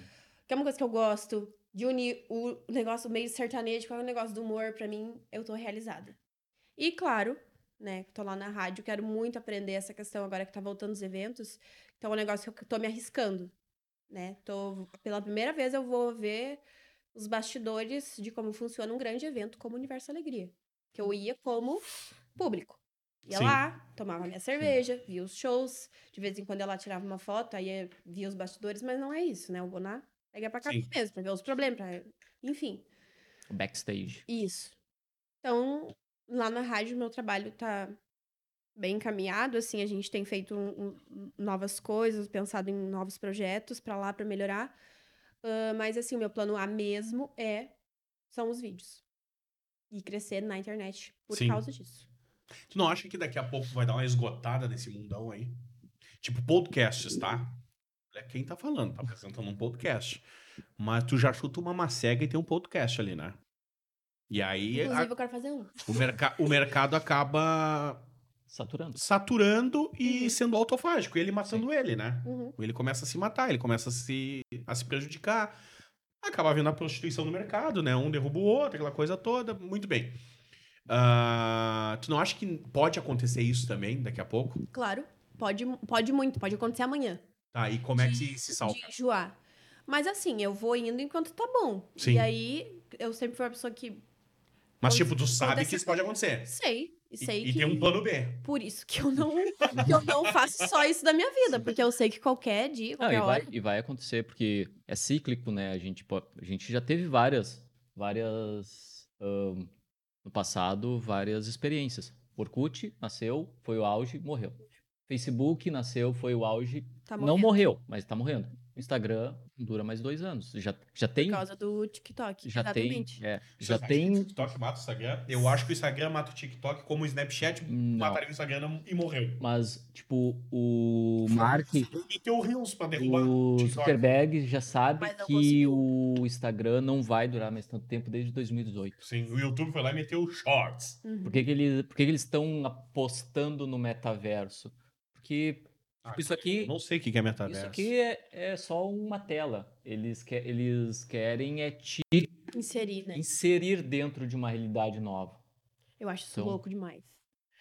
que é uma coisa que eu gosto, de unir o negócio meio sertanejo com o negócio do humor, pra mim, eu tô realizada. E claro, né, que tô lá na rádio, quero muito aprender essa questão agora que tá voltando os eventos, então é um negócio que eu tô me arriscando, né? Tô, pela primeira vez eu vou ver os bastidores de como funciona um grande evento como o Universo Alegria, que eu ia como público. Ia
Hum. Sim.
lá, tomava minha cerveja, via os shows. De vez em quando ela tirava uma foto, aí eh, via os bastidores, mas não é isso, né? O Bonar pega pra cá
Sim.
mesmo, pra ver os problemas, pra... enfim.
Backstage.
Isso. Então, lá na rádio, meu trabalho tá bem encaminhado, assim, a gente tem feito um- um- novas coisas, pensado em novos projetos pra lá, pra melhorar. Ah, mas, assim, o meu plano A mesmo é, são os vídeos. E crescer na internet por
Sim.
causa disso.
Tu não acha que daqui a pouco vai dar uma esgotada nesse mundão aí? Tipo, podcasts, tá? É quem tá falando, tá apresentando um podcast. Mas tu já chuta uma macega e tem um podcast ali, né? E aí a-
Inclusive, eu quero fazer um.
o, merca- o mercado acaba
Saturando.
saturando e
Uhum.
sendo autofágico, e ele matando ele, né?
Uhum.
Ele começa a se matar, ele começa a se, a se prejudicar. Acaba havendo a prostituição no mercado, né? Um derruba o outro, aquela coisa toda. Muito bem. Ah, tu não acha que pode acontecer isso também daqui a pouco?
Claro, pode, pode muito, pode acontecer amanhã.
Tá, e como é que se, se salva?
de enjoar. Mas assim, eu vou indo enquanto tá bom.
Sim.
E aí, eu sempre fui uma pessoa que
Mas, tipo, tu sabe
Acontece-
que isso pode acontecer.
sei,
É.
e
E-
sei
e
que
tem um plano B.
por isso que eu não que eu não faço só isso da minha vida, porque eu sei que qualquer dia,
Não,
qualquer
e,
hora,
vai, e vai acontecer, porque é cíclico, né? A gente, po- a gente já teve várias, várias, ahn, no passado, várias experiências. Orkut nasceu, foi o auge, morreu. Facebook nasceu, foi o auge,
tá
não
morrendo
morreu, mas tá morrendo. Instagram dura mais dois anos. Já, já tem,
por causa do TikTok,
já tem,
exatamente.
é, já
Vocês acham que O
tem,
TikTok mata o Instagram. Eu acho que o Instagram mata o TikTok como o Snapchat
não,
mataria o Instagram e morreu.
um mas tipo o Mark,
Meteu o Reels pra derrubar
o
TikTok.
Zuckerberg já sabe
Mas não
que o Instagram não vai durar mais tanto tempo desde 2018.
Sim, o YouTube foi lá e meteu o Shorts.
Uhum.
Por que, que eles, por que que eles estão apostando no metaverso? Porque
Ah,
tipo, isso aqui,
Não sei o que que é metaverso.
isso aqui é, é só uma tela. Eles, que, eles querem é te
Inserir, né?
inserir dentro de uma realidade nova.
Eu acho isso
Então-
louco demais.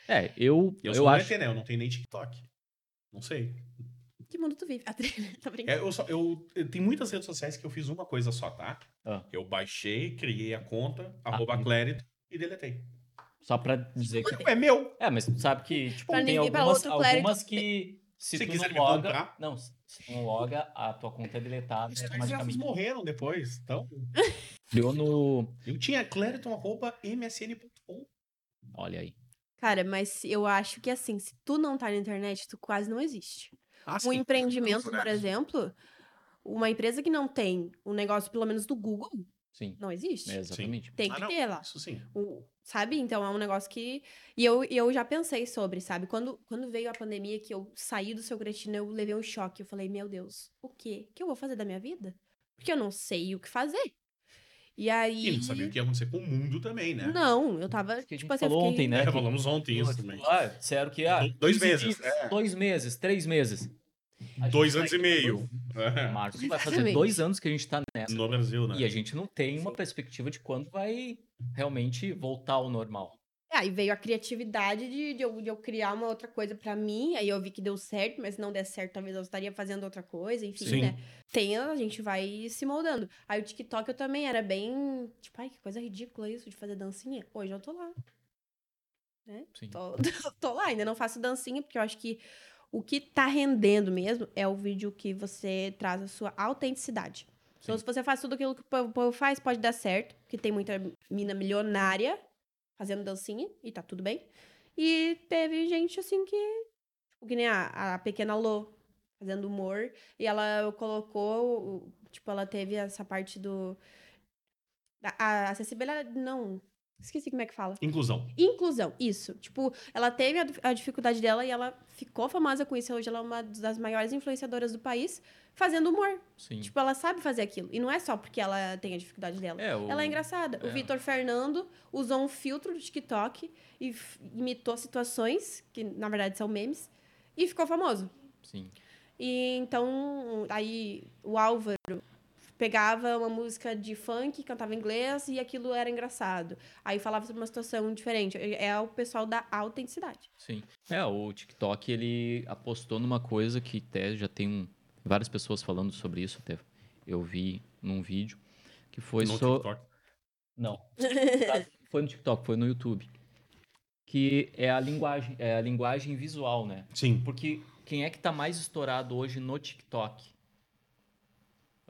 É, eu,
Eu,
eu,
sou acho...
acho.
PT, né? Eu não tenho nem TikTok. Não sei.
Que mundo tu vive? [LAUGHS] A trilha, tá brincando.
É, eu, só, eu, eu- Tem muitas redes sociais que eu fiz uma coisa só, tá?
Ah.
Eu baixei, criei a conta,
Ah,
arroba
sim.
Clérito e deletei.
Só pra dizer que.
É meu!
É, mas tu sabe que tipo,
Pra
tem
ninguém- pra
algumas,
outro clérigo-
algumas que. Se,
Se
tu
quiser
não
me
loga.
comprar.
Não, se se tu não loga, a tua conta é deletada
Os caras já
automaticamente.
morreram depois. Então,
Criou no.
eu tinha Clériton arroba
Um
msn.com.
Olha aí.
Cara, mas eu acho que assim, se tu não tá na internet, tu quase não existe.
Ah,
Assim,
um empreendimento,
Nossa, né?
por exemplo, uma empresa que não tem um negócio, pelo menos do Google,
Sim.
não existe.
é, exatamente.
Tem
Ah,
que
não.
ter lá.
Isso sim.
O- sabe? Então é um negócio que. E eu, e eu já pensei sobre, sabe? Quando, quando veio a pandemia, que eu saí do seu cretino, eu levei um choque. Eu falei, meu Deus, o quê? O que eu vou fazer da minha vida? Porque eu não sei o que fazer. E aí.
E não sabia o que ia acontecer com o mundo também, né?
Não, eu tava.
Isso que a gente
Tipo assim, eu
falou
fiquei-
ontem, né? que-
Falamos ontem É, isso
Tipo,
também.
Ah, disseram que ah,
Do- dois
15
meses, né?
dias, Dois meses, três meses. A gente
Dois
tá
anos
aqui
e meio.
dois- Março vai fazer
Exatamente.
dois anos que a gente tá nessa.
é. No Brasil, né?
E a gente não tem uma perspectiva de quando vai realmente voltar ao normal.
É, Aí veio a criatividade de, de eu, de eu criar uma outra coisa pra mim. Aí eu vi que deu certo, mas se não der certo, talvez eu estaria fazendo outra coisa, enfim,
Sim.
né? Tem, a gente vai se moldando. Aí o TikTok eu também era bem. Tipo, ai, que coisa ridícula isso de fazer dancinha. Hoje eu tô lá. Né?
Sim.
Tô, tô [LAUGHS] lá, ainda não faço dancinha, porque eu acho que o que tá rendendo mesmo é o vídeo que você traz a sua autenticidade. Então,
Sim.
se você faz tudo aquilo que o povo- o povo faz, pode dar certo, porque tem muita mina milionária fazendo dancinha e tá tudo bem. E teve gente assim que. Tipo, que nem a, a pequena Lô fazendo humor. E ela colocou. o- Tipo, ela teve essa parte do. Da, a acessibilidade. Não. Esqueci como é que fala.
Inclusão.
Inclusão, isso. Tipo, ela teve a, a dificuldade dela e ela ficou famosa com isso. Hoje ela é uma das maiores influenciadoras do país fazendo humor.
Sim.
Tipo, ela sabe fazer aquilo. E não é só porque ela tem a dificuldade dela.
É, o-
Ela é engraçada.
é.
O Vitor Fernando usou um filtro do TikTok e f- imitou situações, que na verdade são memes, e ficou famoso.
Sim.
E então, aí o Álvaro pegava uma música de funk, cantava em inglês e aquilo era engraçado. Aí falava sobre uma situação diferente. É o pessoal da autenticidade.
Sim. É, o TikTok ele apostou numa coisa que até já tem um- várias pessoas falando sobre isso até. Eu vi num vídeo que foi
no
so-
TikTok.
Tá, Não. Foi no TikTok, foi no YouTube. que é a linguagem, é a linguagem visual, né?
Sim.
Porque quem é que tá mais estourado hoje no TikTok?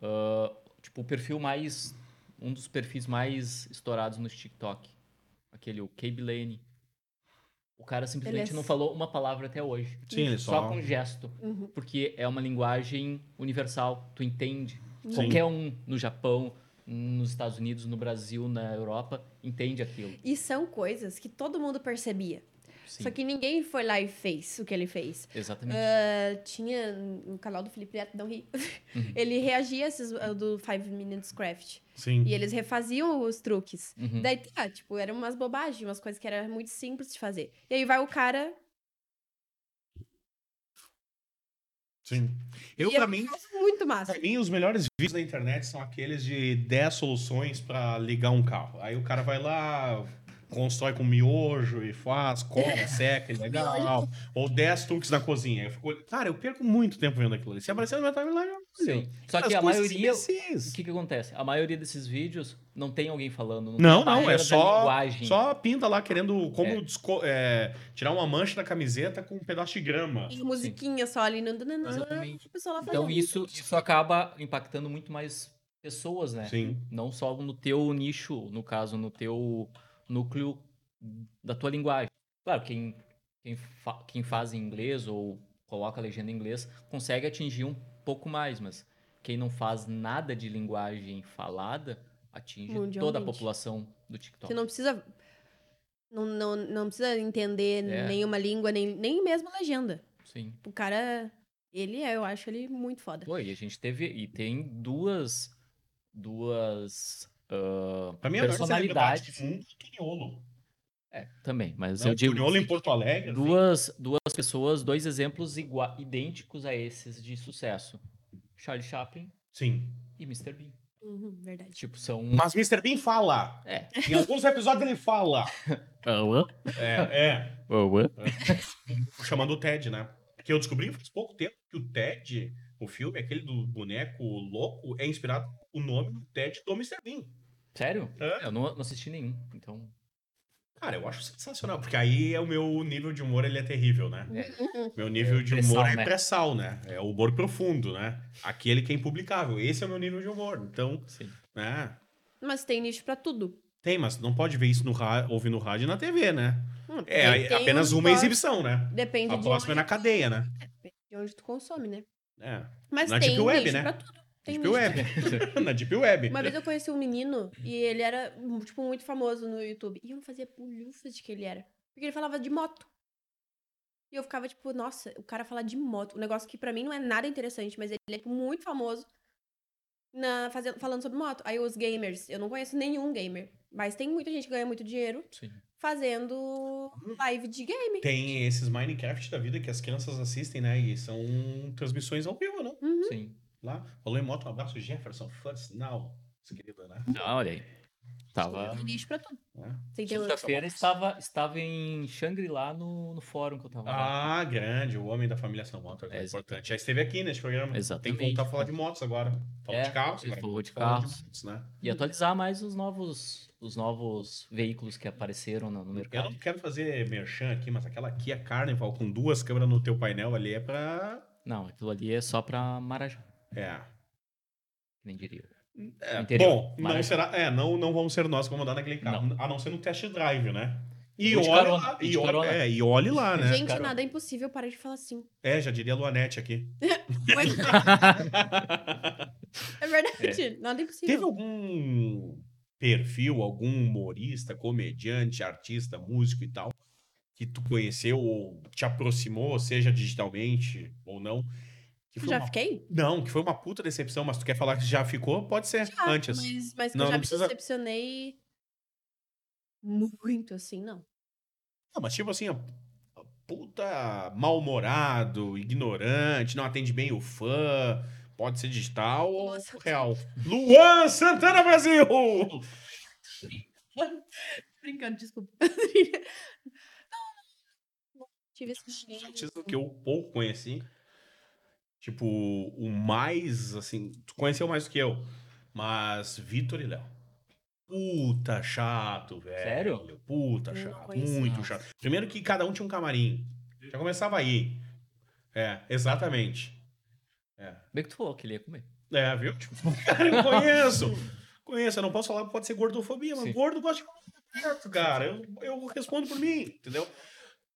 Ah, tipo, o perfil mais. Um dos perfis mais estourados no TikTok. Aquele, o Cabe Lane. O cara simplesmente
Ele é-
não falou uma palavra até hoje.
Sim, ele
Só
só.
com gesto.
Uhum.
Porque é uma linguagem universal. Tu entende.
Sim.
Qualquer um no Japão, nos Estados Unidos, no Brasil, na Europa, entende aquilo.
E são coisas que todo mundo percebia.
Sim,
Só que ninguém foi lá e fez o que ele fez.
exatamente.
Ah, tinha no canal do Felipe Neto, não ri.
Uhum.
Ele reagia a esses ah, do Five Minutes Craft.
Sim.
E eles refaziam os truques.
Uhum.
Daí, tá, tipo, eram umas bobagens, umas coisas que era muito simples de fazer. E aí vai o cara.
Sim. Eu,
e é
pra mim,
Muito massa.
pra mim, os melhores vídeos da internet são aqueles de 10 soluções pra ligar um carro. Aí o cara vai lá, constrói com miojo e
[LAUGHS]
faz, cola, seca, é legal. Ou 10 truques na cozinha. Eu fico... Cara, eu perco muito tempo vendo aquilo ali. Se aparecer no meu timeline, eu olho.
Sim. Só que
As
a
coisas
maioria. é
imbecis.
O que, que acontece? A maioria desses vídeos não tem alguém falando. tem
Não,
a
não,
barreira
é
da
só,
linguagem.
só pinta lá querendo como
É.
desco- é, tirar uma mancha da camiseta com um pedaço de grama.
E musiquinha só ali. Não, não, não, não,
Exatamente.
o pessoal lá
Então
fazendo.
isso, isso acaba impactando muito mais pessoas, né?
Sim.
Não só no teu nicho, no caso, no teu núcleo da tua linguagem. Claro, quem, quem, fa- quem faz em inglês ou coloca a legenda em inglês consegue atingir um pouco mais, mas quem não faz nada de linguagem falada atinge toda a
Mundialmente.
população do TikTok.
então.
Você não precisa. Não, não, não precisa entender
É.
nenhuma língua, nem, nem mesmo legenda.
Sim.
O cara. Ele é, eu acho ele muito foda.
Pô, e a gente teve. E tem duas. Duas. ah,
Pra mim, a maior celebridade
personalidades.
do mundo é o Tuniolo.
É, também, mas
Né?
eu
O
digo.
Tuniolo em Porto Alegre. assim,
Duas, duas pessoas, dois exemplos igua- idênticos a esses de sucesso: Charlie Chaplin
assim. Sim.
e Mr. Bean.
Uhum, verdade.
Tipo, são.
Mas Mr. Bean fala.
É.
Em alguns episódios ele fala. É, é. Chamando o Ted, né? Porque eu descobri faz pouco tempo que o Ted, o filme, aquele do boneco louco, é inspirado o nome do Ted do Mr. Bean.
Sério?
É.
Eu não, não assisti nenhum, então.
Cara, eu acho sensacional, porque aí é o meu nível de humor, ele é terrível, né? Meu nível
É
de
pré-sal,
humor é
né?
pré-sal, né? É o humor profundo, né? Aquele que é impublicável. Esse é o meu nível de humor. Então,
Sim.
né?
Mas tem nicho pra tudo.
Tem, mas não pode ver isso no ra... ouvir no rádio e na TV, né?
Hum,
É,
tem-
é
tem
apenas
um
uma
só.
exibição, né?
Depende
A
de
próxima é na cadeia, né?
de onde tu consome, né?
É. [LAUGHS]
Mas
Na
tem
Deep Web,
nicho
né?
pra tudo. Tem
Deep
nicho.
Web. na Deep Web.
Uma vez eu conheci um menino e ele era, tipo, muito famoso no YouTube. E eu não fazia pulhufa de que ele era. Porque ele falava de moto. E eu ficava, tipo, nossa, o cara fala de moto. Um negócio que pra mim não é nada interessante, mas ele é tipo, muito famoso na, fazendo, falando sobre moto. Aí os gamers, eu não conheço nenhum gamer. Mas tem muita gente que ganha muito dinheiro
[LAUGHS] Sim.
fazendo live de game.
Tem esses Minecraft da vida que as crianças assistem, né? E são transmissões ao vivo, né?
Sim.
Lá. Falou em moto, um abraço, Jefferson. First now. Essa querida, né?
Ah, olha aí. Tava.
Tem nicho pra tudo.
É.
Tem que ter um-
Quinta-feira estava, estava em Shangri-La no, no fórum que eu tava. lá.
Ah, grande. O homem da família São
É,
Moto. É
exatamente.
importante. Já esteve aqui neste programa. Tem
Exatamente.
que voltar a falar de motos agora. Falou
É,
de carros.
ele
agora.
falou de
Falou
carros.
motos, né?
E atualizar mais os novos, os novos veículos que apareceram no, no
Eu
mercado.
não quero fazer merchan aqui, mas aquela Kia Carnival com duas câmeras no teu painel ali é pra.
Não, aquilo ali é só pra Marajá,
É.
nem diria. eu.
É,
Interior,
Bom, não
mas-
será. É, não, não vamos ser nós que vamos andar naquele carro. A não ser no test drive, né? E
Ou de
olhe
carona,
lá.
ou de
E olhe,
carona.
é, e olhe lá, né?
Gente,
cara?
nada é impossível, para de falar assim.
É, já diria a Luanete aqui.
é verdade, nada é impossível.
Teve algum perfil, algum humorista, comediante, artista, músico e tal, que tu conheceu ou te aproximou, seja digitalmente ou não? Que foi
Já
uma...
fiquei?
Não, que foi uma puta decepção, mas tu quer falar que já ficou? Pode ser,
Já,
antes.
Ah, Mas, mas que
Não,
eu já
não
me
precisa-
decepcionei muito, assim, não.
Não, mas tipo assim, ó, puta mal-humorado, ignorante, não atende bem o fã, pode ser digital ou
Nossa.
real. Luan Santana Brasil!
Brincando, [LAUGHS] desculpa. não, não tive esse momento.
artista que eu pouco conheci. Tipo, o mais, assim, tu conheceu mais do que eu, mas Vitor e Léo. Puta chato, velho.
Sério?
Puta
Eu não
chato.
conhecia.
Muito chato. Primeiro que cada um tinha um camarim. Já começava aí. É, exatamente. É.
Bem que tu falou que ele ia comer.
É, viu? Tipo, [LAUGHS] cara, eu conheço. Conheço, eu não posso falar, pode ser gordofobia, mas
Sim.
gordo gosta de comer certo, cara. Eu, eu respondo por mim, entendeu?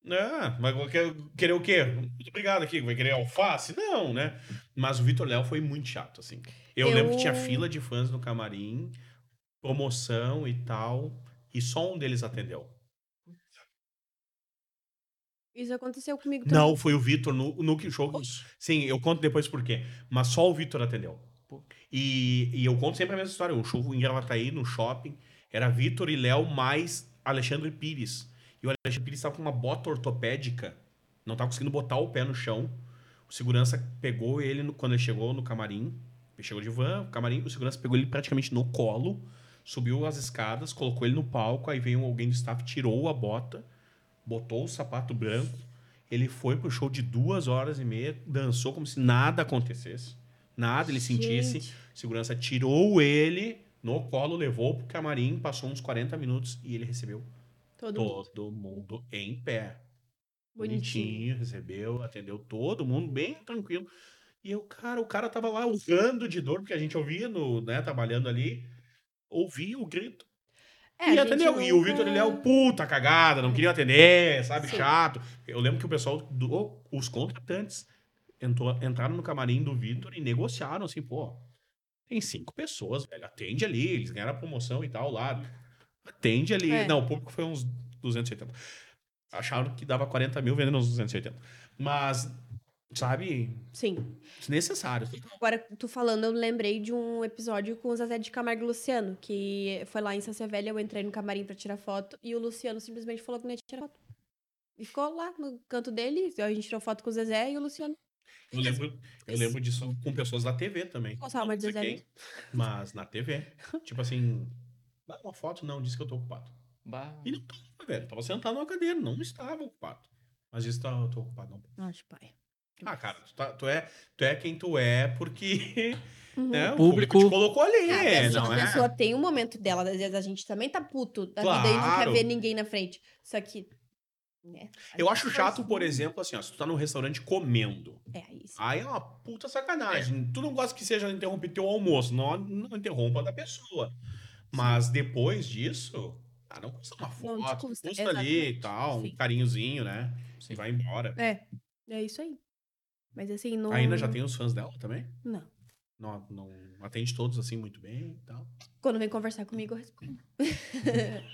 É, mas vou quer- querer o quê? Muito obrigado aqui. Vai querer alface? Não, né? Mas o Vitor Léo foi muito chato, assim. Eu,
Eu-
lembro que tinha fila de fãs no camarim, promoção e tal, e só um deles atendeu.
Isso aconteceu comigo também.
Não, foi o Vitor no, no que- show. Sim, eu conto depois por quê. Mas só o Vitor atendeu.
Pô.
E, e eu conto sempre a mesma história. O show em Gravataí, tá no shopping, era Vitor e Léo mais Alexandre Pires. E o Alexandre Pires estava com uma bota ortopédica. Não estava conseguindo botar o pé no chão. O segurança pegou ele no- quando ele chegou no camarim. Ele chegou de van, o camarim. O segurança pegou ele praticamente no colo, subiu as escadas, colocou ele no palco. Aí veio alguém do staff, tirou a bota, botou o sapato branco. Ele foi pro show de duas horas e meia, dançou como se nada acontecesse. Nada ele sentisse.
Gente,
Segurança tirou ele no colo, levou pro camarim, passou uns 40 minutos e ele recebeu
Todo mundo.
todo mundo em pé.
Bonitinho.
Bonitinho, recebeu, atendeu todo mundo bem tranquilo. E eu, cara, o cara tava lá urrando de dor, porque a gente ouvia no, né, trabalhando ali, ouvia o grito.
É,
e
a gente
atendeu. E o
nunca-
Vitor, ele é o puta cagada, não queria atender, sabe?
Sim.
Chato. Eu lembro que o pessoal, do, os contratantes, entrou- entraram no camarim do Vitor e negociaram assim, pô, tem cinco pessoas, velho, atende ali, eles ganharam a promoção e tal lá. Atende ali.
É.
Não, o público foi uns 280. Acharam que dava 40 mil vendendo uns 280. Mas, sabe,
Sim.
desnecessário.
Agora, tu falando, eu lembrei de um episódio com o Zezé de Camargo e o Luciano, que foi lá em Sância Velha, eu entrei no camarim pra tirar foto, e o Luciano simplesmente falou que não ia tirar foto. E ficou lá no canto dele, a gente tirou foto com o Zezé e o Luciano.
Eu lembro, eu lembro disso com pessoas da TV também.
Gostava mais de
Não sei
desenho.
quem, Mas na TV. tipo assim, dá uma foto, não, disse que eu tô ocupado.
Bah.
E não tava, velho. Tava sentado numa cadeira, não estava ocupado. Mas isso tá, eu tô ocupado, não.
Acho, pai.
Ah, cara, tu, tá- tu é, tu é quem tu é
[LAUGHS]
porque
Uhum.
né, o
O
público,
público-
te colocou ali,
É, assim,
não
a
é?
pessoa tem um momento dela, às vezes a gente também tá puto da vida e não
Claro.
quer ver ninguém na frente. Só que. né, a
Eu
gente
acho
faz-
chato, por exemplo, assim, ó, se tu tá num restaurante comendo.
É, aí sim.
Aí é uma puta sacanagem.
É.
Tu não gosta que seja interromper teu almoço, não, não interrompa a da pessoa. Mas depois disso, ah, não custa uma foto,
Não te
custa,
custa,
ali e
exatamente,
tal, um
sim.
carinhozinho, né? E
Sim.
vai embora.
É, é isso aí. Mas assim, não.
A Ina já tem os fãs dela também?
Não.
Não, não atende todos assim muito bem e tal.
Quando vem conversar comigo, eu respondo.
[LAUGHS]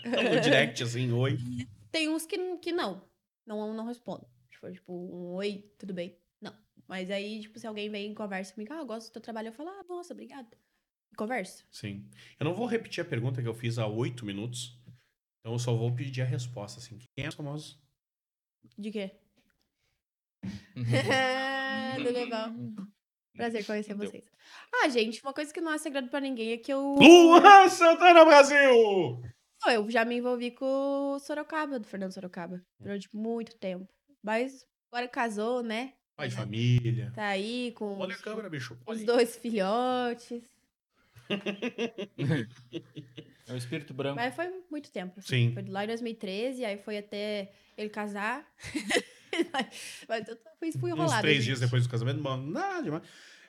Então, no direct, assim, oi.
[LAUGHS] Tem uns que, que não. Não, não respondo. Tipo, tipo, um oi, tudo bem? Não. Mas aí, tipo, se alguém vem e conversa comigo, ah, eu gosto do teu trabalho, eu falo, ah, nossa, obrigada. E converso.
Sim. Eu não vou repetir a pergunta que eu fiz há oito minutos. Então eu só vou pedir a resposta, assim. Quem é os famosos? [LAUGHS]
De quê?
Uhum.
do legal. Prazer conhecer
Entendeu.
vocês. Ah, gente, uma coisa que não é segredo pra ninguém é que eu.
Luan Santana Brasil!
Não, Eu já me envolvi com o Sorocaba, do Fernando Sorocaba. Durante muito tempo. Mas agora casou, né?
Pai de família.
Tá aí com
Olha a
os-
câmera, bicho.
os
Olha.
dois filhotes.
É o espírito branco.
Mas foi muito tempo.
Sim.
Foi lá em 2013, aí foi até ele casar. [LAUGHS] Mas eu tô- fui, fui enrolada.
Uns três
gente.
dias depois do casamento, bom, nada demais.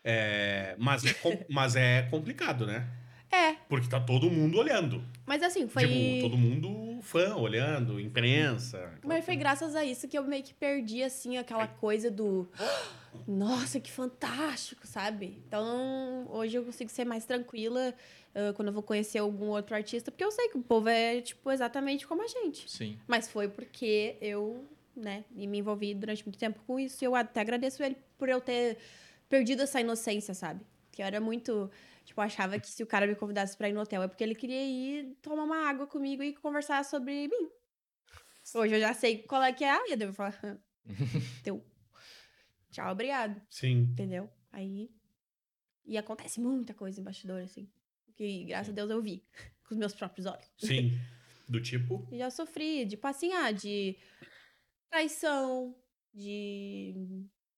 É, mas, é com- [LAUGHS] mas é complicado, né?
É,
Porque tá todo mundo olhando.
mas assim, foi.
Tipo, todo mundo fã olhando, imprensa.
Mas foi graças a isso que eu meio que perdi, assim, aquela coisa do. "Ah, Nossa, que fantástico, sabe? Então, hoje eu consigo ser mais tranquila ah, quando eu vou conhecer algum outro artista, porque eu sei que o povo é, tipo, exatamente como a gente.
Sim.
Mas foi porque eu, né, e me envolvi durante muito tempo com isso. E eu até agradeço ele por eu ter perdido essa inocência, sabe? Que eu era muito. Tipo, eu achava que se o cara me convidasse pra ir no hotel é porque ele queria ir tomar uma água comigo e conversar sobre mim. Hoje eu já sei qual é que é a vida. Eu falo, "Hã, teu. Tchau, obrigado.
Sim.
Entendeu? Aí. E acontece muita coisa em bastidor, assim. Que graças a Deus eu vi [LAUGHS] com os meus próprios olhos.
Sim. Do tipo.
Eu Já sofri de passinhar, de traição, de,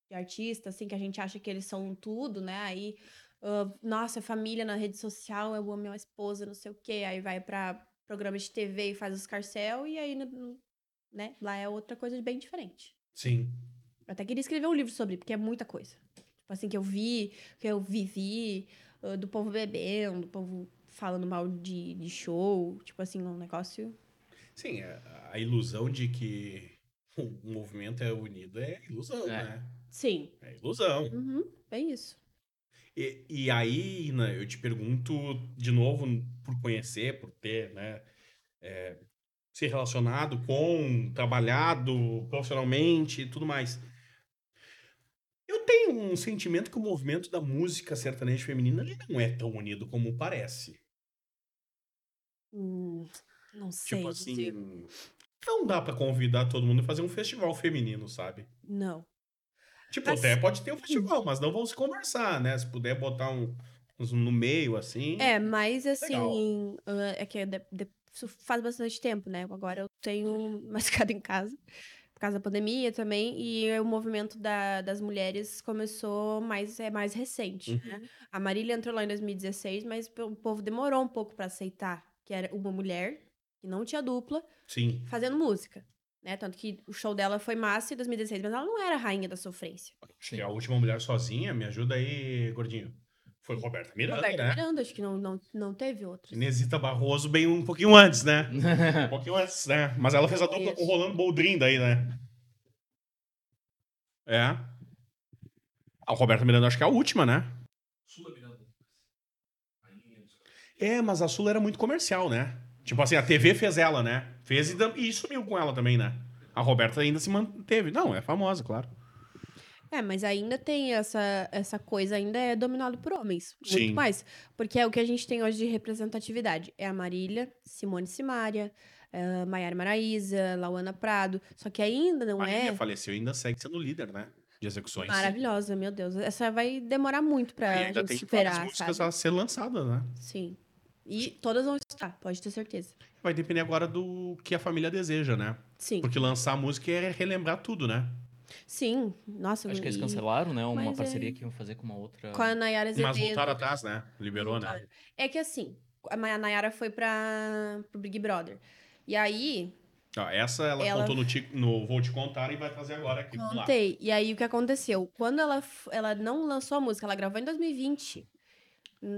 de artista, assim, que a gente acha que eles são tudo, né? Aí ah, nossa, família na rede social, eu amo minha esposa, não sei o quê. Aí vai pra programa de TV e faz os carcel, e aí, no- no- né, lá é outra coisa bem diferente.
Sim.
Eu até queria escrever um livro sobre, porque é muita coisa. Tipo assim, que eu vi, que eu vivi, ah, do povo bebendo, do povo falando mal de, de show. Tipo assim, um negócio.
Sim, a, a ilusão de que o movimento é unido é ilusão,
É.
né?
Sim.
É ilusão.
Uhum, é isso.
E, e aí, Ina, eu te pergunto de novo, por conhecer, por ter, né, é, se relacionado com, trabalhado profissionalmente e tudo mais. Eu tenho um sentimento que o movimento da música sertaneja feminina ele não é tão unido como parece. Tipo
Hum, não sei.
tipo
Rodrigo.
assim, não dá pra convidar todo mundo e fazer um festival feminino, sabe?
Não.
Tipo,
Mas- Uhum.
até pode ter um festival, mas não vão se conversar, né? Se puder botar um, uns no meio, assim.
É, mas
Legal.
assim, ah, é que de- de- isso faz bastante tempo, né? Agora eu tenho [LAUGHS] mais ficado em casa, por causa da pandemia também, e o movimento da- das mulheres começou mais, é mais recente,
Uhum.
né? A Marília entrou lá em 2016, mas o povo demorou um pouco pra aceitar que era uma mulher, que não tinha dupla,
Sim.
fazendo música. Né? Tanto que o show dela foi massa em 2016, mas ela não era a rainha da sofrência.
Acho que é a última mulher sozinha, me ajuda aí, gordinho. Foi Roberta Miranda,
Roberta
né?
Miranda, acho que não, não, não teve outra.
Inesita Barroso, bem um pouquinho antes, né? Um pouquinho antes, né? Mas ela fez a dupla com o Rolando Boldrin daí, né? É. A Roberta Miranda acho que é a última, né? É, mas a Sula era muito comercial, né? Tipo assim, a TV fez ela, né? Fez e, dam- e sumiu com ela também, né? A Roberta ainda se manteve. Não, é famosa, claro.
É, mas ainda tem essa, essa coisa, ainda é dominado por homens.
Sim.
Muito mais. Porque é o que a gente tem hoje de representatividade. É a Marília, Simone Simária, eh, Maiara Maraíza, Lauana Prado. Só que ainda não
Marília
é
faleceu e ainda segue sendo líder, né? De execuções.
maravilhosa, meu Deus. Essa vai demorar muito
E
pra
ainda tem
gente
várias
superar,
músicas
sabe?
a ser lançadas, né?
Sim. E todas vão estar, pode ter certeza.
Vai depender agora do que a família deseja, né?
Sim.
Porque lançar a música é relembrar tudo, né?
Sim. Nossa,
Acho que eles
e
cancelaram, né? Uma
Mas
parceria
aí-
que iam fazer com uma outra.
Com a Nayara
Mas
Azevedo.
voltaram atrás, né? Liberou, né?
Voltaram. É que assim, a Ma- a Nayara foi pra, pro Big Brother. E aí,
Ó, essa ela,
Ela-
contou no, ti- no Vou Te Contar e vai trazer agora aqui. Vamos lá.
Contei. E aí o que aconteceu? Quando ela, f- ela não lançou a música, ela gravou em 2020.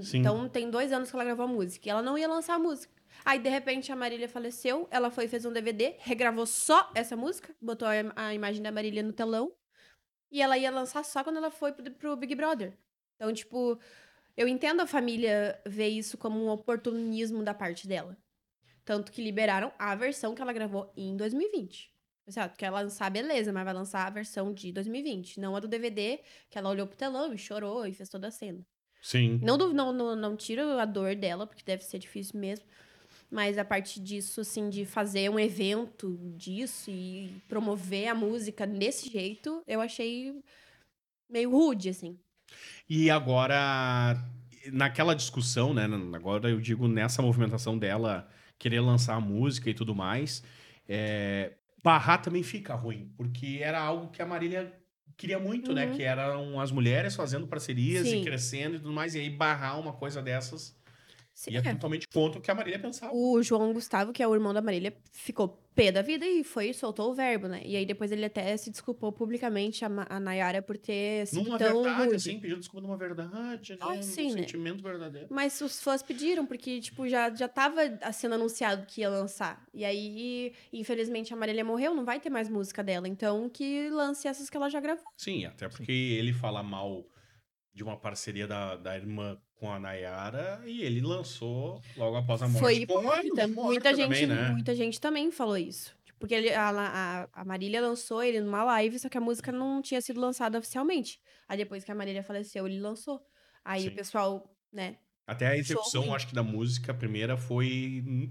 Sim.
Então tem dois anos que ela gravou a música. E ela não ia lançar a música. Aí, de repente, a Marília faleceu. Ela foi e fez um DVD, regravou só essa música, botou a, im- a imagem da Marília no telão. E ela ia lançar só quando ela foi pro, pro Big Brother. Então, tipo, eu entendo a família ver isso como um oportunismo da parte dela. Tanto que liberaram a versão que ela gravou em 2020. Pessoal, ah, tu quer lançar, beleza, mas vai lançar a versão de 2020, não a do DVD, que ela olhou pro telão e chorou e fez toda a cena.
Sim.
Não, du- não, não, não tiro a dor dela, porque deve ser difícil mesmo. Mas a parte disso, assim, de fazer um evento disso e promover a música desse jeito, eu achei meio rude, assim.
E agora, naquela discussão, né? Agora eu digo nessa movimentação dela querer lançar a música e tudo mais, é, barrar também fica ruim, porque era algo que a Marília queria muito, né?
Uhum.
Que eram as mulheres fazendo parcerias e
Sim.
crescendo e tudo mais, e aí barrar uma coisa dessas
Se-
ia
é.
totalmente contra o que a Marília pensava.
O João Gustavo, que é o irmão da Marília, ficou pé da vida e foi soltou o verbo, né? E aí depois ele até se desculpou publicamente a, Ma- a Nayara por ter sido
Numa
tão
verdade,
rude.
assim, pedindo desculpa numa verdade, né?
Ah, sim,
um
né?
sentimento verdadeiro.
Mas os fãs pediram, porque, tipo, já, já tava sendo anunciado que ia lançar. E aí, infelizmente, a Marília morreu, não vai ter mais música dela. Então, que lance essas que ela já gravou.
Sim, até porque ele fala mal de uma parceria da, da irmã com a Nayara e ele lançou logo após a morte. é,
Foi
com a
hipócrita.
irmã
Muita gente,
também, né?
muita gente também falou isso. Tipo, Porque ele- a, a- a Marília lançou ele numa live, só que a música não tinha sido lançada oficialmente. Aí depois que a Marília faleceu, ele lançou. Aí
Sim.
o pessoal, né?
Até a execução,
ruim.
acho que da música, a primeira foi hum,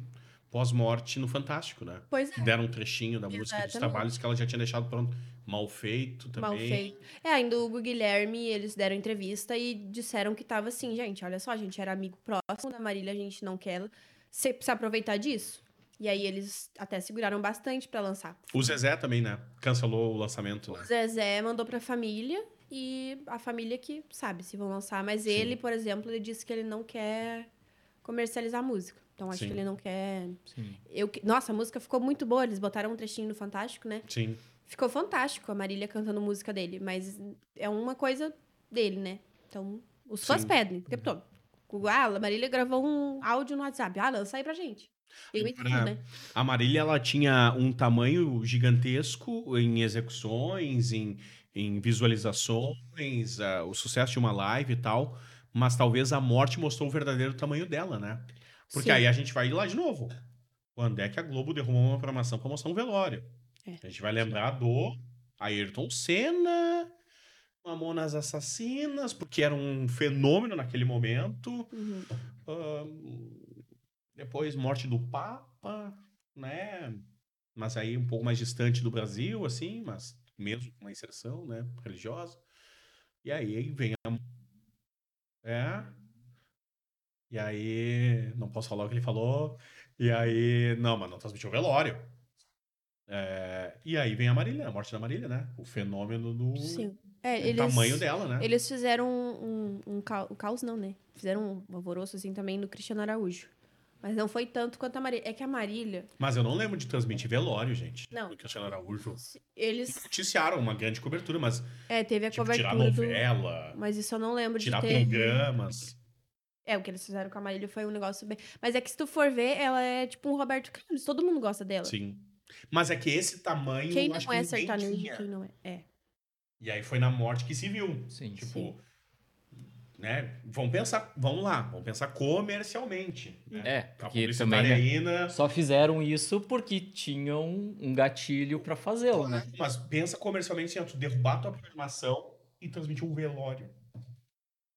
pós-morte no Fantástico, né?
Pois é,
Que Deram um trechinho da música dos
Exatamente.
trabalhos que ela já tinha deixado pronto. Mal feito também.
mal feito. É, ainda o Hugo e Guilherme, eles deram entrevista e disseram que tava assim, gente, olha só, a gente era amigo próximo da Marília, a gente não quer se, se aproveitar disso. E aí eles até seguraram bastante pra lançar.
O Zezé também, né? Cancelou o lançamento, né?
O Zezé mandou pra família e a família que sabe se vão lançar. Mas
Sim.
ele, por exemplo, ele disse que ele não quer comercializar a música. Então acho
Sim.
que ele não quer.
Sim.
Eu... que- Nossa, a música ficou muito boa. Eles botaram um trechinho no Fantástico, né?
Sim.
Ficou fantástico a Marília cantando música dele, mas é uma coisa dele, né? Então, os fãs
Sim.
pedem o tempo todo. Ah, a Marília gravou um áudio no WhatsApp. Ah, lança aí pra gente.
E
Tem muito
pra-
tudo, né?
A Marília, ela tinha um tamanho gigantesco em execuções, em, em visualizações, ah, o sucesso de uma live e tal, mas talvez a morte mostrou o verdadeiro tamanho dela, né? Porque
Sim.
aí a gente vai lá de novo. Quando é que a Globo derrubou uma programação pra mostrar um velório?
É.
A gente vai lembrar do Ayrton Senna, Mamonas Assassinas, porque era um fenômeno naquele momento.
Uhum.
Ahn, depois morte do Papa, né? Mas aí um pouco mais distante do Brasil, assim, mas mesmo com uma inserção, né, religiosa. E aí vem a... É. E aí, não posso falar o que ele falou. E aí, não, mas não transmitiu o velório. É, e aí vem a Marília, a morte da Marília, né? O fenômeno do
Sim. É,
do
eles...
tamanho dela, né?
Eles fizeram um, um, um ca- um caos, não, né? Fizeram um alvoroço, assim, também no Cristiano Araújo. Mas não foi tanto quanto a Marília. É que a Marília...
Mas eu não lembro de transmitir velório, gente.
Não.
Do Cristiano Araújo.
Eles...
noticiaram uma grande cobertura, mas
É, teve a
tipo, tirar
cobertura do... né?
novela,
Mas isso eu não lembro
tirar
de ter...
programas.
É, o que eles fizeram com a Marília foi um negócio bem... Mas é que se tu for ver, ela é tipo um Roberto Carlos. Todo mundo gosta dela.
Sim. Mas é que esse tamanho.
Quem
eu
não
acho que
é
ninguém
sertanejo,
tinha.
quem não é. É.
E aí foi na morte que se viu.
Sim.
Tipo.
Sim.
Né? Vamos pensar, vamos lá, vamos pensar comercialmente. Né?
É,
A
porque também né,
publicitariaína.
só fizeram isso porque tinham um gatilho pra
Então,
fazê-lo, né?
Mas pensa comercialmente assim, ó, tu derrubar tua programação e transmitir um velório.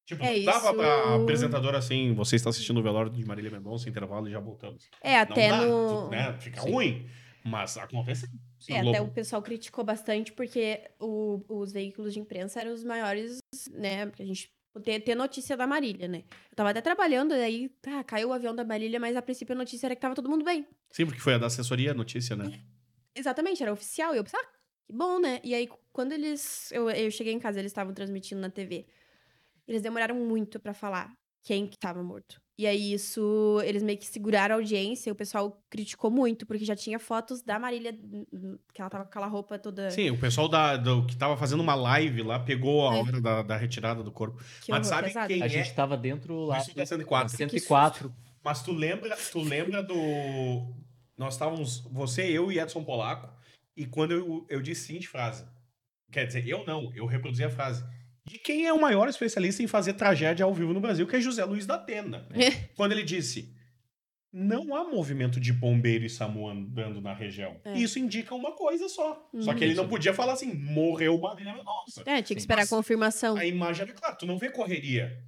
Tipo,
É
dava
isso.
pra apresentadora assim, você está assistindo o velório de Marília Mendonça, intervalo e já voltamos.
É, até
não dá,
no...
né? Fica
Sim.
ruim, mas acontece.
É,
Globo.
até o pessoal criticou bastante porque o- os veículos de imprensa eram os maiores, né? Pra gente poder ter notícia da Marília, né? Eu tava até trabalhando, e aí tá, caiu o avião da Marília, mas a princípio a notícia era que tava todo mundo bem.
Sim, porque foi a da assessoria, a notícia, né?
Exatamente, era oficial. E eu pensei, ah, que bom, né? E aí, quando eles. Eu, eu cheguei em casa, eles estavam transmitindo na TV. Eles demoraram muito pra falar quem que tava morto. E aí, isso. Eles meio que seguraram a audiência e o pessoal criticou muito, porque já tinha fotos da Marília, n- n- que ela tava com aquela roupa toda.
Sim, o pessoal da, do, que tava fazendo uma live lá pegou a
É.
hora da, da retirada do corpo.
que
mas
horror,
sabe
pesado.
quem-
A gente tava dentro lá
é- Isso tá da
da
104.
104.
Mas tu lembra, tu lembra do. Nós estávamos. Você, eu e Edson Polaco. E quando eu, eu disse a seguinte frase. Quer dizer, eu não, eu reproduzi a frase. De quem é o maior especialista em fazer tragédia ao vivo no Brasil, que é José Luiz da Atena.
É.
Quando ele disse. Não há movimento de bombeiro e SAMU andando na região.
É.
Isso indica uma coisa só. Só
Uhum.
que ele não podia falar assim, morreu Marília Mendonça.
É, tinha
Sim.
que esperar a
Nossa.
confirmação.
A imagem era clara, tu não vê correria.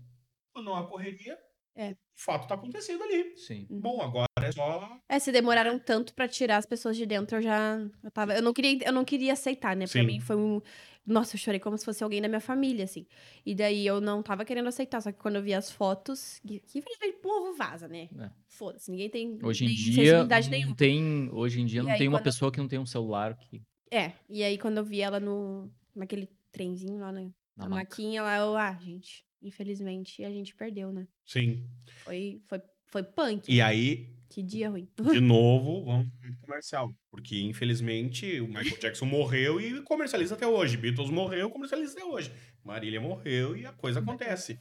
Quando não há correria,
É.
o fato tá acontecendo ali.
Sim.
Bom, agora é só.
É, se demoraram tanto pra tirar as pessoas de dentro, eu já. Eu, tava, eu, não, queria, eu não queria aceitar, né? Pra
Sim.
mim foi um. Nossa, eu chorei como se fosse alguém da minha família, assim. E daí eu não tava querendo aceitar, só que quando eu vi as fotos. Que que infelizmente o povo vaza, né?
É.
Foda-se, ninguém tem.
Hoje em
tem
dia
uhum.
sensibilidade
não
nenhuma.
tem, hoje em dia
E
não
aí,
tem uma
quando-
pessoa que não tem um celular que
É, e aí quando eu vi ela no, naquele trenzinho lá, né?
na
na
mão.
maquinha lá, eu. Ah, gente, infelizmente a gente perdeu, né?
Sim.
Foi, foi, foi punk.
E aí,
Que dia ruim.
de novo, vamos pro comercial. Porque, infelizmente, o Michael Jackson morreu e comercializa até hoje. Beatles morreu, comercializa até hoje. Marília morreu e a coisa acontece.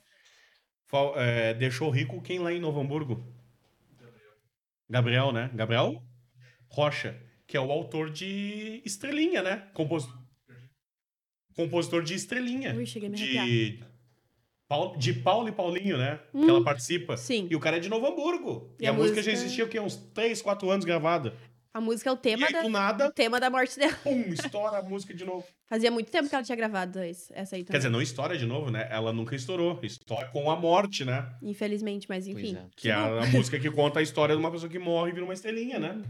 Fal- é, deixou rico quem lá em Novo Hamburgo? Gabriel, né? Gabriel Rocha, que é o autor de Estrelinha, né? Compos... Compositor de Estrelinha.
[LAUGHS] Ui, cheguei a me arrepiar.
É, de Paulo, de Paulo e Paulinho, né? Que ela participa.
Sim.
E o cara é de Novo Hamburgo. E,
E
a,
a
música já
música-
existia o quê? Uns 3, 4 anos gravada.
A música é o
E
tema
aí,
da.
do nada,
O tema da morte dela.
pum, estoura a música de novo.
Fazia muito tempo que ela tinha gravado esse- essa aí
Quer
também.
dizer, não estoura de novo, né? Ela nunca estourou. Estoura com a morte, né?
Infelizmente, mas
Pois
enfim.
é.
Que é a, a música que conta a história de uma pessoa que morre e vira uma estrelinha, né?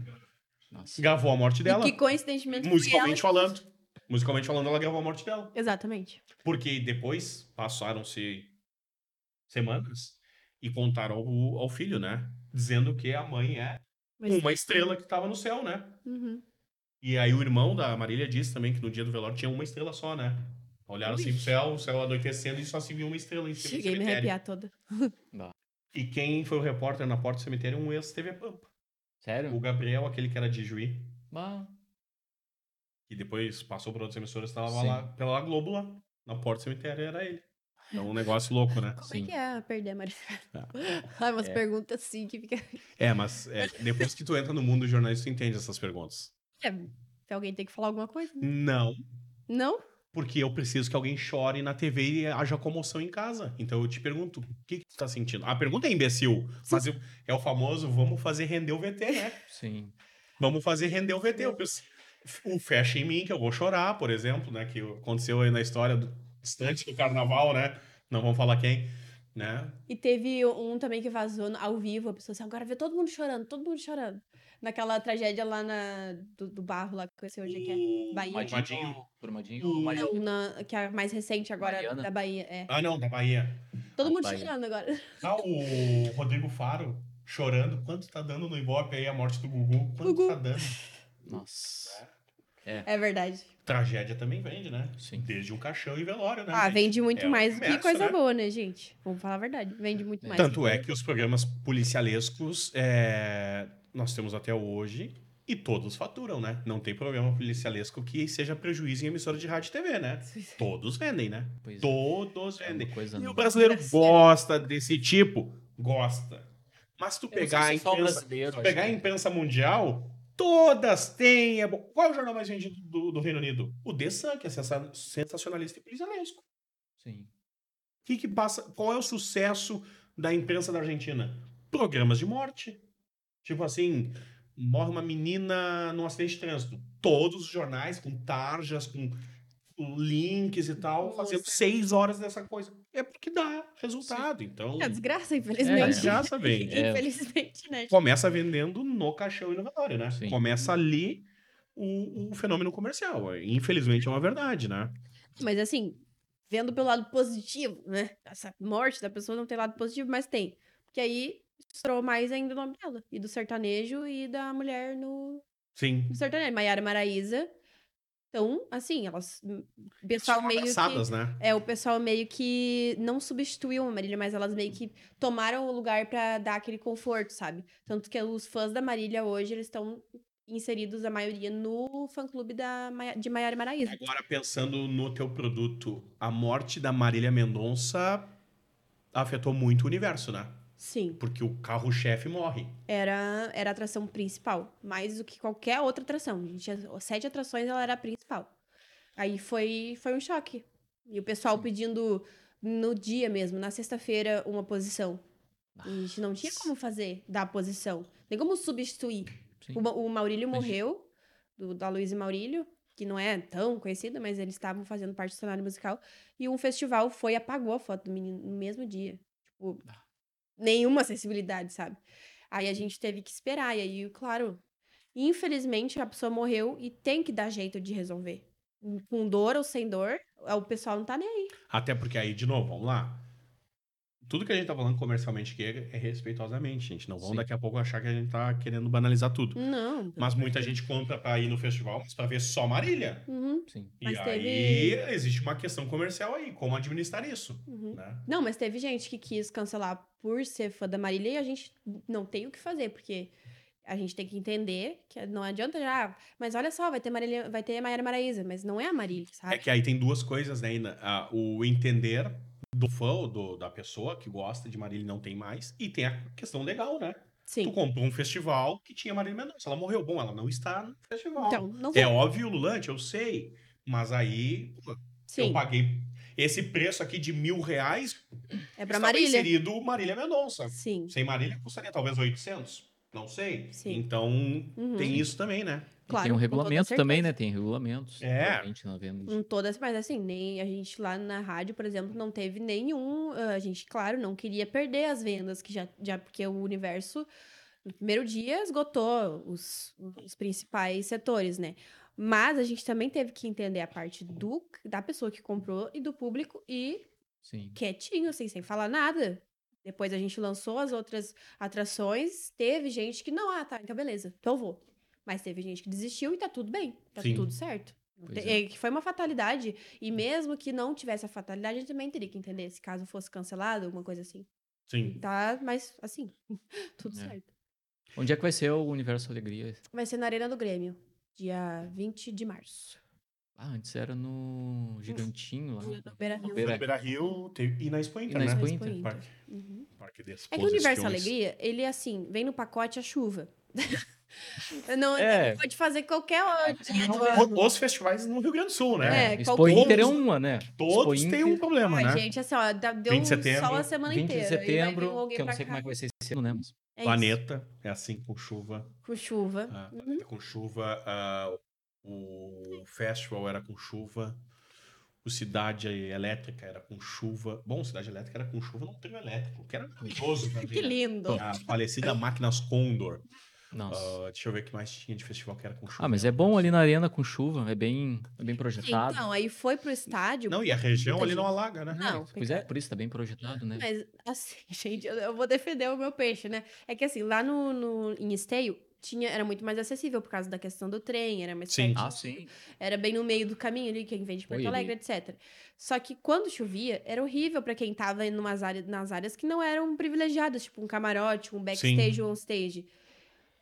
Nossa.
Gravou a morte dela.
E que coincidentemente foi
Musicalmente
ela...
falando. Musicalmente falando, ela gravou a morte dela.
Exatamente.
Porque depois passaram-se semanas e contaram ao, ao filho, né? Dizendo que a mãe é
Mas-
uma estrela que tava no céu, né?
Uhum.
E aí o irmão da Marília disse também que no dia do velório tinha uma estrela só, né? Olharam assim pro céu, o céu anoitecendo e só se viu uma estrela em cima
Cheguei a
do
me
cemitério.
arrepiar toda.
E quem foi o repórter na porta do cemitério? Um ex-TV Pampa. O
Sério?
Gabriel, aquele que era de Juiz.
Bah,
E depois passou por outras emissoras, estava
Sim.
lá pela Globo lá. Na porta do cemitério era ele. Então,
[LAUGHS]
um negócio louco, né?
Como
Sim.
é que é perder a Maricela?
Ah.
[LAUGHS] Ai, umas
É.
perguntas assim que fica. [LAUGHS]
É, mas é, depois que tu entra no mundo do jornalismo, tu entende essas perguntas.
É, se alguém tem que falar alguma coisa. né?
Não,
Não?
porque eu preciso que alguém chore na TV e haja comoção em casa. Então eu te pergunto, o que, que tu tá sentindo? A pergunta é imbecil, mas eu- é o famoso, vamos fazer render o VT, né?
sim.
Vamos fazer render o VT. Eu penso, O fecha em mim, que eu vou chorar, por exemplo, né? Que aconteceu aí na história do instante do carnaval, né? Não vamos falar quem, né?
E teve um também que vazou no- ao vivo, a pessoa assim, agora vê todo mundo chorando, todo mundo chorando. Naquela tragédia lá na, do, do barro lá que aconteceu hoje, que é Bahia.
Mas- Brumadinho.
Brumadinho.
Não, na- que é a mais recente agora
Mariana.
da Bahia. É.
Ah, não, da Bahia.
Todo mundo
Bahia.
chorando agora. [LAUGHS]
Ah, o Rodrigo Faro chorando. Quanto tá dando no Ibope aí a morte do Gugu? Quanto
Gugu.
tá dando?
Nossa.
É verdade.
Tragédia também vende, né?
Sim.
Desde um caixão e velório, né?
Ah, vende muito
é o
mais do que
comércio,
coisa
né?
boa, né, gente? Vamos falar a verdade. Vende muito mais.
Tanto é que os programas policialescos é, nós temos até hoje e todos faturam, né? Não tem programa policialesco que seja prejuízo em emissora de rádio e TV, né? Todos vendem, né?
Pois é.
Todos
É
vendem.
uma coisa
E o
não.
brasileiro
Brasileiro.
gosta desse tipo. Gosta. Mas se tu pegar a
é só o
imprensa,
brasileiro. né?
Se pegar a imprensa mundial, todas têm. é bom. Qual é o jornal mais vendido do, do Reino Unido? O The Sun, que é sensa- sensacionalista e policialesco.
Sim.
O que, que passa? Qual é o sucesso da imprensa da Argentina? Programas de morte. Tipo assim, morre uma menina num acidente de trânsito. Todos os jornais, com tarjas, com links e tal,
Nossa.
fazendo seis horas dessa coisa. É porque dá resultado. Então,
É uma desgraça,
É,
infelizmente.
já
[LAUGHS]
sabem.
É.
Infelizmente, né?
começa vendendo no caixão inovador, né?
Sim.
Começa ali o, o fenômeno comercial. Infelizmente é uma verdade, né?
Mas assim, vendo pelo lado positivo, né? Essa morte da pessoa não tem lado positivo, mas tem. Porque aí estourou mais ainda o nome dela. E do sertanejo e da mulher no,
Sim.
no sertanejo. Maiara Maraíza. Então, assim, elas. O pessoal meio que.
Abraçadas, né?
É, o pessoal meio que não substituiu a Marília, mas elas meio que tomaram o lugar pra dar aquele conforto, sabe? Tanto que os fãs da Marília hoje, eles estão inseridos, a maioria, no fã-clube da Maia- de Maiara Maraíza.
Agora pensando no teu produto, a morte da Marília Mendonça afetou muito o universo, né?
Sim.
Porque o carro-chefe morre.
era, era a atração principal, mais do que qualquer outra atração. A gente tinha sete atrações, ela era a principal. Aí foi, foi um choque. E o pessoal pedindo no dia mesmo, na sexta-feira, uma posição. E a gente não tinha como fazer da posição, nem como substituir.
Sim.
O, Ma- o Maurílio
Mas-
morreu, do, da Luísa Maurílio, que não é tão conhecida, mas eles estavam fazendo parte do cenário musical. E um festival foi e apagou a foto do menino no mesmo dia. Tipo, nenhuma acessibilidade, sabe? Aí a gente teve que esperar. E aí, claro, infelizmente a pessoa morreu e tem que dar jeito de resolver. Hum, Com dor ou sem dor, o pessoal não tá nem aí.
Até porque aí, de novo, vamos lá. Tudo que a gente tá falando comercialmente que é, é respeitosamente, gente. Não vão
Sim.
daqui a pouco achar que a gente tá querendo banalizar tudo.
Não.
Mas muita gente compra pra ir no festival, mas pra ver só Marília.
Uhum,
Sim.
E
Mas
aí existe uma questão comercial aí, como administrar isso,
uhum.
né?
Não, mas teve gente que quis cancelar por ser fã da Marília e a gente não tem o que fazer, porque a gente tem que entender que não adianta já. "Ah, Mas olha só, vai ter Marília, vai ter Maiara Maraíza, mas não é a Marília,
É
sabe?
que aí tem duas coisas, né, Ina? Ah, o entender do fã, ou do, da pessoa que gosta de Marília e não tem mais, e tem a questão legal, né? Tu
Sim.
comprou um festival que tinha Marília Mendonça, ela morreu. Bom, ela não está no festival.
Então, não
é óbvio, Lulante, eu sei, mas aí pô, eu
Sim,
paguei esse preço aqui de mil reais
é pra
estava
Marília.
inserido Marília Mendonça.
Sim.
Sem Marília custaria talvez 800, não sei.
Sim.
Então
Uhum.
tem isso também, né?
E
Claro,
tem um
com toda
regulamento
certeza.
também, né? Tem regulamentos.
É.
Realmente, na venda.
Em todas, mas assim, nem a gente lá na rádio, por exemplo, não teve nenhum. ah, A gente, claro, não queria perder as vendas, que já, já porque o universo, no primeiro dia, esgotou os, os principais setores, né? Mas a gente também teve que entender a parte do, da pessoa que comprou e do público e
Sim.
quietinho, assim, sem falar nada. Depois a gente lançou as outras atrações, teve gente que não, ah, tá, então beleza, então eu vou. Mas teve gente que desistiu e tá tudo bem, tá
Sim.
tudo certo.
Pois
É, Que foi uma fatalidade. E mesmo que não tivesse a fatalidade, a gente também teria que entender se caso fosse cancelado, alguma coisa assim.
Sim.
Tá, mas assim, [LAUGHS] tudo
É.
certo.
Onde é que vai ser o Universo Alegria?
Vai ser na Arena do Grêmio, dia 20 de março.
Ah, antes era no Gigantinho lá.
Dia do Beira Rio.
Beira-
Beira Rio teve- e na Expo Inter,
E na
né?
Expo
Expo
Inter.
Inter.
Parque,
Uhum.
parque de
É que o
exposições.
Universo Alegria, ele assim, vem no pacote a chuva. [LAUGHS] não,
É.
Pode fazer qualquer hora. Tipo,
um
O- Os festivais no Rio Grande do Sul, né?
né? É,
Expo
qualquer-
Inter é uma, né?
Todos
Expo
têm um
Inter,
problema,
Ai,
né?
gente, assim, ó, dá- deu
20 de setembro,
sol a semana
20
inteira.
de
aí vai vir um
setembro,
alguém
que eu não
pra
sei
cá.
como é que vai ser esse ano, né? Mas
É isso,
Planeta é assim com chuva.
Com chuva.
Ah, planeta com chuva. ah, o festival era com chuva. O Cidade Elétrica era com chuva. Bom, Cidade Elétrica era com chuva, não teve elétrico, que era maravilhoso
[LAUGHS] Que
também.
lindo.
A falecida Máquinas Condor.
Nossa.
Ah, deixa eu ver o que mais tinha de festival que era com chuva.
Ah, mas é bom ali na arena com chuva, é bem, é bem projetado.
Então, aí foi pro estádio.
Não, e a região
Muita
ali não
gente.
alaga, né?
Não,
pois é, por isso tá bem projetado, né?
Mas, assim, [LAUGHS] gente, eu- eu vou defender o meu peixe, né? É que, assim, lá no, no- em Esteio, tinha, era muito mais acessível por causa da questão do trem, era mais
Sim.
perto,
Ah, sim.
era bem no meio do caminho ali, quem vem de Porto
Oi, ele-
Alegre, etc. Só que quando chovia, era horrível pra quem tava em umas áreas, nas áreas que não eram privilegiadas, tipo um camarote, um backstage, um onstage.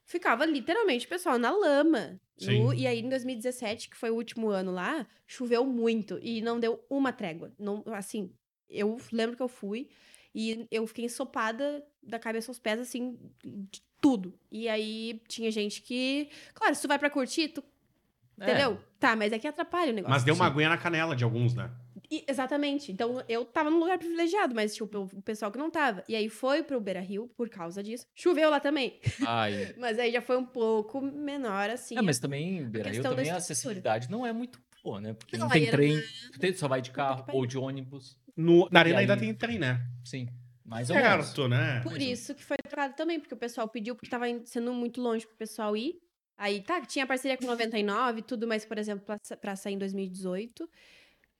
Ficava literalmente, pessoal, na lama.
Sim.
Nu, e aí, em 2017, que foi o último ano lá, choveu muito e não deu uma trégua. Não, assim, eu lembro que eu fui e eu fiquei ensopada da cabeça aos pés, assim, de tudo. E aí tinha gente que. Claro, se tu vai pra curtir, tu. Entendeu? Tá, mas é que atrapalha o negócio.
Mas deu uma
Sim.
aguinha na canela de alguns, né?
E- exatamente. Então, eu tava num lugar privilegiado, mas, tipo, o pessoal que não tava. E aí foi pro Beira Rio por causa disso. Choveu lá também.
Ai.
Mas aí já foi um pouco menor, assim.
É, mas também, Beira Rio,
questão da
também a
estrutura.
acessibilidade não é muito boa, né? Porque não,
Não, aí
tem
era-
trem, tu tem- só vai de carro
que pariu.
ou de ônibus.
No, na arena
aí?
ainda tem trem, né?
Sim, mais ou menos.
Certo, né?
Por isso que foi trocado também, porque o pessoal pediu, porque tava in- sendo muito longe pro pessoal ir. Aí, tá, tinha parceria com 99 e tudo, mas, por exemplo, pra, sa- pra sair em 2018,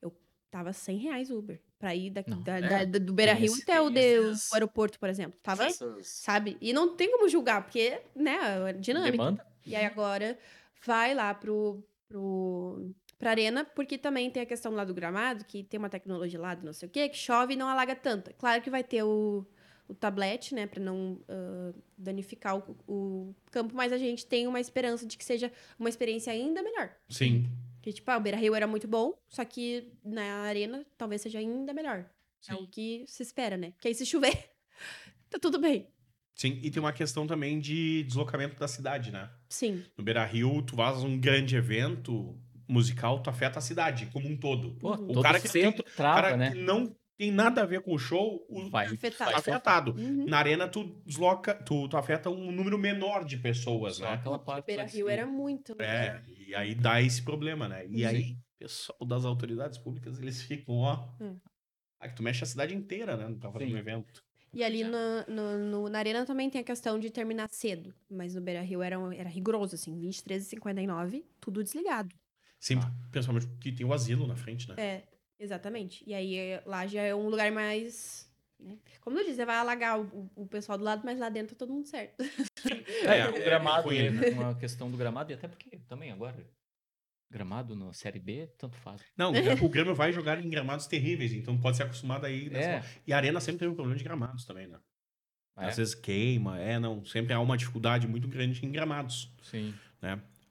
eu tava 100 reais Uber. Pra ir da,
Não,
da-
é,
da- do Beira Rio
esse-
até o,
tem
de- o
essas-
aeroporto, por exemplo. Tava,
Essas-
sabe? E não tem como julgar, porque, né, a dinâmica.
Demanda?
E aí agora vai lá pro, pro, pra arena, porque também tem a questão lá do gramado, que tem uma tecnologia lá do não sei o quê, que chove e não alaga tanto. É Claro que vai ter o, o tablete, né, pra não ah, danificar o, o campo, mas a gente tem uma esperança de que seja uma experiência ainda melhor.
Sim.
Que, tipo, ah, o Beira Rio era muito bom, só que na arena talvez seja ainda melhor. É o que se espera, né? Porque aí se chover, [LAUGHS] tá tudo bem.
Sim. E tem uma questão também de deslocamento da cidade, né?
Sim.
No Beira Rio, tu faz um grande evento musical, tu afeta a cidade como um todo.
Pô,
Uhum.
todo
O cara que
centro
O
trava,
cara
né?
que não tem nada a ver com o show, o
Vai,
Afetado.
vai
tá afetado.
Uhum.
Na arena, tu desloca, tu, tu afeta um número menor de pessoas,
Só
né?
aquela parte.
Tipo, Beira
lá de
Rio
cima.
era muito.
É, e aí dá esse problema, né? E
Sim.
aí, o pessoal das autoridades públicas, eles ficam, ó.
Hum.
Ah, que tu mexe a cidade inteira, né? Não tá fazendo
Sim.
um evento.
E ali na- no, no- na Arena também tem a questão de terminar cedo. Mas no Beira Rio era, um- era rigoroso, assim, 23h59, tudo desligado.
Sim,
Ah.
principalmente porque tem o asilo na frente, né?
É, exatamente. E aí é, lá já é um lugar mais. né? Como eu disse, vai alagar o, o pessoal do lado, mas lá dentro tá todo mundo certo.
É, o gramado,
foi ele, né?
né? uma questão do gramado, e até porque também agora, gramado na Série B, tanto faz. [LAUGHS]
Não, o Grêmio vai jogar em gramados terríveis, então pode se acostumar daí. nessa-
É,
E a arena sempre teve um problema de gramados também, né?
é,
Às vezes queima, é, não. Sempre há uma dificuldade muito grande em gramados.
sim.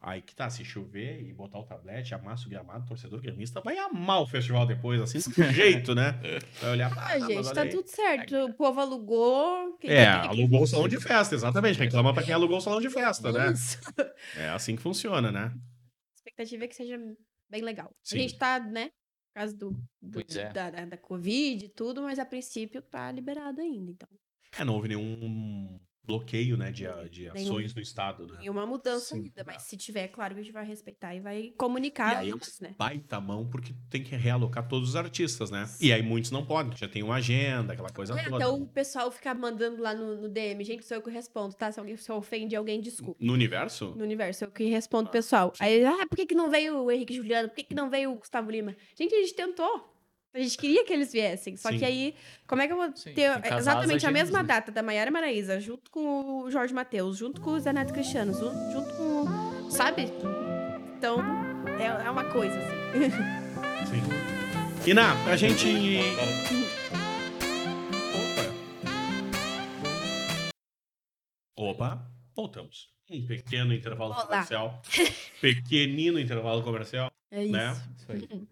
Aí que tá, se chover e botar o tablete, amassa o gramado, o torcedor gremista vai amar o festival depois, assim,
[LAUGHS]
do jeito, né? Vai olhar pra
[LAUGHS] Ah, gente, tá tudo certo. O povo alugou. quem
É,
tá
quer que-
alugou o salão de festa, exatamente. Reclama pra quem alugou o salão de festa, né?
Isso. [LAUGHS]
É assim que funciona, né?
A expectativa é que seja bem legal.
Sim.
A gente tá, né? Por causa do, do-
Pois é.
da, da, da Covid e tudo, mas a princípio tá liberado ainda. Então,
É, não houve nenhum bloqueio, né, de, a- de ações no Estado, né?
tem uma mudança
Tá. Sim.
ainda, mas se tiver, é claro que a gente vai respeitar e vai comunicar
E aí,
antes, né?
Baita mão, porque tem que realocar todos os artistas, né? E aí muitos não podem, já tem uma agenda, aquela coisa
É,
toda.
então o pessoal fica mandando lá no, no DM, gente, sou eu que respondo, tá? Se alguém se eu ofende alguém, desculpa.
No universo?
Hum.
No universo, eu que respondo o pessoal. Aí, ah, por que, que não veio o Henrique Juliano? Por que, que não veio o Gustavo Lima? Gente, a gente tentou. A gente queria que eles viessem. Só
Sim.
que aí, como é que eu vou
Sim,
ter
tem que casar as
exatamente a
agendas,
mesma
né?
data da Maiara Maraíza, junto com o Jorge Matheus, junto com o Zé Neto Cristiano, junto, junto com. Sabe? Então, É, é uma coisa, assim.
Sim. Iná, pra gente. Opa. Opa, voltamos. Um pequeno intervalo
Olá.
comercial. Pequenino intervalo comercial,
É isso.
né?
Isso aí.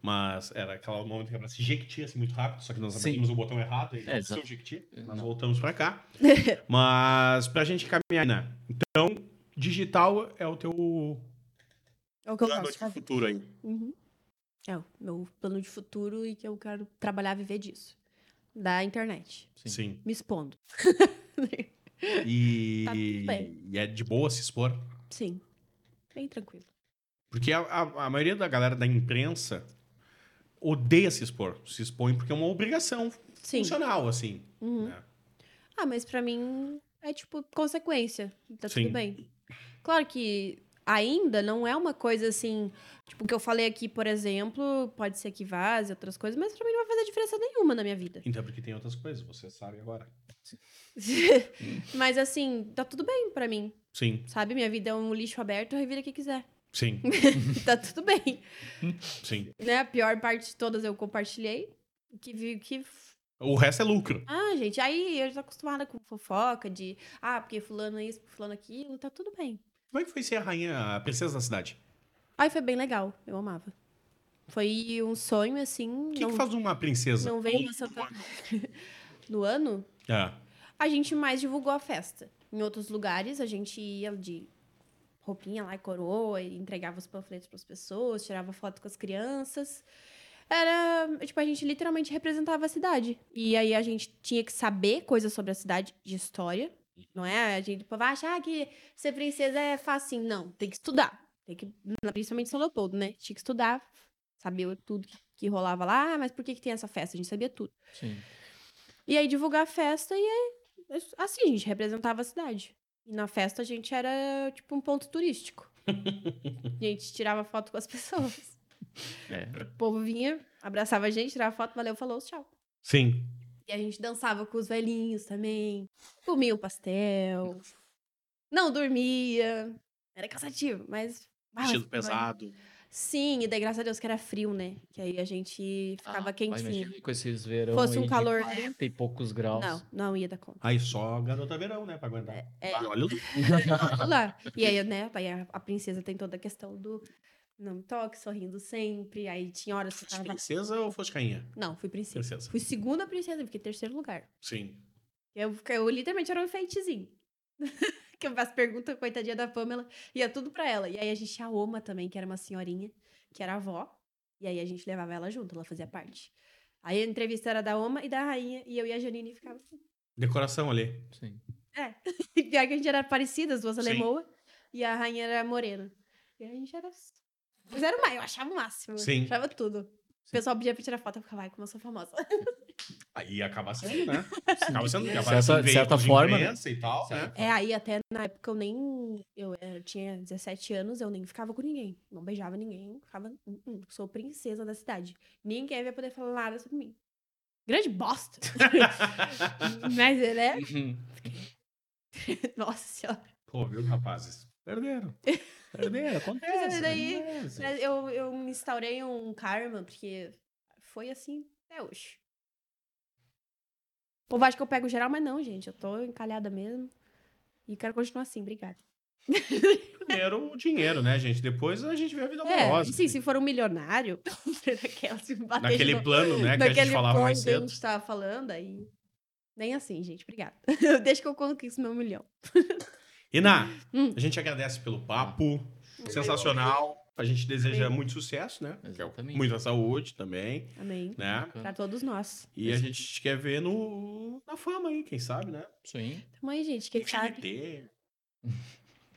Mas era aquele momento que era pra se jequiti assim muito rápido, só que nós
Sim.
apertamos o botão errado e
É,
não seu
exato.
jequiti. Nós
Não.
voltamos pra cá.
[LAUGHS]
Mas pra gente caminhar, né? Então, digital é o teu
É o que eu
plano
gosto de
de
fazer.
futuro aí.
Uhum. É o meu plano de futuro e que eu quero trabalhar, viver disso. Da internet.
Sim.
Sim.
Me expondo. [LAUGHS]
E...
Tá tudo bem.
e é de boa se expor.
Sim. Bem tranquilo.
Porque a, a- a maioria da galera da imprensa odeia se expor. Se expõe porque é uma obrigação
Sim.
funcional, assim.
Uhum.
né?
Ah, mas pra mim é tipo consequência. Tá
Sim.
tudo bem. Claro que ainda não é uma coisa assim. Tipo, o que eu falei aqui, por exemplo, pode ser que vaze outras coisas, mas pra mim não vai fazer diferença nenhuma na minha vida. [LAUGHS]
Então, porque tem outras coisas, você sabe agora. Hum.
mas assim, tá tudo bem pra mim,
Sim,
sabe? Minha vida é um lixo aberto, revira o que quiser.
sim,
[LAUGHS] tá tudo bem.
sim.
Né? A pior parte de todas eu compartilhei. O Que vi que.
O resto é lucro.
Ah, gente, aí eu já tô acostumada com fofoca de. Ah, porque fulano isso, porque fulano aquilo, tá tudo bem.
Como é que foi ser a rainha, a princesa da cidade?
Aí foi bem legal, eu amava. Foi um sonho, assim.
O que,
não,
que faz uma princesa?
não veio na Santa. [LAUGHS] no ano,
Ah,
a gente mais divulgou a festa. Em outros lugares, a gente ia de roupinha lá e coroa, e entregava os panfletos para as pessoas, tirava foto com as crianças. Era, tipo, a gente literalmente representava a cidade. E aí a gente tinha que saber coisas sobre a cidade de história, não é? A gente tipo, vai achar que ser princesa é fácil. Não, tem que estudar. Tem que, principalmente em São Leopoldo, né? Tinha que estudar, sabia tudo que- que rolava lá, Ah, mas por que, que tem essa festa? A gente sabia tudo.
Sim.
E aí divulgar a festa e aí, assim, a gente representava a cidade. E na festa a gente era tipo um ponto turístico. a gente tirava foto com as [LAUGHS] pessoas.
É.
O povo vinha, abraçava a gente, tirava foto, valeu, falou, tchau.
sim.
E a gente dançava com os velhinhos também. Comia o pastel. Não dormia. Era cansativo, mas. ah,
Vestido
mas-
pesado.
Sim, e daí graças a Deus que era frio, né? Que aí a gente ficava
Ah, vai,
quentinho.
imagina com esses verão
Fosse um
aí de
calor, né?
40 e poucos graus.
Não, não ia dar conta.
Aí só garota verão, né, pra aguentar.
é.
Ah, olha o
lá. E aí, né, aí a, a princesa tem toda a questão do não me toque, sorrindo sempre. Aí tinha horas que eu
fosse
tava...
princesa ou fosse rainha?
Não, fui princesa.
Princesa.
Fui segunda princesa, fiquei em terceiro lugar.
Sim.
Eu, eu literalmente era um enfeitezinho. [LAUGHS] que eu faço pergunta, coitadinha da Pamela, ia tudo pra ela. E aí a gente tinha a Oma também, que era uma senhorinha, que era avó. E aí a gente levava ela junto, ela fazia parte. Aí a entrevista era da Oma e da Rainha, e eu e a Janine ficava assim.
Decoração ali.
Sim.
[LAUGHS] E pior que a gente era parecida, as duas
Sim.
alemoas. E a rainha era morena. E a gente era. Mas era mais, eu achava o máximo.
Sim.
Achava tudo. O pessoal pedia pra tirar foto, eu ficava, ai, como eu sou famosa. [LAUGHS]
Aí acaba sendo, né? Acaba sendo. porque
De
aparece
certa-
em
de certa
veículos de
forma,
imprensa E tal, né?
É, aí até na época eu nem. Eu, era- tinha 17 anos, eu nem ficava com ninguém. Não beijava ninguém, ficava. "Hum, hum, sou princesa da cidade. Ninguém vai poder falar nada sobre mim. Grande bosta! [LAUGHS] Mas ele
[LAUGHS]
é. Nossa senhora.
Pô, viu, rapazes?
[LAUGHS]
Perderam. Perderam,
Mas
acontece. né?
é daí,
acontece.
Mas Eu, eu me instaurei um karma, porque foi assim até hoje. O povo acha que eu pego geral, mas não, gente. Eu tô encalhada mesmo. E quero continuar assim, obrigada.
Primeiro o dinheiro, né, gente? Depois a gente vê a vida
É,
amorosa.
e sim, se for um milionário, [LAUGHS] daquela se bater de
Naquele
novo-
plano, né, que a gente
naquele
falava mais
ponto que a
cedo.
gente tava falando, aí. Nem assim, gente, obrigada. [LAUGHS] Eu Deixa que eu conquisto meu milhão.
Iná,
Hum.
a gente agradece pelo papo. Sensacional. A gente deseja
Amém.
muito sucesso, né?
Exatamente.
Muita saúde também,
Amém.
né?
Bacana.
Pra todos nós.
E a gente te quer ver no, na fama aí, quem sabe, né?
Sim.
Então aí, gente, quem sabe.
TNT,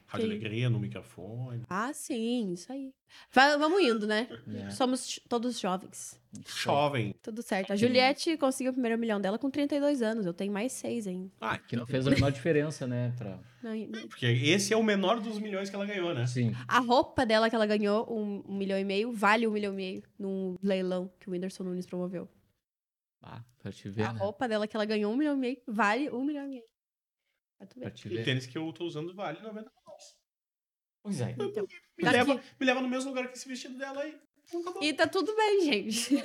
Rádio
Quem-
Alegria no microfone.
Ah, sim, isso aí. Va- vamos indo, né?
É.
Somos todos jovens.
Jovem.
Tudo certo. A Juliette conseguiu o primeiro milhão dela com 32 anos. Eu tenho mais seis ainda.
Ah,
Que não fez a menor diferença, né? Pra...
Não, e-
Porque esse é o menor dos milhões que ela ganhou, né?
Sim.
A roupa dela que ela ganhou, um, um milhão e meio, vale um milhão e meio num leilão que o Whindersson Nunes promoveu.
Ah, pra te ver,
a
né?
roupa dela que ela ganhou um milhão e meio, vale um milhão e meio. Tá tudo
Pra
bem.
te
E o
ver.
tênis que eu tô usando vale 90 reais.
Pois é.
Então,
Me,
Tá
leva,
aqui.
me leva no mesmo lugar que esse vestido dela aí. Então tá bom.
e tá tudo bem, gente.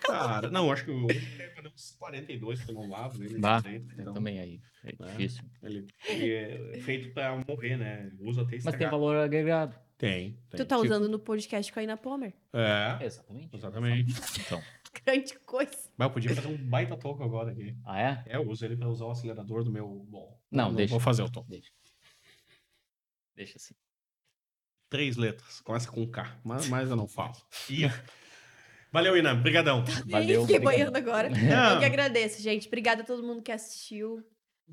Cara, não, acho que eu deu uns 42 pelo lado. Né?
Bah,
então,
Também aí. É
Né?
difícil.
Ele, ele é feito pra morrer, né? Usa até
Mas tem
estragar.
valor agregado.
Tem,
Tu
tem.
tá
tipo-
usando no podcast com a Ina Palmer.
É,
Exatamente.
exatamente.
Então.
[LAUGHS] Grande coisa.
Mas eu podia fazer um baita toco agora aqui.
Ah, é?
É, eu uso ele pra usar o acelerador do meu... Bom,
Não, deixa.
Vou fazer o toco.
Deixa. Deixa assim.
Três letras. Começa com K. Mas, mas eu não falo. Ih. [LAUGHS] Valeu, Ina. Obrigadão.
Valeu,
Fiquei
obrigado.
boiando agora.
Não.
Eu que agradeço, gente. Obrigada a todo mundo que assistiu.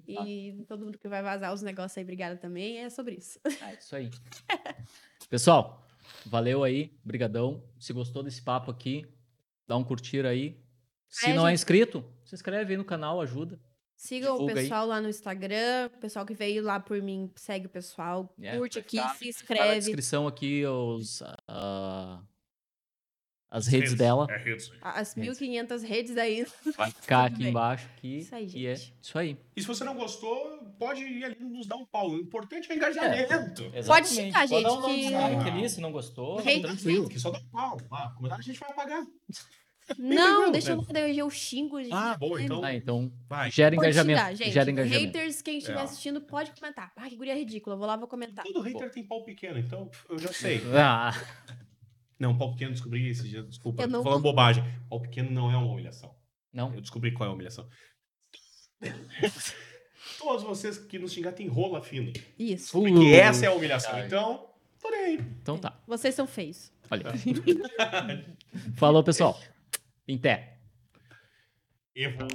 E todo mundo que vai vazar os negócios aí, obrigada também. É sobre isso.
Ah, é isso [LAUGHS] aí. Pessoal, valeu aí. Brigadão. Se gostou desse papo aqui, dá um curtir aí. Se
É,
não é
gente.
inscrito, se inscreve aí no canal, ajuda.
Sigam
Divulga
o
aí.
pessoal lá no Instagram. O pessoal que veio lá por mim, segue o pessoal.
É,
curte
vai
aqui,
ficar- Tá
se
na
inscreve.
descrição aqui os, ah, as redes dela.
É redes.
As 1.500 redes aí.
Vai ficar aqui
Também.
embaixo. Aqui,
Isso aí,
E é
gente.
isso aí.
E se você não gostou, pode ir ali nos dar um pau. O importante é o engajamento.
Pode xingar, gente,
Pode dar um
que-
dislike ali se não gostou.
Hate.
Tranquilo, que só dá um pau. Ah, comentário a gente vai apagar.
Não,
Não,
deixa eu
né?
não poder eu xingo, gente.
Ah, boa, então.
Ah, então
Vai.
gera
Pode
engajamento.
xingar, gente.
Gera engajamento.
Haters, quem estiver
É.
assistindo, pode comentar. Ah, que guria ridícula. Eu vou lá, vou comentar.
Todo hater tem pau pequeno, então pff, eu já sei.
Ah,
Não, pau pequeno eu descobri esse dia, desculpa,
Eu
tô
não-
falando bobagem. Pau pequeno não é uma humilhação.
não.
Eu descobri qual é a
[LAUGHS]
humilhação. Todos vocês que nos xingar tem rola fina.
Isso.
Porque
Uh,
essa é a humilhação.
cara.
Então, tô nem aí.
Então tá.
Vocês são feios.
Olha. Falou, pessoal. Até.
Evo.